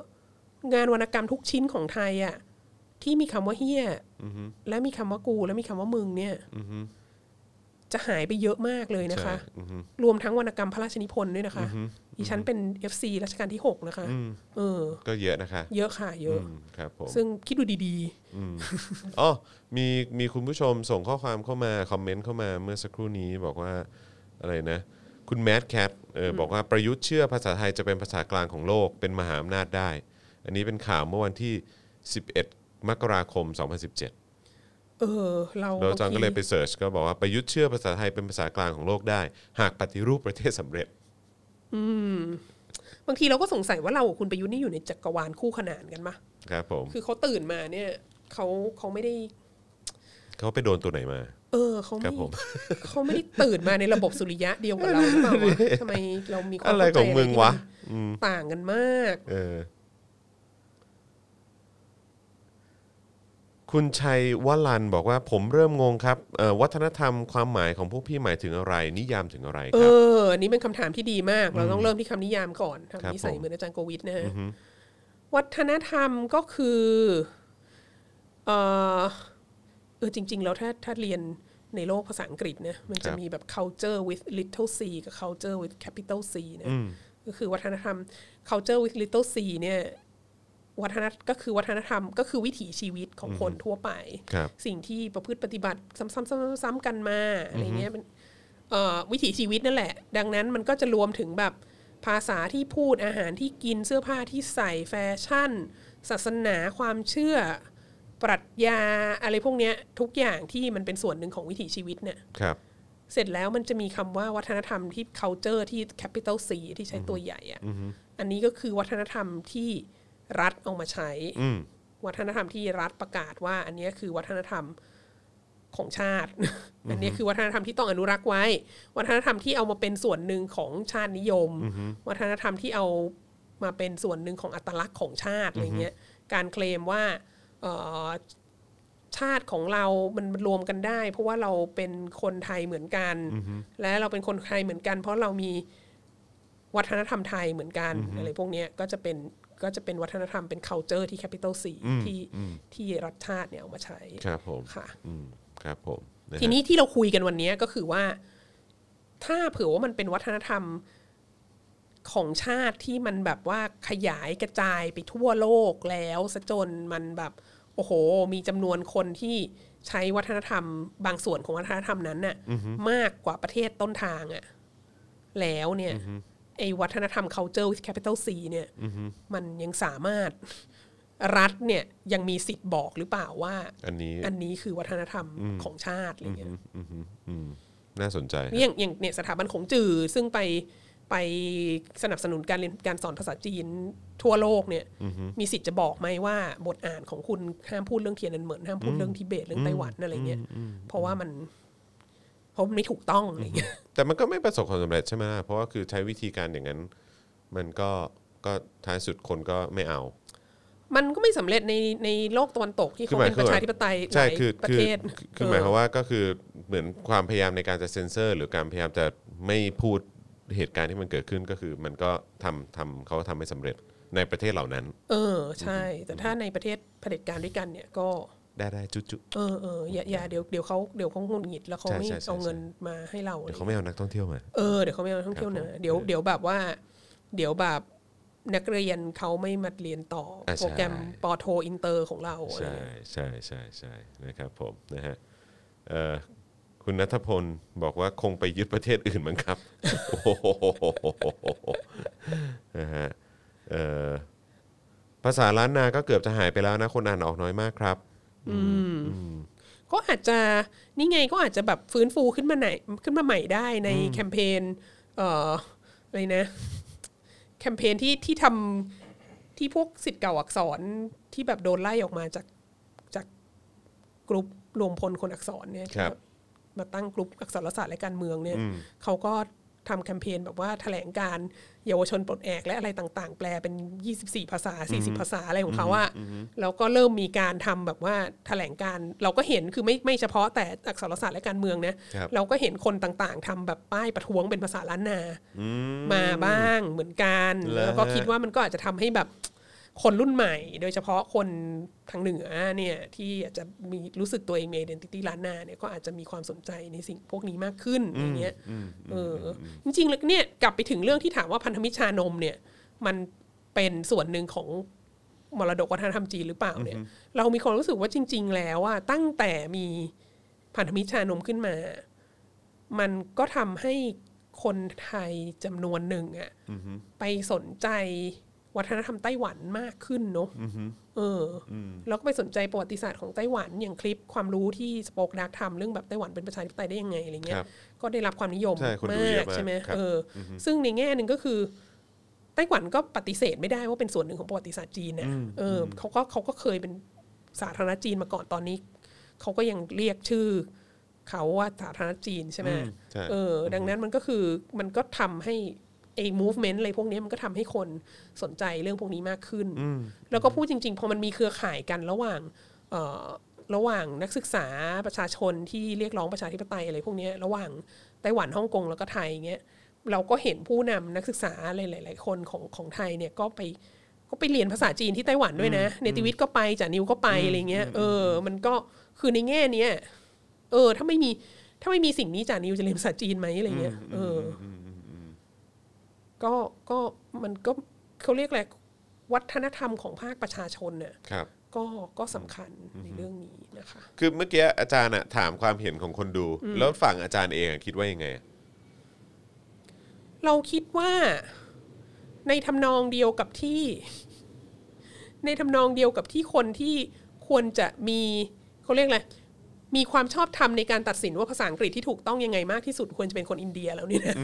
งานวรรณกรรมทุกชิ้นของไทยอะที่มีคำว่าเฮียและมีคำว่ากู และมีคำว่ามึงเนี่ยจะหายไปเยอะมากเลยนะคะ
ใช่อือฮึ
รวมทั้งวรรณกรรมพระราชนิพนธ์ด้วยนะคะอีฉันเป็น FC รัชกาลที่ 6 นะคะเออ
ก็เยอะนะคะ
เยอะค่ะเยอะ
อืมครับผม
ซึ่งคิดดูดี
อ๋อมีมีคุณผู้ชมส่งข้อความเข้ามา คอมเมนต์เข้ามาเมื่อสักครู่นี้บอกว่าอะไรนะ คุณแมดแคทเออบอกว่าประยุทธ์เชื่อภาษาไทยจะเป็นภาษากลางของโลกเป็นมหาอำนาจได้ อันนี้เป็นข่าวเมื่อวันที่ 11 มกราคม 2017
ๆ เออ เรา
แล้วอาจารย์ก็เลยไป
บางที
เสิร์ชก็บอกว่าประยุทธ์เชื่อภาษาไทยเป็นภาษากลางของโลกได้ หากปฏิรูปประเทศสำเร็จ
บางทีเราก็สงสัยว่าเรากับคุณประยุทธ์นี่อยู่ในจักรวาลคู่ขนานกันปะ
ครับผม
คือเขาตื่นมาเนี่ยเขาเขาไม่ได้
เขาไปโดนตัวไหนมา
เออเขา
ครั
ไม่
บผม
เขาไม่ได้ตื่นมาในระบบสุริยะเดียวกับเราหรือเปล่าวะทำไมเรามีความ
อะไรของมึงวะ
เข้าใจอะไรที่มันต่างกันมาก
เออคุณชัยวลันบอกว่าผมเริ่มงงครับเอ่อวัฒนธรรมความหมายของพวกพี่หมายถึงอะไร นิยามถึงอะไร
เอ
ครับ
ออันนี้เป็นคำถามที่ดีมาก เราต้องเริ่มที่คำนิยามก่อน
ครั
ทำ
บ
นิสัย
ผม
เหมือนอาจารย์โควิดนะฮะวัฒนธรรมก็คือเออเออจริง ๆ แล้วถ้าถ้าเรียนในโลกภาษาอังกฤษนะมันจะมีแบบ culture with little c กับ culture with capital C นะก็คือวัฒนธรรม culture with little c เนี่ยวัฒนก็คือวัฒนธรรมก็คือวิถีชีวิตของคนทั่วไป
ครับ
สิ่งที่ประพฤติปฏิบัติซ้ำๆๆๆๆกันมาอะไรเงี้ยเป็นเอ่อวิถีชีวิตนั่นแหละ ดังนั้นมันก็จะรวมถึงแบบภาษาที่พูดอาหารที่กินเสื้อผ้าที่ใส่แฟชั่น ศาสนาความเชื่อ ปรัชญาอะไรพวกเนี้ยทุกอย่างที่มันเป็นส่วนหนึ่งของวิถีชีวิตเนี่ย
ครับ
เสร็จแล้วมันจะมีคำว่าวัฒนธรรมที่ culture ที่ capital C ที่ใช้ตัวใหญ่อะอันนี้ก็คือวัฒนธรรมที่รัฐเอามาใช้ วัฒนธรรมที่รัฐประกาศว่า อันเนี้ยคือวัฒนธรรมของชาติ อันเนี้ยคือวัฒนธรรมที่ต้องอนุรักษ์ไว้ วัฒนธรรมที่เอามาเป็นส่วนหนึ่งของชาตินิยม วัฒนธรรมที่เอามาเป็นส่วนหนึ่งของอัตลักษณ์ของชาติอะไรเงี้ย การเคลมว่าเอ่อ ชาติของเรา มันรวมกันได้ เพราะว่าเราเป็นคนไทยเหมือนกัน และเราเป็นคนไทยเหมือนกัน เพราะเรามีวัฒนธรรมไทยเหมือนกันอะไรพวกเนี้ยก็จะเป็นก็จะเป็นวัฒนธรรมเป็น culture ที่ capital C ที่ที่รัฐชาติเนี่ยเอามาใช้
ครับผม
ค่ะ
อืมครับผมะฮะ
ทีนี้ที่เราคุยกันวันเนี้ยก็คือว่า ถ้าเผื่อว่ามันเป็นวัฒนธรรมของชาติที่มันแบบว่าขยายกระจายไปทั่วโลกแล้วซะจนมันแบบโอ้โห มีจำนวนคนที่ใช้วัฒนธรรม บางส่วนของวัฒนธรรมนั้นน่ะ มากกว่าประเทศต้นทางอ่ะแล้วเนี่ยไอ้วัฒนธรรม culture with capital C เนี่ยมันยังสามารถรัฐเนี่ยยังมีสิทธิ์บอกหรือเปล่าว่า
อันนี้
อันนี้คือวัฒนธรรมของชาติอะไรเงี้ย
น่าสนใจฮะ
นี่อย่างอย่างเนี่ยสถาบันขงจือซึ่งไปไปสนับสนุนการเรียนการสอนภาษาจีนทั่วโลกเนี่ยมีสิทธิ์จะบอกไหมว่าบทอ่านของคุณห้ามพูดเรื่องเทียนอันเหมือนห้ามพูดเรื่องทิเบตเรื่องไต้หวันอะไรเงี้ยเพราะว่ามันเพราะมันไม่ถูกต้องอะไรเงี้ย
แต่มันก็ไม่ประสบความสำเร็จใช่ไหมล่ะเพราะว่าคือใช้วิธีการอย่างนั้น มันก็ก็ท้ายสุดคนก็ไม่เอา
มันก็ไม่สำเร็จในในโลกตะวันตกที่เขาเป็นประชาธิปไตยห
ใช่
ลาย
คือ
ประ
คือ
เทศ
คือคือหมายความว่าก็คือเหมือนความพยายามในการจะเซ็นเซอร์ หรือการพยายามจะไม่พูดเหตุการณ์ที่มันเกิดขึ้นก็คือมันก็ทำทำเขาทำไม่สำเร็จในประเทศเหล่านั้น
เออ ใช่ แต่ถ้าในประเทศเผด็จการด้วยกันเนี่ยก็
ได้ได้จุจุ
เออเอออย่าอย่าเดี๋ยวเดี๋ยวเขาเดี๋ยวเขาหงุดหงิดแล้วเขา
ใช่
ไม่
ใช่ใช่
เอาเงินมาให้เรา
เดี๋ยวเขาไม่เอานักท่องเที่ยวมา
เออเดี๋ยวเขาไม่มาท่องเที่ยว
ครับผ
นะ
ม
เดี๋ยวเดี๋ยวแบบว่า เดี๋ยวแบบนักเรียนเขาไม่มาเรียนต่อ
อ่ะใช่
โปรแกรมปอโทอินเตอร์ของเราอะไร
ใช่
เงี้ย
ใช่ใช่ใช่นะครับผมนะฮะเอ่อคุณนัทพลบอกว่าคงไปยึดประเทศอื่นมั้งครับโอ้โหนะฮะเอ่อภาษาล้านนาก็เกือบจะหายไปแล้วนะ คนอ่านออกน้อยมากครับ
ก็อาจจะนี่ไงก็อาจจะแบบฟื้นฟูขึ้นมาไหนขึ้นมาใหม่ได้ในแคมเปญเอ่ออะไรนะ แคมเปญที่ที่ทำที่พวกสิทธิ์เก่าอักษรที่แบบโดนไล่ออกมาจากจากกลุ่มรวมพลคนอักษรเนี่ย
ครับ
มาตั้งกลุ่มอักษรศาสตร์และการเมืองเนี่ย เขาก็ทำแคมเปญแบบว่าแถลงการเยาวชนปลดแอกและอะไรต่างๆ แปลเป็น 24 ภาษา 40 ภาษาอะไรของเขาอะแล้วก็เริ่มมีการทำแบบว่าแถลงการเราก็เห็นคือไม่ไม่เฉพาะแต่อักษรศาสตร์และการเมืองนะครับ เราก็เห็นคนต่างๆทำแบบป้ายประท้วงเป็นภาษาล้านนา มาบ้างเหมือนกัน
เหรอ
แล้วก็คิด
ฮะ
ว่ามันก็อาจจะทำให้แบบคนรุ่นใหม่ โดยเฉพาะคนทางเหนือเนี่ยที่อาจจะมีรู้สึกตัวเองมี i d เดนติตี้ล้านนาเนี่ยก็อาจจะมีความสนใจในสิ่งพวกนี้มากขึ้นอย่างเงี้ยเอออจริงๆแล้วเนี่ยกลับไปถึงเรื่องที่ถามว่าพันธมิตรชานมเนี่ยมันเป็นส่วนหนึ่งของมรดกวัฒนธรรมจีนหรือเปล่าเนี่ย เรามีความรู้สึกว่าจริง ๆ แล้วว่าตั้งแต่มีพันธมิตรชานมขึ้นมา มันก็ทำให้คนไทยจำนวนหนึ่งอะไปสนใจวัฒนธรรมไต้หวันมากขึ้นเนาะเอออแล้วก็ไปสนใจประวัติศาสตร์ของไต้หวันอย่างคลิปความรู้ที่สปอคดักทำเรื่องแบบไต้หวันเป็นประชาธิปไตยได้ยังไงอะไรเงี้
ครั
ย
บ
ก็ได้รับความนิยม
ใช่คนดู
มา
เย
ก
อะมาก
ใช่ไหม
ครับ
เอออซึ่งในแง่หนึ่งก็คือ ไต้หวันก็ปฏิเสธไม่ได้ว่าเป็นส่วนหนึ่งของประวัติศาสตร์จีนเนี่ยเอออเขาก็เขาก็เคยเป็นสาธารณรัฐจีนมาก่อนตอนนี้ เขาก็ยังเรียกชื่อ เขาว่าสาธารณรัฐจีนใช่ไหม
อืมใช่
เออ ดังนั้นมันก็คือมันก็ทำให้ไอ้ movement อะไรพวกนี้มันก็ทำให้คนสนใจเรื่องพวกนี้มากขึ้น แล้วก็พูดจริง ๆ พอมันมีเครือข่ายกันระหว่างเอ่อระหว่างนักศึกษาประชาชนที่เรียกร้องประชาธิปไตยอะไรพวกนี้ระหว่างไต้หวันฮ่องกงแล้วก็ไทยเงี้ยเราก็เห็นผู้นำนักศึกษาหลาย ๆ คนของของไทยเนี่ยก็ไป ก็ไปเรียนภาษาจีนที่ไต้หวันด้วยนะ เนติวิทย์ก็ไปจ่านิวก็ไปอะไรเงี้ย เออ มันก็คือในแง่เนี้ยเออ ถ้าไม่มีถ้าไม่มีสิ่งนี้จ่านิวจะเรียนภาษาจีนไหมอะไรเงี้ย เอออก็ก็มันก็เขาเรียกแหละไรวัฒนธรรมของภาคประชาชนเนี่ย
ครับ
ก็ก็สำคัญในเรื่องนี้นะคะ
คือเมื่อกี้อาจารย์อะถามความเห็นของคนดู แล้วฝั่งอาจารย์เองอะคิดว่ายังไง
เราคิดว่าในทำนองเดียวกับที่ ในทำนองเดียวกับที่คนที่ควรจะมีเขาเรียกอะไรมีความชอบธรรมในการตัดสินว่าภาษาอังกฤษที่ถูกต้องยังไงมากที่สุดควรจะเป็นคนอินเดียแล้วเนี่ยนะ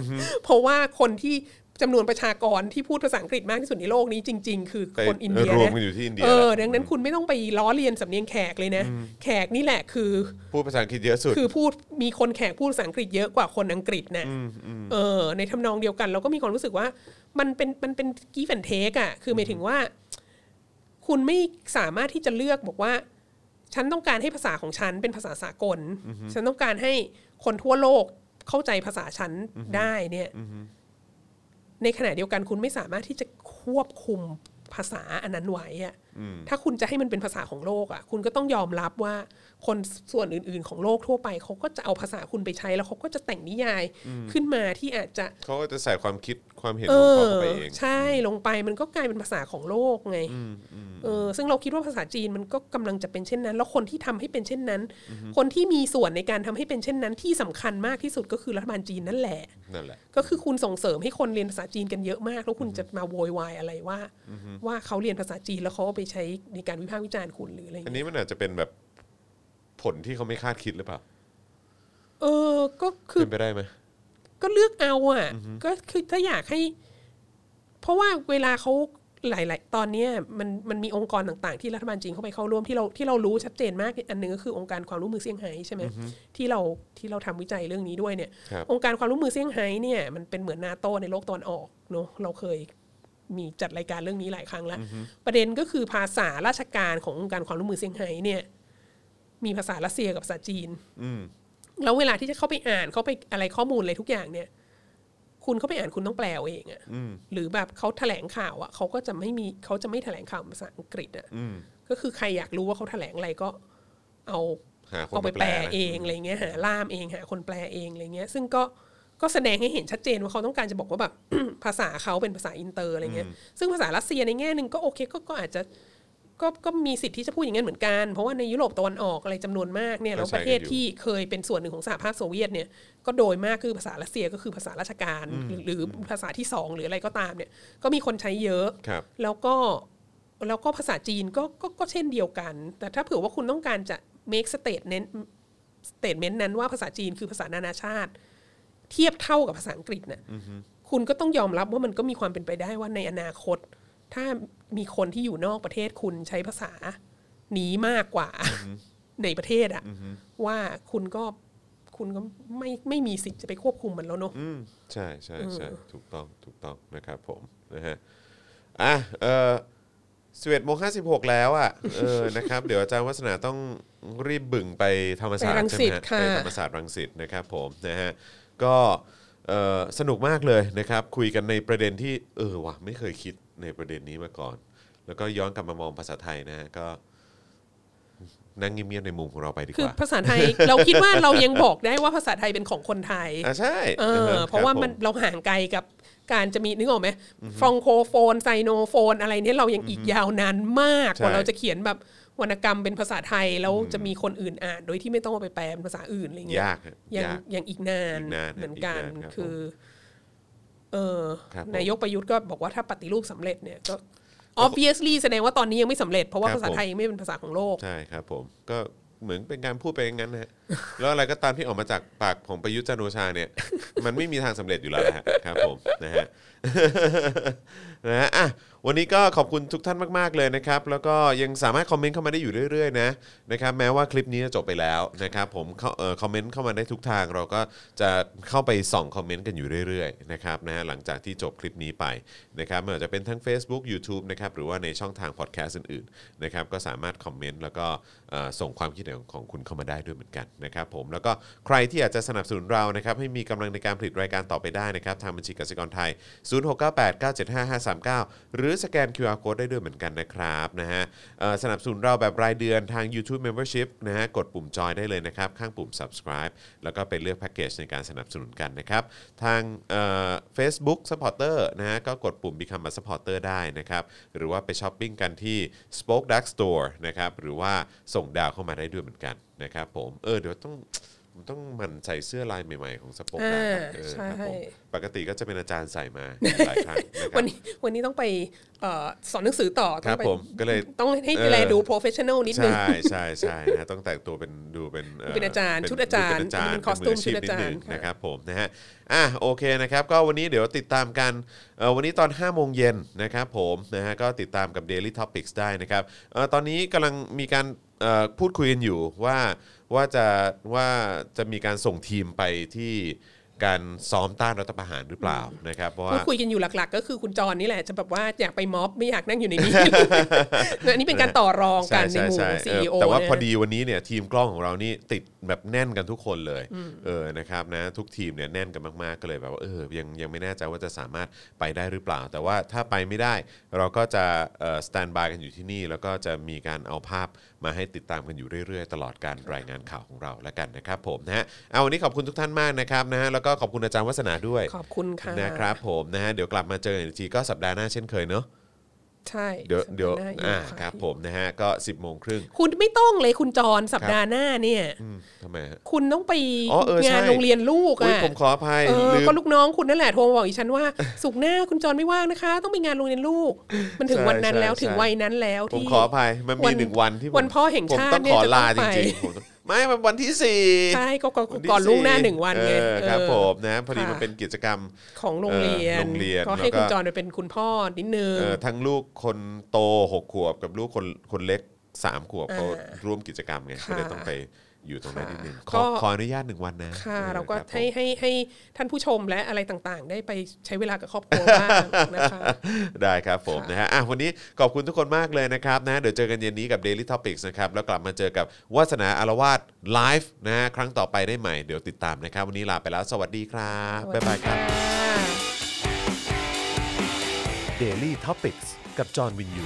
เพราะว่าคนที่จำนวนประชากรที่พูดภาษาอังกฤษมากที่สุดในโลกนี้จริง ๆ คือคนอินเดีย
รวม
นะ
กันอยู่ที่อินเดีย
เออ
แหละ
ดังนั้นคุณไม่ต้องไปล้อเลียนสำเนียงแขกเลยนะ แขกนี่แหละคือ
พูดภาษาอังกฤษเยอะสุด
คือพูดมีคนแขกพูดภาษาอังกฤษเยอะกว่าคนอังกฤษนะเออ ในทำนองเดียวกัน เราก็มีความรู้สึกว่า มันเป็นมันเป็นกีแอนเทคอะคือหมายถึงว่า คุณไม่สามารถที่จะเลือกบอกว่า ฉันต้องการให้ภาษาของฉันเป็นภาษาสากล ฉันต้องการให้คนทั่วโลกเข้าใจภาษาฉันได้เนี่ย ในขณะเดียวกันคุณไม่สามารถที่จะควบคุมภาษาอันนั้นไว้อะถ้าคุณจะให้มันเป็นภาษาของโลกอะคุณก็ต้องยอมรับว่าคนส่วนอื่นๆ ของโลกทั่วไป เขาก็จะเอาภาษาคุณไปใช้แล้วเขาก็จะแต่งนิยายขึ้นมาที่อาจจะ
เขาก็จะใส่ความคิดความเห็น
เอ
ของเขา
อ
เข้าไปเอง
ใช่ลงไปมันก็กลายเป็นภาษาของโลกไงเออ ซึ่งเราคิดว่าภาษาจีนมันก็กำลังจะเป็นเช่นนั้น แล้วคนที่ทำให้เป็นเช่นนั้น คนที่มีส่วนในการทำให้เป็นเช่นนั้น ที่สำคัญมากที่สุดก็คือรัฐบาลจีนนั่นแหละ
นั่นแหละ
ก็คือคุณส่งเสริมให้คนเรียนภาษาจีนกันเยอะมาก แล้วคุณจะมาโวยวายอะไรว่า ว่าเขาเรียนภาษาจีนแล้วเขาเอาไปใช้ในการวิพากษ์วิจารณ์คุณหรืออะไร
อัน
เงี้ย
นี้มันอาจจะเป็นแบบผลที่เขาไม่คาดคิดหรือเปล่า
เออก็คือ
เป็นไปได้ไหม
ก็เลือกเอาอ่ะ ก็คือถ้าอยากให้ เพราะว่าเวลาเขาหลาย ๆ ตอนเนี้ยมันมันมีองค์กรต่างๆ ที่รัฐบาลจีนเข้าไปเข้าร่วมที่เราที่เรารู้ชัดเจนมาก อันหนึ่งก็คือองค์การความร่วมมือเซี่ยงไฮ้ใช่ไหมที่เราที่เราทำวิจัยเรื่องนี้ด้วยเนี่ย
ครับ
องค์การความร่วมมือเซี่ยงไฮ้เนี่ยมันเป็นเหมือนนาโตในโลกตะวันออกเนอะเราเคยมีจัดรายการเรื่องนี้หลายครั้งแล้วประเด็นก็คือภาษาราชการขององค์การความร่วมมือเซี่ยงไฮ้เนี่ย มีภาษารัสเซียกับภาษาจีน
อืม
แล้วเวลาที่จะเข้าไปอ่านเข้าไปอะไรข้อมูลอะไรทุกอย่างเนี่ย คุณเข้าไปอ่านคุณต้องแปลเอาเองอะ
อืม
หรือแบบเขาแถลงข่าวอะเขาก็จะไม่มีเขาจะไม่แถลงข่าวเป็นภาษาอังกฤษอะ
อืม
ก็คือใครอยากรู้ว่าเขาแถลงอะไรก็เอา
หาคน
เอาไป
มาแป
แป
ล
ล
นะ
เองอะไรเงี้ยหาล่ามเองหาคนแปลเองอะไรเงี้ย ซึ่งก็ก็แสดงให้เห็นชัดเจนว่าเขาต้องการจะบอกว่าแบบ ภาษาเขาเป็นภาษาอินเตอร์อะไรเงี้ยซึ่งภาษารัสเซียในแง่หนึ่งก็โอเคก็ก็อาจจะก็ก็มีสิทธิ์ที่จะพูดอย่างนั้นเหมือนกัน เพราะว่าในยุโรปตะวันออกอะไรจำนวนมากเนี่ยแล้วประเทศที่ ที่เคยเป็นส่วนหนึ่งของสหภาพโซเวียตเนี่ยก็โดยมากคือภาษารัสเซียก็คือภาษาราชการ หรือภาษาที่สองหรืออะไรก็ตามเนี่ยก็มีคนใช้เยอะ
ครับ
แล้วก็แล้วก็ภาษาจีนก็ก็ก็เช่นเดียวกัน แต่ถ้าเผื่อว่าคุณต้องการจะ make state เน้น statement นั้นว่าภาษาจีนคือภาษานานาชาติ เทียบเท่ากับภาษาอังกฤษเนี่ยคุณก็ต้องยอมรับว่ามันก็มีความเป็นไปได้ว่าในอนาคต ถ้ามีคนที่อยู่นอกประเทศคุณใช้ภาษานี้มากกว่าในประเทศอะว่าคุณก็คุณก็ไม่ไม่มีสิทธิ์จะไปควบคุมมันแล้วเนอะ
อืมใช่ใช่ใช่ถูกต้องถูกต้องนะครับผมนะฮะอ่ะเออสิบเอ็ดโมงห้าสิบหกแล้วอ่ะเอ อนะครับ เดี๋ยวอาจารย์วัฒนาต้องรีบบึ่งไปธรรมศาสต
ไปรั
ร์
ง
ใช่
สิ
ไหม
ต
ฮะ
ค่ะ
ไปธรรมศาสตร์รังสิตนะครับผมนะฮะก็เออสนุกมากเลยนะครับ คุยกันในประเด็นที่เออว่ะไม่เคยคิดในประเด็นนี้มาก่อน แล้วก็ย้อนกลับมามองภาษาไทยนะฮะก็นั่งเงียบๆในมุมของเราไปดีก
คือ
ว่า
ภาษาไทย เราคิดว่าเรายังบอกได้ว่าภาษาไทยเป็นของคนไทย
อ่ะใช่
เอ
อ
อ
อ
เพราะว่า
คบ
มัน
ผ
เราห่างไกลกับการจะมีนึกออกไหมฟองโคโฟนไซโนโฟน อะไรเนี่ยเรายังอีกยาวนานมาก
ใช่
กว่าเราจะเขียนแบบวรรณกรรมเป็นภาษาไทยแล้วจะมีคนอื่นอ่าน โดยที่ไม่ต้องเอาไปแปลเป็นภาษาอื่นอะไรเงี้ย
ยากฮะ
ยัง
ยาก
ยังอีกนาน
อีกนาน
เหมือนกัน
อีกนานครับ
คือเออ
ครับผม
นายกประยุทธ์ก็บอกว่าถ้าปฏิรูปสำเร็จเนี่ยก็ obviously แสดงว่าตอนนี้ยังไม่สำเร็จเพราะ
ค
ว่า
รับ
ภาษา
ผม
ไทยยังไม่เป็นภาษาของโลก
ใช่ครับผมก็เหมือนเป็นการพูดไปอย่างนั้นนะฮะ แล้วอะไรก็ตามที่ออกมาจากปากของประยุทธ์จันทร์โอชาเนี่ย มันไม่มีทางสำเร็จอยู่แล้วนะฮะครับผมนะฮะ นะฮะอ่ะวันนี้ก็ขอบคุณทุกท่านมาก ๆ เลยนะครับ แล้วก็ยังสามารถคอมเมนต์เข้ามาได้อยู่เรื่อย ๆ นะนะครับแม้ว่าคลิปนี้จะจบไปแล้วนะครับผมเข้าเอ่อคอมเมนต์เข้ามาได้ทุกทาง เราก็จะเข้าไปส่องคอมเมนต์กันอยู่เรื่อย ๆ นะครับนะฮะหลังจากที่จบคลิปนี้ไปนะครับไม่ว่าจะเป็นทั้ง Facebook YouTube นะครับหรือว่าในช่องทางพอดแคสต์อื่นๆนะครับก็สามารถคอมเมนต์แล้วก็เอ่อส่งความคิดเห็นของคุณเข้ามาได้ด้วยเหมือนกันนะครับผมแล้วก็ใครที่อยากจะสนับสนุนเรานะครับให้มีกำลังในการผลิตรายการต่อไปได้นะครับทางบัญชีกสิกรไทย 0698975539 หรือสแกน QR Code ได้ด้วยเหมือนกันนะครับนะฮะเอ่อสนับสนุนเราแบบรายเดือนทาง YouTube Membership นะฮะกดปุ่มจอยได้เลยนะครับ ข้างปุ่ม subscribe แล้วก็ไปเลือกแพ็กเกจในการสนับสนุนกันนะครับ ทางเฟซบุ๊กสปอร์เตอร์นะฮะก็กดปุ่ม Become a supporter ได้นะครับ หรือว่าไปช้อปปิ้งกันที่ Spoke Dark Store นะครับ หรือว่าส่งดาวเข้ามาได้ด้วยเหมือนกันนะครับผมเออเดี๋ยวต้องผมต้องหมันใส่เสื้อลายใหม่ๆของสปอคดัก
อ่าใช่
ปกติก็จะเป็นอาจารย์ใส่มาหลายครั้งะครับ
วันนี้วันนี้ต้องไปเอ่อสอนหนังสือต่อ
ครับ
ต้องไป
ผมก็เลย
ต้องให้
เอ่อ
แลดูโปรเฟชชั่น a ลนิดนึง
ใช่ใช่ใช่นะต้องแต่งตัวเป็นดูเป็น
เป็นอาจารย์ชุดอาจารย์
เป็นอาจารย์
เป็นคอสตูมชุดอาจาร
เป็นมืชีพ
ย์
นิดนึง
ค่ะ
นะครับผมนะฮะอ่ะโอเคนะครับ ก็วันนี้เดี๋ยวติดตามกันเอ่อวันนี้ตอน 5 โมงเย็นนะครับผมนะฮะก็ติดตามกับ Daily Topics ได้นะครับเอ่อตอนนี้กำลังมีการเอ่อพูดคุยกันอยู่ว่าว่าจะว่าจะมีการส่งทีมไปที่การซ้อมต้านรัฐประหารหรือเปล่านะครับเพราะ
พู
ว่า
ดคุยกันอยู่หลักๆ ก็คือคุณจรนี่แหละ จะแบบว่าอยากไปม็อบไม่อยากนั่งอยู่ในนี้ อันนี้เป็นการต่อรองกันในหมู่
ช่ช่
ซี
ช่เออ
อีโอ
แต่ว่าพอ
นะ
ดีวันนี้เนี่ยทีมกล้องของเรานี่ติดแบบแน่นกันทุกคนเลยเออนะครับนะทุกทีมเนี่ยแน่นกันมากๆก็เลยแบบว่าเออยังยังไม่แน่ใจว่าจะสามารถไปได้หรือเปล่า แต่ว่าถ้าไปไม่ได้ เราก็จะสแตนบายกันอยู่ที่นี่ แล้วก็จะมีการเอาภาพมาให้ติดตามกันอยู่เรื่อยๆ ตลอดการรายงานข่าวของเราแล้วกันนะครับผมนะฮะเอาวันนี้ขอบคุณทุกท่านมากนะครับนะฮะแล้วก็ขอบคุณอาจารย์วัฒนาด้วย
ขอบคุณค่ะ
นะครับผมนะฮะเดี๋ยวกลับมาเจอกันอีกทีก็สัปดาห์หน้าเช่นเคยเนอะ
ใช่
เดี๋ยวเดี๋ยว
สัปาห์หน้า
อ่า
ยู่ะ
ครับผมนะฮะก็ 10บโมงครึ่ง
คุณไม่ต้องเลยคุณจรสัปดาห์หน้าเนี่ย
อืมทำไมฮะ
คุณต้องไป
อ๋อเออใช่
งานโรงเรียนลูก
อุ๊ย
อ่ะ
ผมขออภัย
เออ
ลืม
ก็ลูกน้องคุณนั่นแหละโทรมาบอกอีฉันว่า สุกร์หน้าคุณจรไม่ว่างนะคะ ต้องไปงานโรงเรียนลูก มันถึง
ใช่
วันนั้น
ใช่
แล้วถึง
ใช่
วัยนั้นแล้ว
ผม
ที่
ขออภัยมันมี
วัน
หนึ่งวันที่ผม
วันพ่อแห่งชา
ผ
ติ
มต้องขอ
เนี่ยจะต้อง
ลาจ
ไป
ริงๆผม ไม่มันวันที่สี่
ใช่ก็ก่อน
วัที่
ก่อนล่วงหน้า
สี่
หนึ่งวันไง
เออครับ
เออ
ผมนะพอดีมัน
ค่ะ
เป็นกิจกรรม
ของโรงเรีย
เออโร
น
งเรียน
ก็ให้
แล้วก็
คุณจอนไปเป็นคุณพ่อนิดนึง
เอ่อทั้งลูกคนโตหกขวบกับลูกคนคนเล็กสามขวบ
อ่า
เขาร่วมกิจกรรมไง
ค่ะ
ก็เลยต้องไปอยู่ตรงนั้นนิดนึง
ค่ะ
ขอ
ก็
ขออนุญาตหนึ่งวันนะ
ค่ะ
ออ
เราก็
ครับผม
ให้ให้ให้ท่านผู้ชมและอะไรต่างๆ ได้ไปใช้เวลากับครอบครัวบ้างนะคะ
ได้ครับผม
ค่ะ
นะฮะอ่ะวันนี้ขอบคุณทุกคนมากเลยนะครับนะเดี๋ยวเจอกันเย็นนี้กับ Daily Topics นะครับแล้วกลับมาเจอกับวาสนาอารวาสไลฟ์นะฮะครั้งต่อไปได้ใหม่เดี๋ยวติดตามนะครับ วันนี้ลาไปแล้วสวัสดีครับบ๊ายบายครับ
ะ
Daily t o p i c กกับจอห์นวินยู